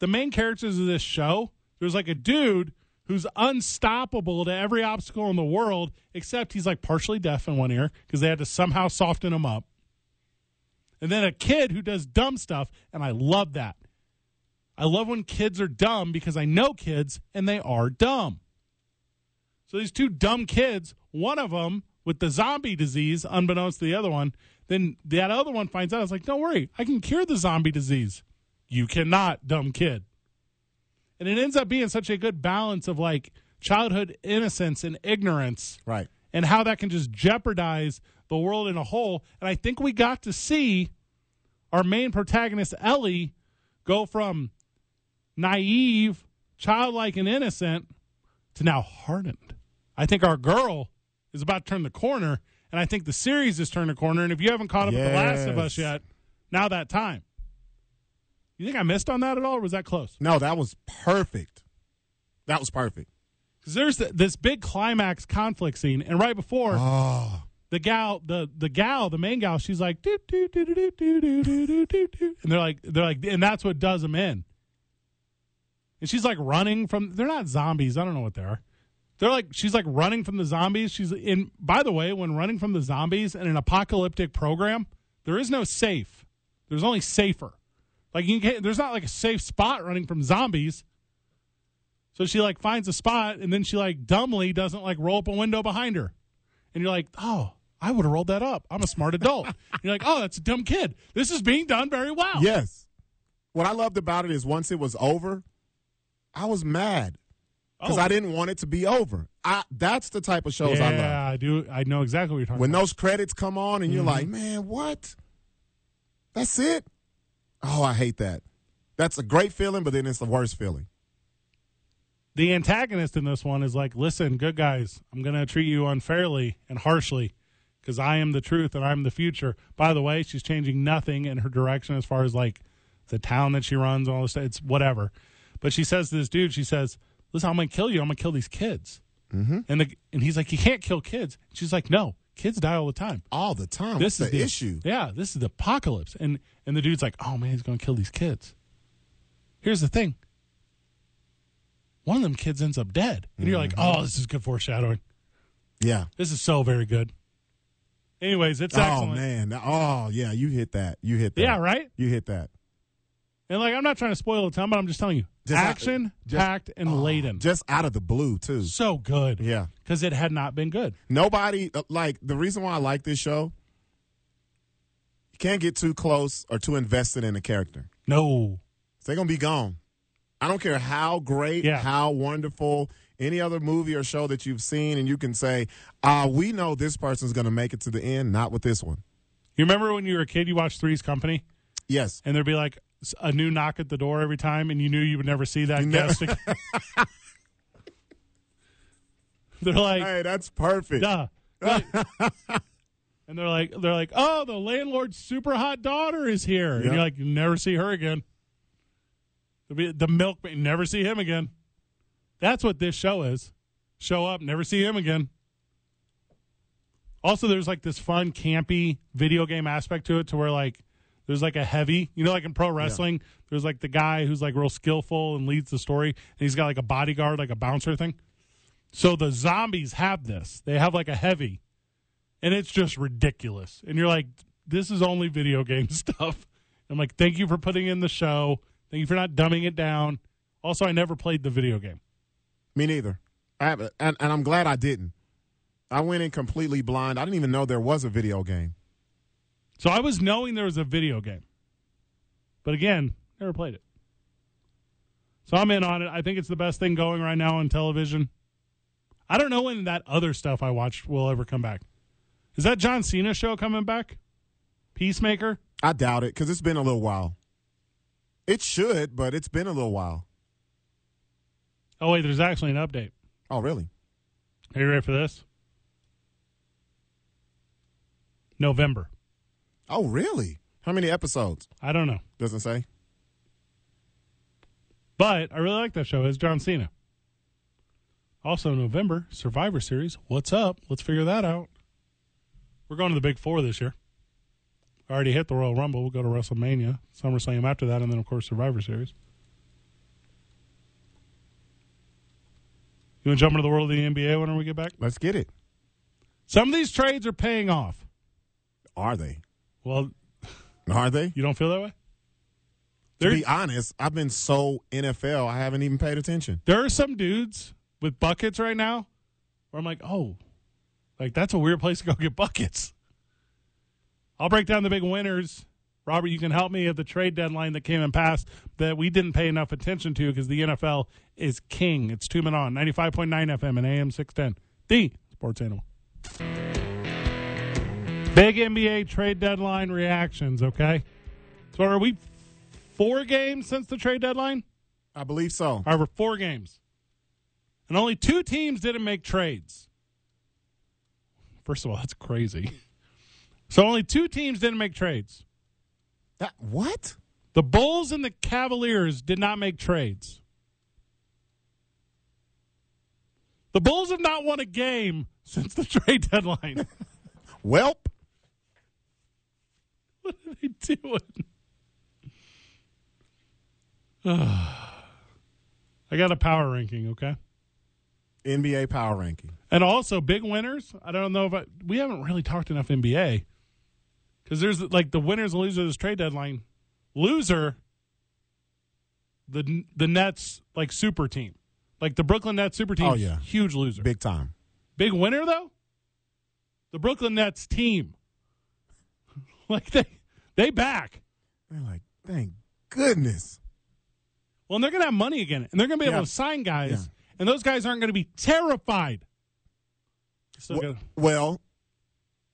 the main characters of this show, there's like a dude who's unstoppable to every obstacle in the world, except he's like partially deaf in one ear because they had to somehow soften him up. And then a kid who does dumb stuff, and I love that. I love when kids are dumb because I know kids and they are dumb. So these two dumb kids, one of them with the zombie disease, unbeknownst to the other one, then that other one finds out. It's like, don't worry, I can cure the zombie disease. You cannot, dumb kid. And it ends up being such a good balance of like childhood innocence and ignorance
Right.
and how that can just jeopardize the world in a whole. And I think we got to see our main protagonist, Ellie, go from naive, childlike, and innocent to now hardened. I think our girl is about to turn the corner, and I think the series has turned the corner. And if you haven't caught up with The Last of Us
Yes.
yet, now that time. You think I missed on that at all, or was that close?
No, that was perfect. That was perfect.
Because there's th this big climax conflict scene, and right before
Ah.
the gal, the the gal, the main gal, she's like, doo, doo, doo, doo, doo, doo, doo, doo, doo, doo, doo. and they're like, they're like, and that's what does them in. And she's like running from. They're not zombies. I don't know what they are. They're like she's like running from the zombies. She's in. By the way, when running from the zombies in an apocalyptic program, there is no safe. There's only safer. Like you can't. There's not like a safe spot running from zombies. So she like finds a spot and then she like dumbly doesn't like roll up a window behind her. And you're like, oh, I would have rolled that up. I'm a smart adult.
*laughs*
you're like, oh, that's a dumb kid. This is being done very well.
Yes. What I loved about it is once it was over, I was mad because
Oh.
I didn't want it to be over. I that's the type of shows I love.
Yeah, I, do. I know exactly what you're talking
When
about.
those credits come on and you're like,
Mm-hmm.
man, what? That's it? Oh, I hate that. That's a great feeling, but then it's the worst feeling.
the antagonist in this one is like, listen, good guys, I'm going to treat you unfairly and harshly because I am the truth and I'm the future. By the way, she's changing nothing in her direction as far as like the town that she runs, all this. It's whatever. But she says to this dude, she says, listen, I'm going to kill you. I'm going to kill these kids. Mm-hmm. And, the, and he's like, you can't kill kids. She's like, no, kids die all the time
All the time.
this
What's
is
the issue.
Yeah, this is the apocalypse. And and the dude's like, oh man, he's gonna kill these kids. Here's the thing. One of them kids ends up dead. And you're like,
Mm-hmm.
oh, this is good foreshadowing.
Yeah.
This is so very good. Anyways, it's
Oh
excellent.
man. Oh yeah, you hit that. You hit that.
Yeah, right?
You hit that.
And like I'm not trying to spoil the time, but I'm just telling you.
Just-
action,
just-
packed, and laden.
Just out of the blue too.
so good.
Yeah.
Because it had not been good.
Nobody uh, like the reason why I like this show. You can't get too close or too invested in a character.
No.
They're gonna be gone. I don't care how great,
Yeah.
how wonderful any other movie or show that you've seen, and you can say, uh, "We know this person's gonna make it to the end." Not with this one.
You remember when you were a kid, you watched Three's Company?
Yes.
and there'd be like s- a new knock at the door every time, and you knew you would never see that
You never- *laughs*
guest again. they're like,
Hey, that's perfect.
duh. They're like- and they're like, they're like, oh, the landlord's super hot daughter is here, and
Yeah.
you're like, you never see her again. It'd be The milkman, you never see him again. That's what this show is. Show up, never see him again. Also, there's like this fun, campy video game aspect to it, to where like there's like a heavy, you know, like in pro wrestling, there's like the guy who's like real skillful and leads the story, and he's got like a bodyguard, like a bouncer thing. So the zombies have this. They have like a heavy, and it's just ridiculous. And you're like, this is only video game *laughs* stuff. I'm like, thank you for putting in the show. Thank you for not dumbing it down. Also, I never played the video game.
Me neither. I have, and, and I'm glad I didn't. I went in completely blind. I didn't even know there was a video game.
So I was knowing there was a video game. But again, never played it. So I'm in on it. I think it's the best thing going right now on television. I don't know when that other stuff I watched will ever come back. Is that John Cena show coming back? Peacemaker?
I doubt it because it's been a little while. It should, but it's been a little while.
Oh wait, there's actually an update.
Oh, really?
Are you ready for this? November.
Oh, really? How many episodes?
I don't know.
Doesn't say.
But I really like that show. It's John Cena. Also, November, Survivor Series. What's up? Let's figure that out. We're going to the Big Four this year. Already hit the Royal Rumble. We'll go to WrestleMania, SummerSlam after that, and then, of course, Survivor Series. You want to jump into the world of the NBA when we get back?
Let's get it.
Some of these trades are paying off.
Are they?
Well,
Are they?
you don't feel that way?
To
They're-
be honest, I've been so NFL, I haven't even paid attention.
there are some dudes with buckets right now where I'm like, oh, like that's a weird place to go get buckets. I'll break down the big winners. Robert, you can help me at the trade deadline that came and passed that we didn't pay enough attention to because the NFL is king. It's two men on 95.9 FM and AM 610. The sports animal. Big NBA trade deadline reactions, okay? So are we four games since the trade deadline?
I believe so.
All right, we're four games. And only two teams didn't make trades. First of all, that's crazy. So only two teams didn't make trades.
That, what?
The Bulls and the Cavaliers did not make trades. The Bulls have not won a game since the *laughs* trade deadline. *laughs*
Welp.
what are they doing? *sighs* I got a power ranking, okay?
NBA power ranking.
And also big winners. I don't know if I, we haven't really talked enough NBA because there's like the winners and losers of this trade deadline. Loser, the the Nets like super team, like the Brooklyn Nets super team.
Oh, yeah.
huge loser. Big,
Big time.
big winner though, the Brooklyn Nets team. *laughs* Like they they back.
They're like, thank goodness.
Well, and they're going to have money again, and they're going to be able
Yeah.
to sign guys, and those guys aren't going to be terrified. Still
Wh-
gotta-
Well,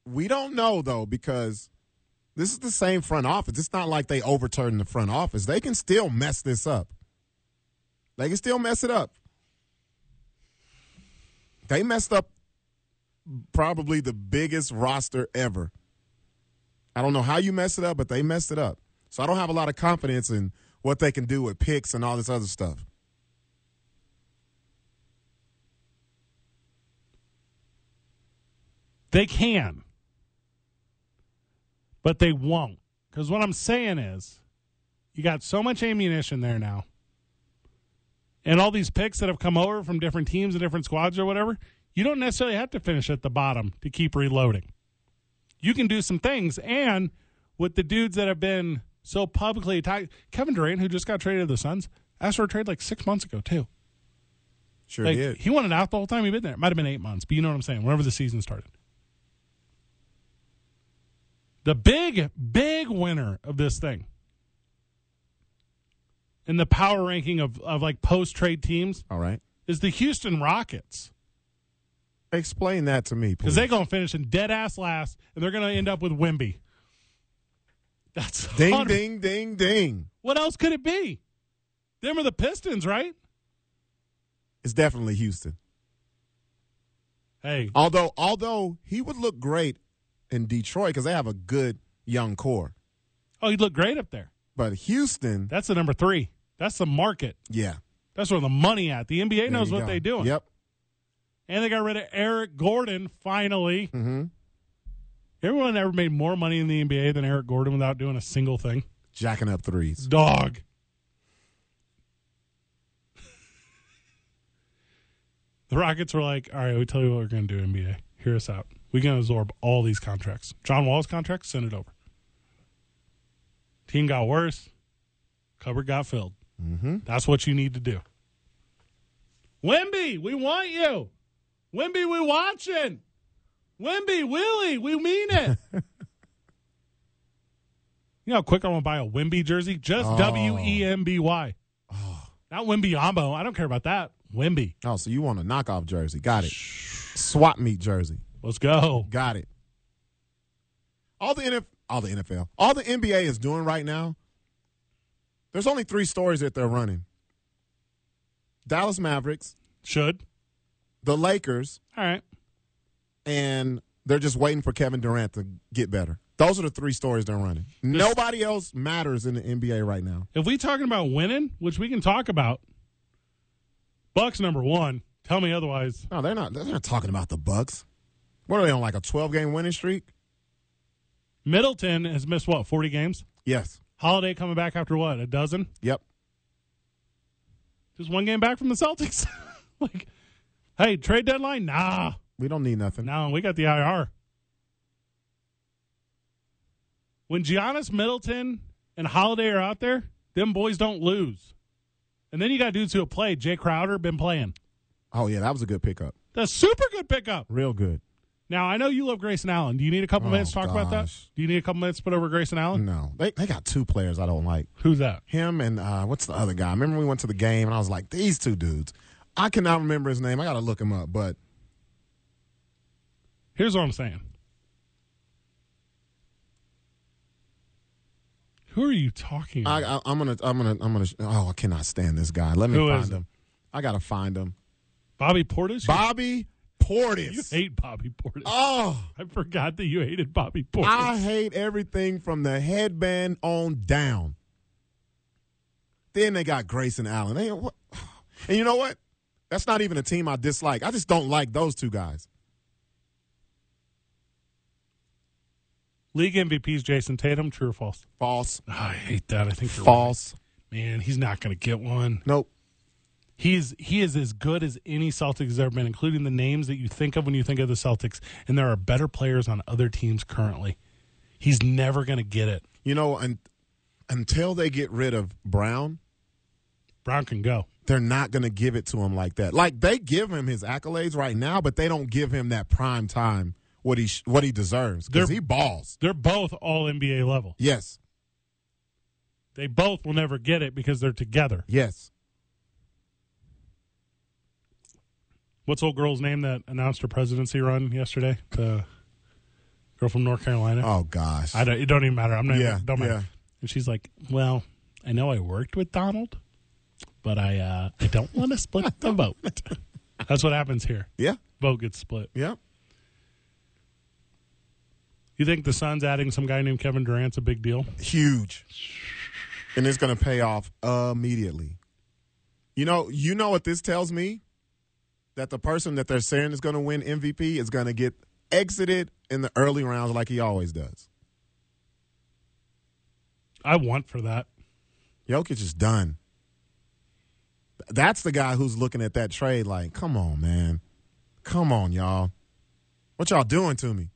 we don't know though because this is the same front office. It's not like they overturned the front office. They can still mess this up. They can still mess it up. They messed up probably the biggest roster ever. I don't know how you mess it up, but they messed it up. So I don't have a lot of confidence in what they can do with picks and all this other stuff.
They can, but they won't. Because what I'm saying is, you got so much ammunition there now, and all these picks that have come over from different teams and different squads or whatever, you don't necessarily have to finish at the bottom to keep reloading. You can do some things, and with the dudes that have been so publicly attacked, Kevin Durant, who just got traded to the Suns, asked for a trade like six months ago too.
Sure
Like,
did.
He wanted out the whole time he'd been there. It might have been eight months, but you know what I'm saying. Whenever the season started. The big, big winner of this thing in the power ranking of, of like post trade teams
All right.
is the Houston Rockets.
Explain that to me,
Because
please.
they're going to finish in dead ass last and they're going to end up with Wimby. That's *laughs*
ding,
hard-
ding, ding, ding.
What else could it be? Them are the Pistons, right?
It's definitely Houston.
Hey,
Although, although he would look great in Detroit because they have a good young core.
oh, you'd look great up there.
But Houston,
That's the number three. That's the market.
yeah,
That's where the money at. The NBA
there
knows
you
what
go.
they're doing.
Yep,
And they got rid of Eric Gordon finally.
Mhm.
Everyone ever made more money in the NBA than Eric Gordon without doing a single thing.
jacking up threes.
Dog. *laughs* The Rockets were like, all right, we tell you what we're going to do, NBA. Hear us out. We can absorb all these contracts. John Wall's contract, send it over. Team got worse. Cupboard got filled. Mm-hmm. That's what you need to do. Wimby, we want you. Wimby, we watching. Wimby, Willie, we mean it. you know how quick I want to buy a Wimby jersey? Just W E M B Y. Not Wimby Yambo. I don't care about that. Wimby.
Oh, so you want a knockoff jersey? Got it. Swap meet jersey.
Let's go.
Got it. All the NFL, all the NFL, all the NBA is doing right now. There's only three stories that they're running: Dallas Mavericks,
Should.
the Lakers,
All right.
and they're just waiting for Kevin Durant to get better. Those are the three stories they're running. Nobody else matters in the NBA right now.
If we talking about winning, which we can talk about, Bucks number one. Tell me otherwise.
No, they're not. They're not talking about the Bucks. What are they on like a 12 game winning streak?
Middleton has missed what forty games.
Yes.
Holiday coming back after what a dozen,
Yep.
just one game back from the Celtics. *laughs* like, hey, trade deadline? Nah,
We don't need nothing.
no, we got the IR. When Giannis Middleton and Holiday are out there, them boys don't lose. And then you got dudes who have played. Jay Crowder been playing.
Oh yeah, that was a good pickup.
That's super good pickup.
Real good.
Now I know you love Grayson Allen. Do you need a couple
Oh,
minutes to talk about that?
gosh. Mm.
Do you need a couple minutes to put over Grayson Allen?
No, they they got two players I don't like.
Who's that?
Him and uh, what's the other guy? Remember we went to the game and I was like, these two dudes. I cannot remember his name. I gotta look him up. But
Here's what I'm saying. Who are you talking?
I,
about?
I, I'm gonna I'm gonna I'm gonna. Oh, I cannot stand this guy. Let me
Who
find
is it?
him. I gotta find him.
Bobby Portis.
Bobby
you
Portis.
hate Bobby Portis.
Oh.
I forgot that you hated Bobby Portis.
I hate everything from the headband on down. Then they got Grayson Allen. They- what- And you know what? That's not even a team I dislike. I just don't like those two guys.
League MVP's Jason Tatum. True or false?
False.
Oh, I hate that. I think you're
False.
right. Man, he's not going to get one.
Nope.
He's he is as good as any Celtics has ever been, including the names that you think of when you think of the Celtics. And there are better players on other teams currently. He's never going to get it.
You know, un until they get rid of Brown,
Brown can go.
they're not going to give it to him like that. Like they give him his accolades right now, but they don't give him that prime time what he sh- what he deserves because
They're-
he balls.
They're both all NBA level.
Yes.
They both will never get it because they're together.
Yes.
What's old girl's name that announced her presidency run yesterday? The girl from North Carolina.
Oh gosh.
I don't. It don't even matter. I'm not.
Yeah,
Don't matter.
yeah.
And she's like, "Well, I know I worked with Donald, but I uh, I don't *laughs* want to split the vote." That's what happens here.
yeah.
Vote gets split.
Yeah.
You think the Suns adding some guy named Kevin Durant's a big deal?
huge and it's going to pay off immediately you know you know what this tells me that the person that they're saying is going to win mvp is going to get exited in the early rounds like he always does
I want for that.
Jokic is done that's the guy who's looking at that trade like come on man come on y'all what y'all doing to me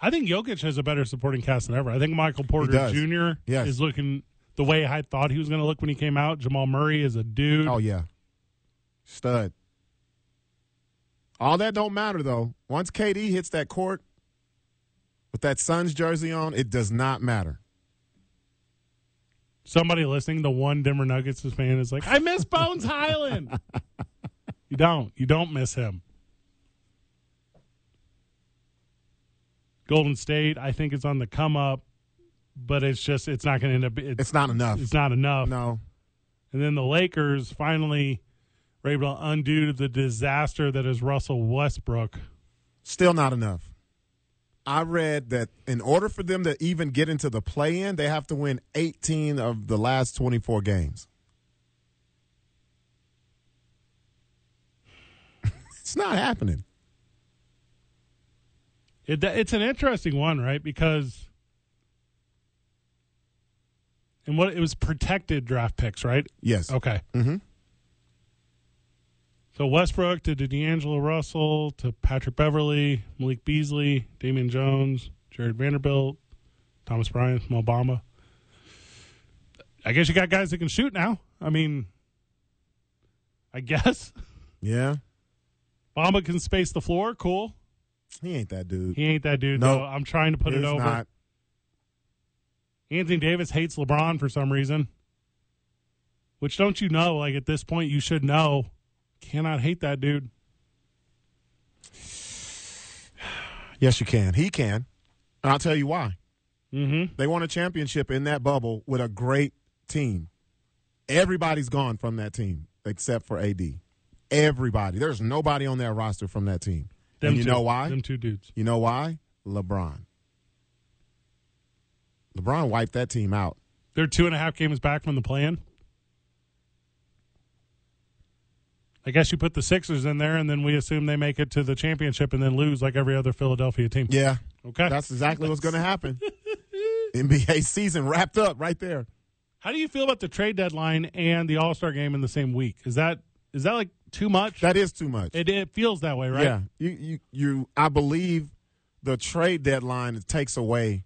I think Jokic has a better supporting cast than ever. I think Michael Porter
does.
Jr.
Yes.
is looking the way I thought he was going to look when he came out. Jamal Murray is a dude.
oh yeah stud all that don't matter though once kd hits that court with that Suns jersey on, it does not matter.
Somebody listening, the one Denver Nuggets fan is like, I miss Bones Highland. you don't. You don't miss him. Golden State, I think it's on the come up, but it's just it's not going to end up. It's,
It's not enough.
it's not enough.
No.
And then the Lakers finally were able to undo the disaster that is Russell Westbrook.
Still not enough. I read that in order for them to even get into the play in, they have to win 18 of the last 24 games. *laughs* it's not happening.
It, it's an interesting one, right? Because and
Mm-hmm.
what it was protected draft picks, right?
Yes.
Okay.
Mhm.
So Westbrook to D'Angelo Russell to Patrick Beverly, Malik Beasley, Damian Jones, Jared Vanderbilt, Thomas Bryant, Mobama. I guess you got guys that can shoot now. I mean, I guess *laughs*
Yeah,
Bama can space the floor. Cool.
he ain't that dude.
He ain't that dude.
No.
though. I'm trying to put it
He's
over.
not.
Anthony Davis hates LeBron for some reason. Which don't you know? Like at this point, you should know. Cannot hate that dude.
Yes, you can. He can, and I'll tell you why.
Mm-hmm.
They won a championship in that bubble with a great team. Everybody's gone from that team except for AD. Everybody. There's nobody on that roster from that team. and you
two,
know why?
Them two dudes.
You know why? LeBron. LeBron wiped that team out.
They're two and a half games back from the plan. I guess you put the Sixers in there, and then we assume they make it to the championship and then lose like every other Philadelphia team.
Yeah.
Okay.
That's exactly what's going
*laughs*
to happen. NBA season wrapped up right there.
How do you feel about the trade deadline and the All Star game in the same week? Is that is that like too much?
That is too much.
it, it feels that way, right?
Yeah, you, you, you. I believe the trade deadline takes away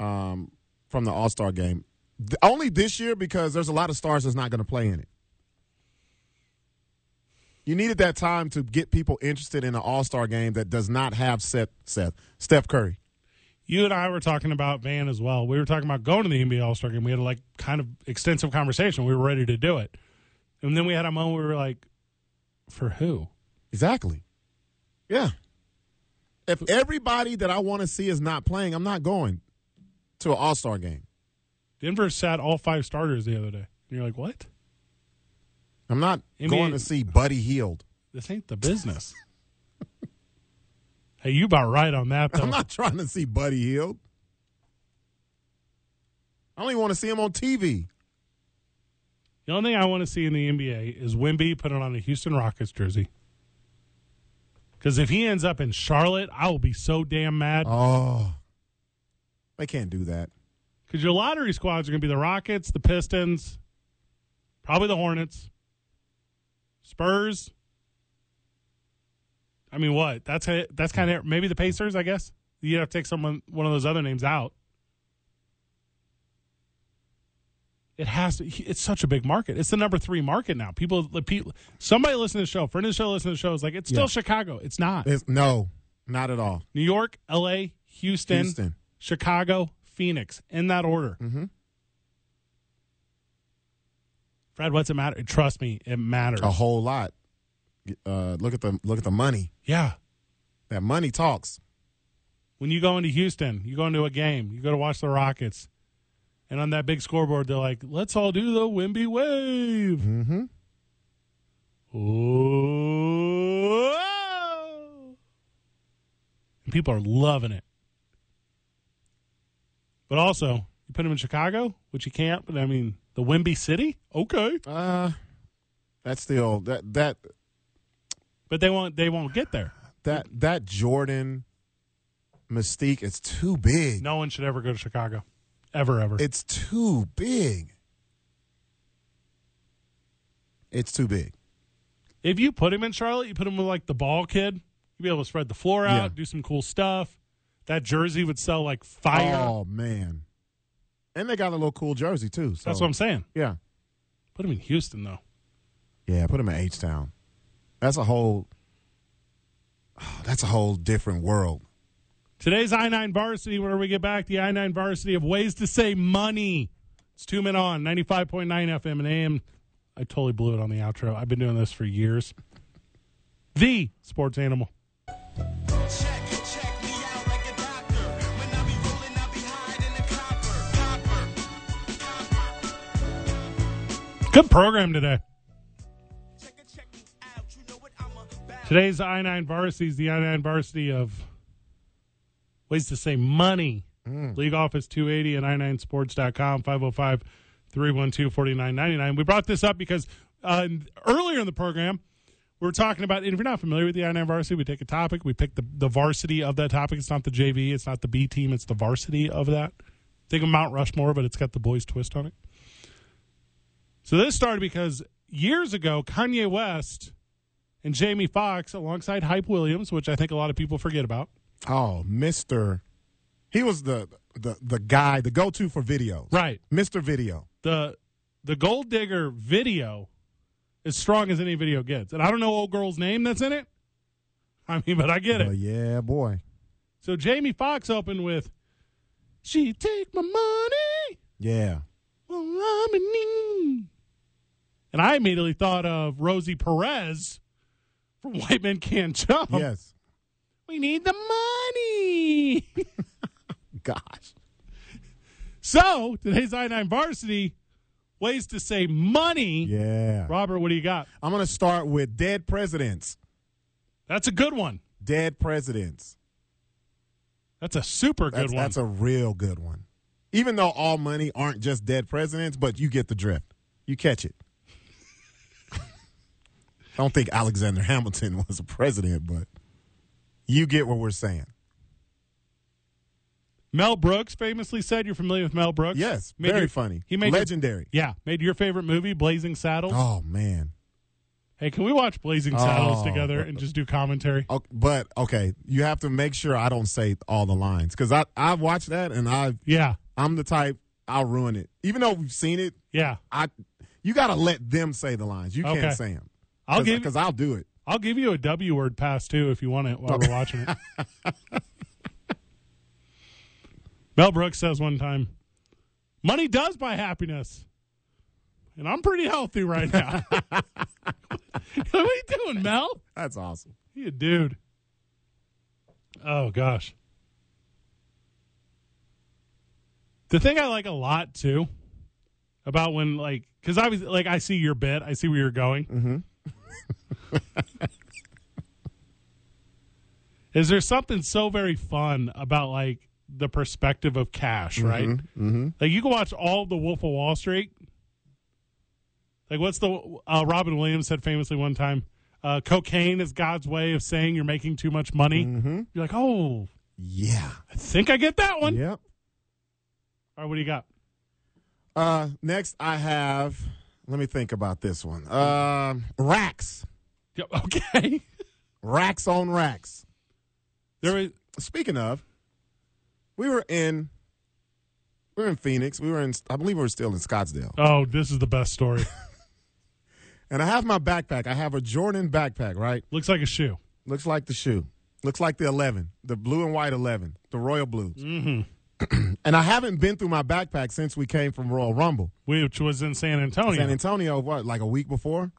um, from the All Star game. Th- only this year because there's a lot of stars that's not going to play in it. You needed that time to get people interested in an All Star game that does not have Seth, Seth, Steph Curry.
you and I were talking about Van as well. We were talking about going to the NBA All Star game. We had a like kind of extensive conversation. We were ready to do it, and then we had a moment where we were like, "For who?"
Exactly. Yeah. If everybody that I want to see is not playing, I'm not going to an All Star game.
Denver sat all five starters the other day. And you're like, "What?
I'm not
NBA
going to see Buddy Healed.
This ain't the business." hey, you about right on that though.
I'm *laughs* not trying to see Buddy Hield. I don't even want to see him on TV.
the only thing I want to see in the NBA is Wimby putting on a Houston Rockets jersey. Because if he ends up in Charlotte, I will be so damn mad.
Oh, they can't do that.
Because your lottery squads are going to be the Rockets, the Pistons, probably the Hornets, Spurs. I mean, what? That's it. That's kind of maybe the Pacers. I guess you have to take someone one of those other names out. It has to. he- It's such a big market. It's the number three market now. People, like, people somebody listening to the show, friend of the show, listening to the show is like, it's still
Yeah.
Chicago. It's not
It's- no, not at all.
New York, L.A., Houston,
Houston.
Chicago, Phoenix, in that order. Mm-hmm. Fred, what's it matter? Trust me, it matters.
A whole lot. Uh, look at the look at the money.
Yeah.
That money talks.
When you go into Houston, you go into a game, you go to watch the Rockets, and on that big scoreboard, they're like, let's all do the Wimby wave. Mm-hmm. Oh. And people are loving it. But also, you put them in Chicago, which you can't, but I mean, the Wimby City? Okay.
Uh, that's still that that
But they won't they won't get there.
that that Jordan mystique is too big.
No one should ever go to Chicago. Ever, ever.
It's too big. It's too big.
If you put him in Charlotte, you put him with like the ball kid. You'd be able to spread the floor out,
Yeah.
do some cool stuff. That jersey would sell like fire.
Oh man. And they got a little cool jersey too. So.
That's what I'm saying.
Yeah.
Put him in Houston though.
Yeah, put them in H Town. That's a whole *sighs* that's a whole different world.
Today's I nine varsity. Whenever we get back, the I nine varsity of ways to say money. It's two men on ninety five point nine FM and AM. I totally blew it on the outro. I've been doing this for years. The sports animal.
Check, check me out like a doctor. When I be rolling, I be hiding the copper. Copper.
Good program today.
Check it, check me out. You know what I'm about.
Today's I 9 varsity is the I 9 varsity of ways to say money. League Office 280 and i9sports.com, 505 312 4999. We brought this up because uh, earlier in the program, we were talking about, and if you're not familiar with the I 9 varsity, we take a topic, we pick the, the varsity of that topic. It's not the JV, it's not the B team, it's the varsity of that. Think of Mount Rushmore, but it's got the boys' twist on it. So this started because years ago, Kanye West and Jamie Foxx alongside Hype Williams, which I think a lot of people forget about.
Oh, Mister, he was the the the guy, the go to for videos.
Right.
Mister Video.
The the Gold Digger video as strong as any video gets. And I don't know old girl's name that's in it. I mean, but I get
Oh
it.
yeah, boy.
So Jamie Foxx opened with She take my money.
Yeah.
Well, I'm in need. And I immediately thought of Rosie Perez from *laughs* White Men Can't Jump.
Yes.
We need the money. *laughs*
Gosh.
so today's I nine varsity ways to say money.
Yeah.
Robert, what do you got?
I'm gonna start with dead presidents.
That's a good one.
Dead presidents.
That's a super good
That's,
one.
that's a real good one. Even though all money aren't just dead presidents, but you get the drift. You catch it. *laughs* I don't think Alexander Hamilton *laughs* was a president, but you get what we're saying.
Mel Brooks famously said, "You're familiar with Mel Brooks?
Yes,
Made
very
your-
funny.
He made your-
legendary.
yeah, made your favorite movie, Blazing Saddles.
Oh man.
Hey, can we watch Blazing Saddles
Oh.
together and just do commentary?
O- Oh, But okay, you have to make sure I don't say all the lines because I I've watched that and I
Yeah,
I'm the type I'll ruin it. Even though we've seen it,
yeah.
I you got to let them say the lines. You
Okay.
can't say them.
I'll give
because I'll do it.
I'll give you a W word pass too if you want it while we're watching it. *laughs* Mel Brooks says one time, "Money does buy happiness," and I'm pretty healthy right now. *laughs* what are you doing, Mel?
That's awesome.
You dude. Oh gosh. The thing I like a lot too about when like because I was like I see your bit, I see where you're going. Mm-hmm. *laughs* Is there something so very fun about like the perspective of cash, right? Mm-hmm. Like you can watch all the Wolf of Wall Street. Like what's the uh, Robin Williams said famously one time, uh, cocaine is God's way of saying you're making too much money. Mm-hmm. You're like, oh,
Yeah.
I think I get that one.
Yep.
All right, what do you got?
Uh, next I have. Let me think about this one. Um, racks,
Yeah, *laughs* Okay.
racks on racks.
there was,
Speaking of, we were in. We were in Phoenix. We were in. I believe we were still in Scottsdale.
oh, this is the best
*laughs*
story.
And I have my backpack. I have a Jordan backpack. Right.
Looks like a shoe.
Looks like the shoe. Looks like the 11, the blue and white 11, the royal blues. Mm-hmm. *clears throat* and I haven't been through my backpack since we came from Royal Rumble.
Which was in San Antonio.
San Antonio, what, like a week before?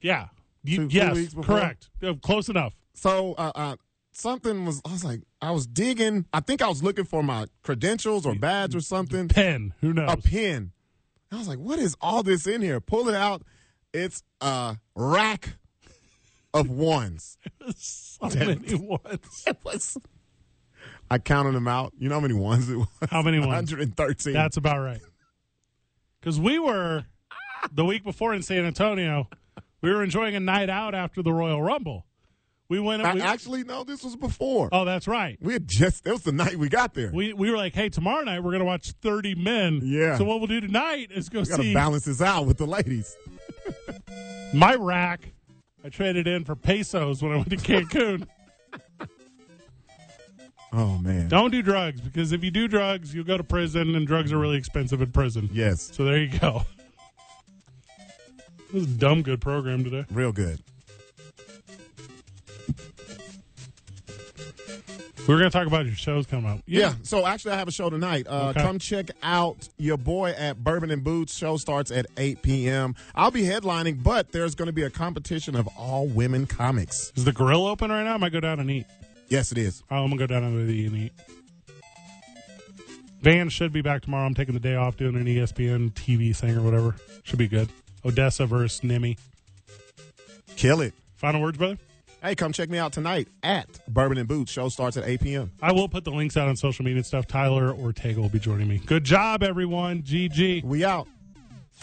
yeah. You-
Two- two
yes,
weeks before?
correct. Yeah, close enough.
So uh, uh, something was, I was like, I was digging. I think I was looking for my credentials or badge or something,
Pen. Who knows?
a pin. I was like, what is all this in here? Pull it out. It's a rack
*laughs*
of ones.
so many ones.
It was. I counted them out. You know how many
*laughs*
ones it was?
How many ones?
113.
That's about right. Because we were the week before in San Antonio, we were enjoying a night out after the Royal Rumble. We went.
I
we-
actually no, this was before.
oh, that's right.
we had just that was the night we got there. We,
We we were like, hey, tomorrow night we're gonna watch Thirty Men.
Yeah.
So what we'll do tonight is go
gotta
see
balance this out with the ladies.
my rack. I traded in for pesos when I went to Cancun. *laughs*
Oh man.
Don't do drugs because if you do drugs, you'll go to prison, and drugs are really expensive in prison.
Yes.
So there you go. This is a dumb good program today.
Real good.
We're gonna talk about your shows coming up.
Yeah. So actually I have a show tonight. Uh
Okay.
come check out your boy at Bourbon and Boots. Show starts at eight PM. I'll be headlining, but there's gonna be a competition of all women comics.
Is the grill open right now? I might go down and eat.
Yes, it is.
Oh, I'm gonna go down and eat and eat. Van should be back tomorrow. I'm taking the day off doing an E ESPN TV thing or whatever. Should be good. Odessa versus Nimi.
Kill it.
Final words, brother.
Hey, come check me out tonight at Bourbon and Boots. Show starts at eight PM.
I will put the links out on social media and stuff. Tyler Ortega will be joining me. Good job, everyone. GG.
We out.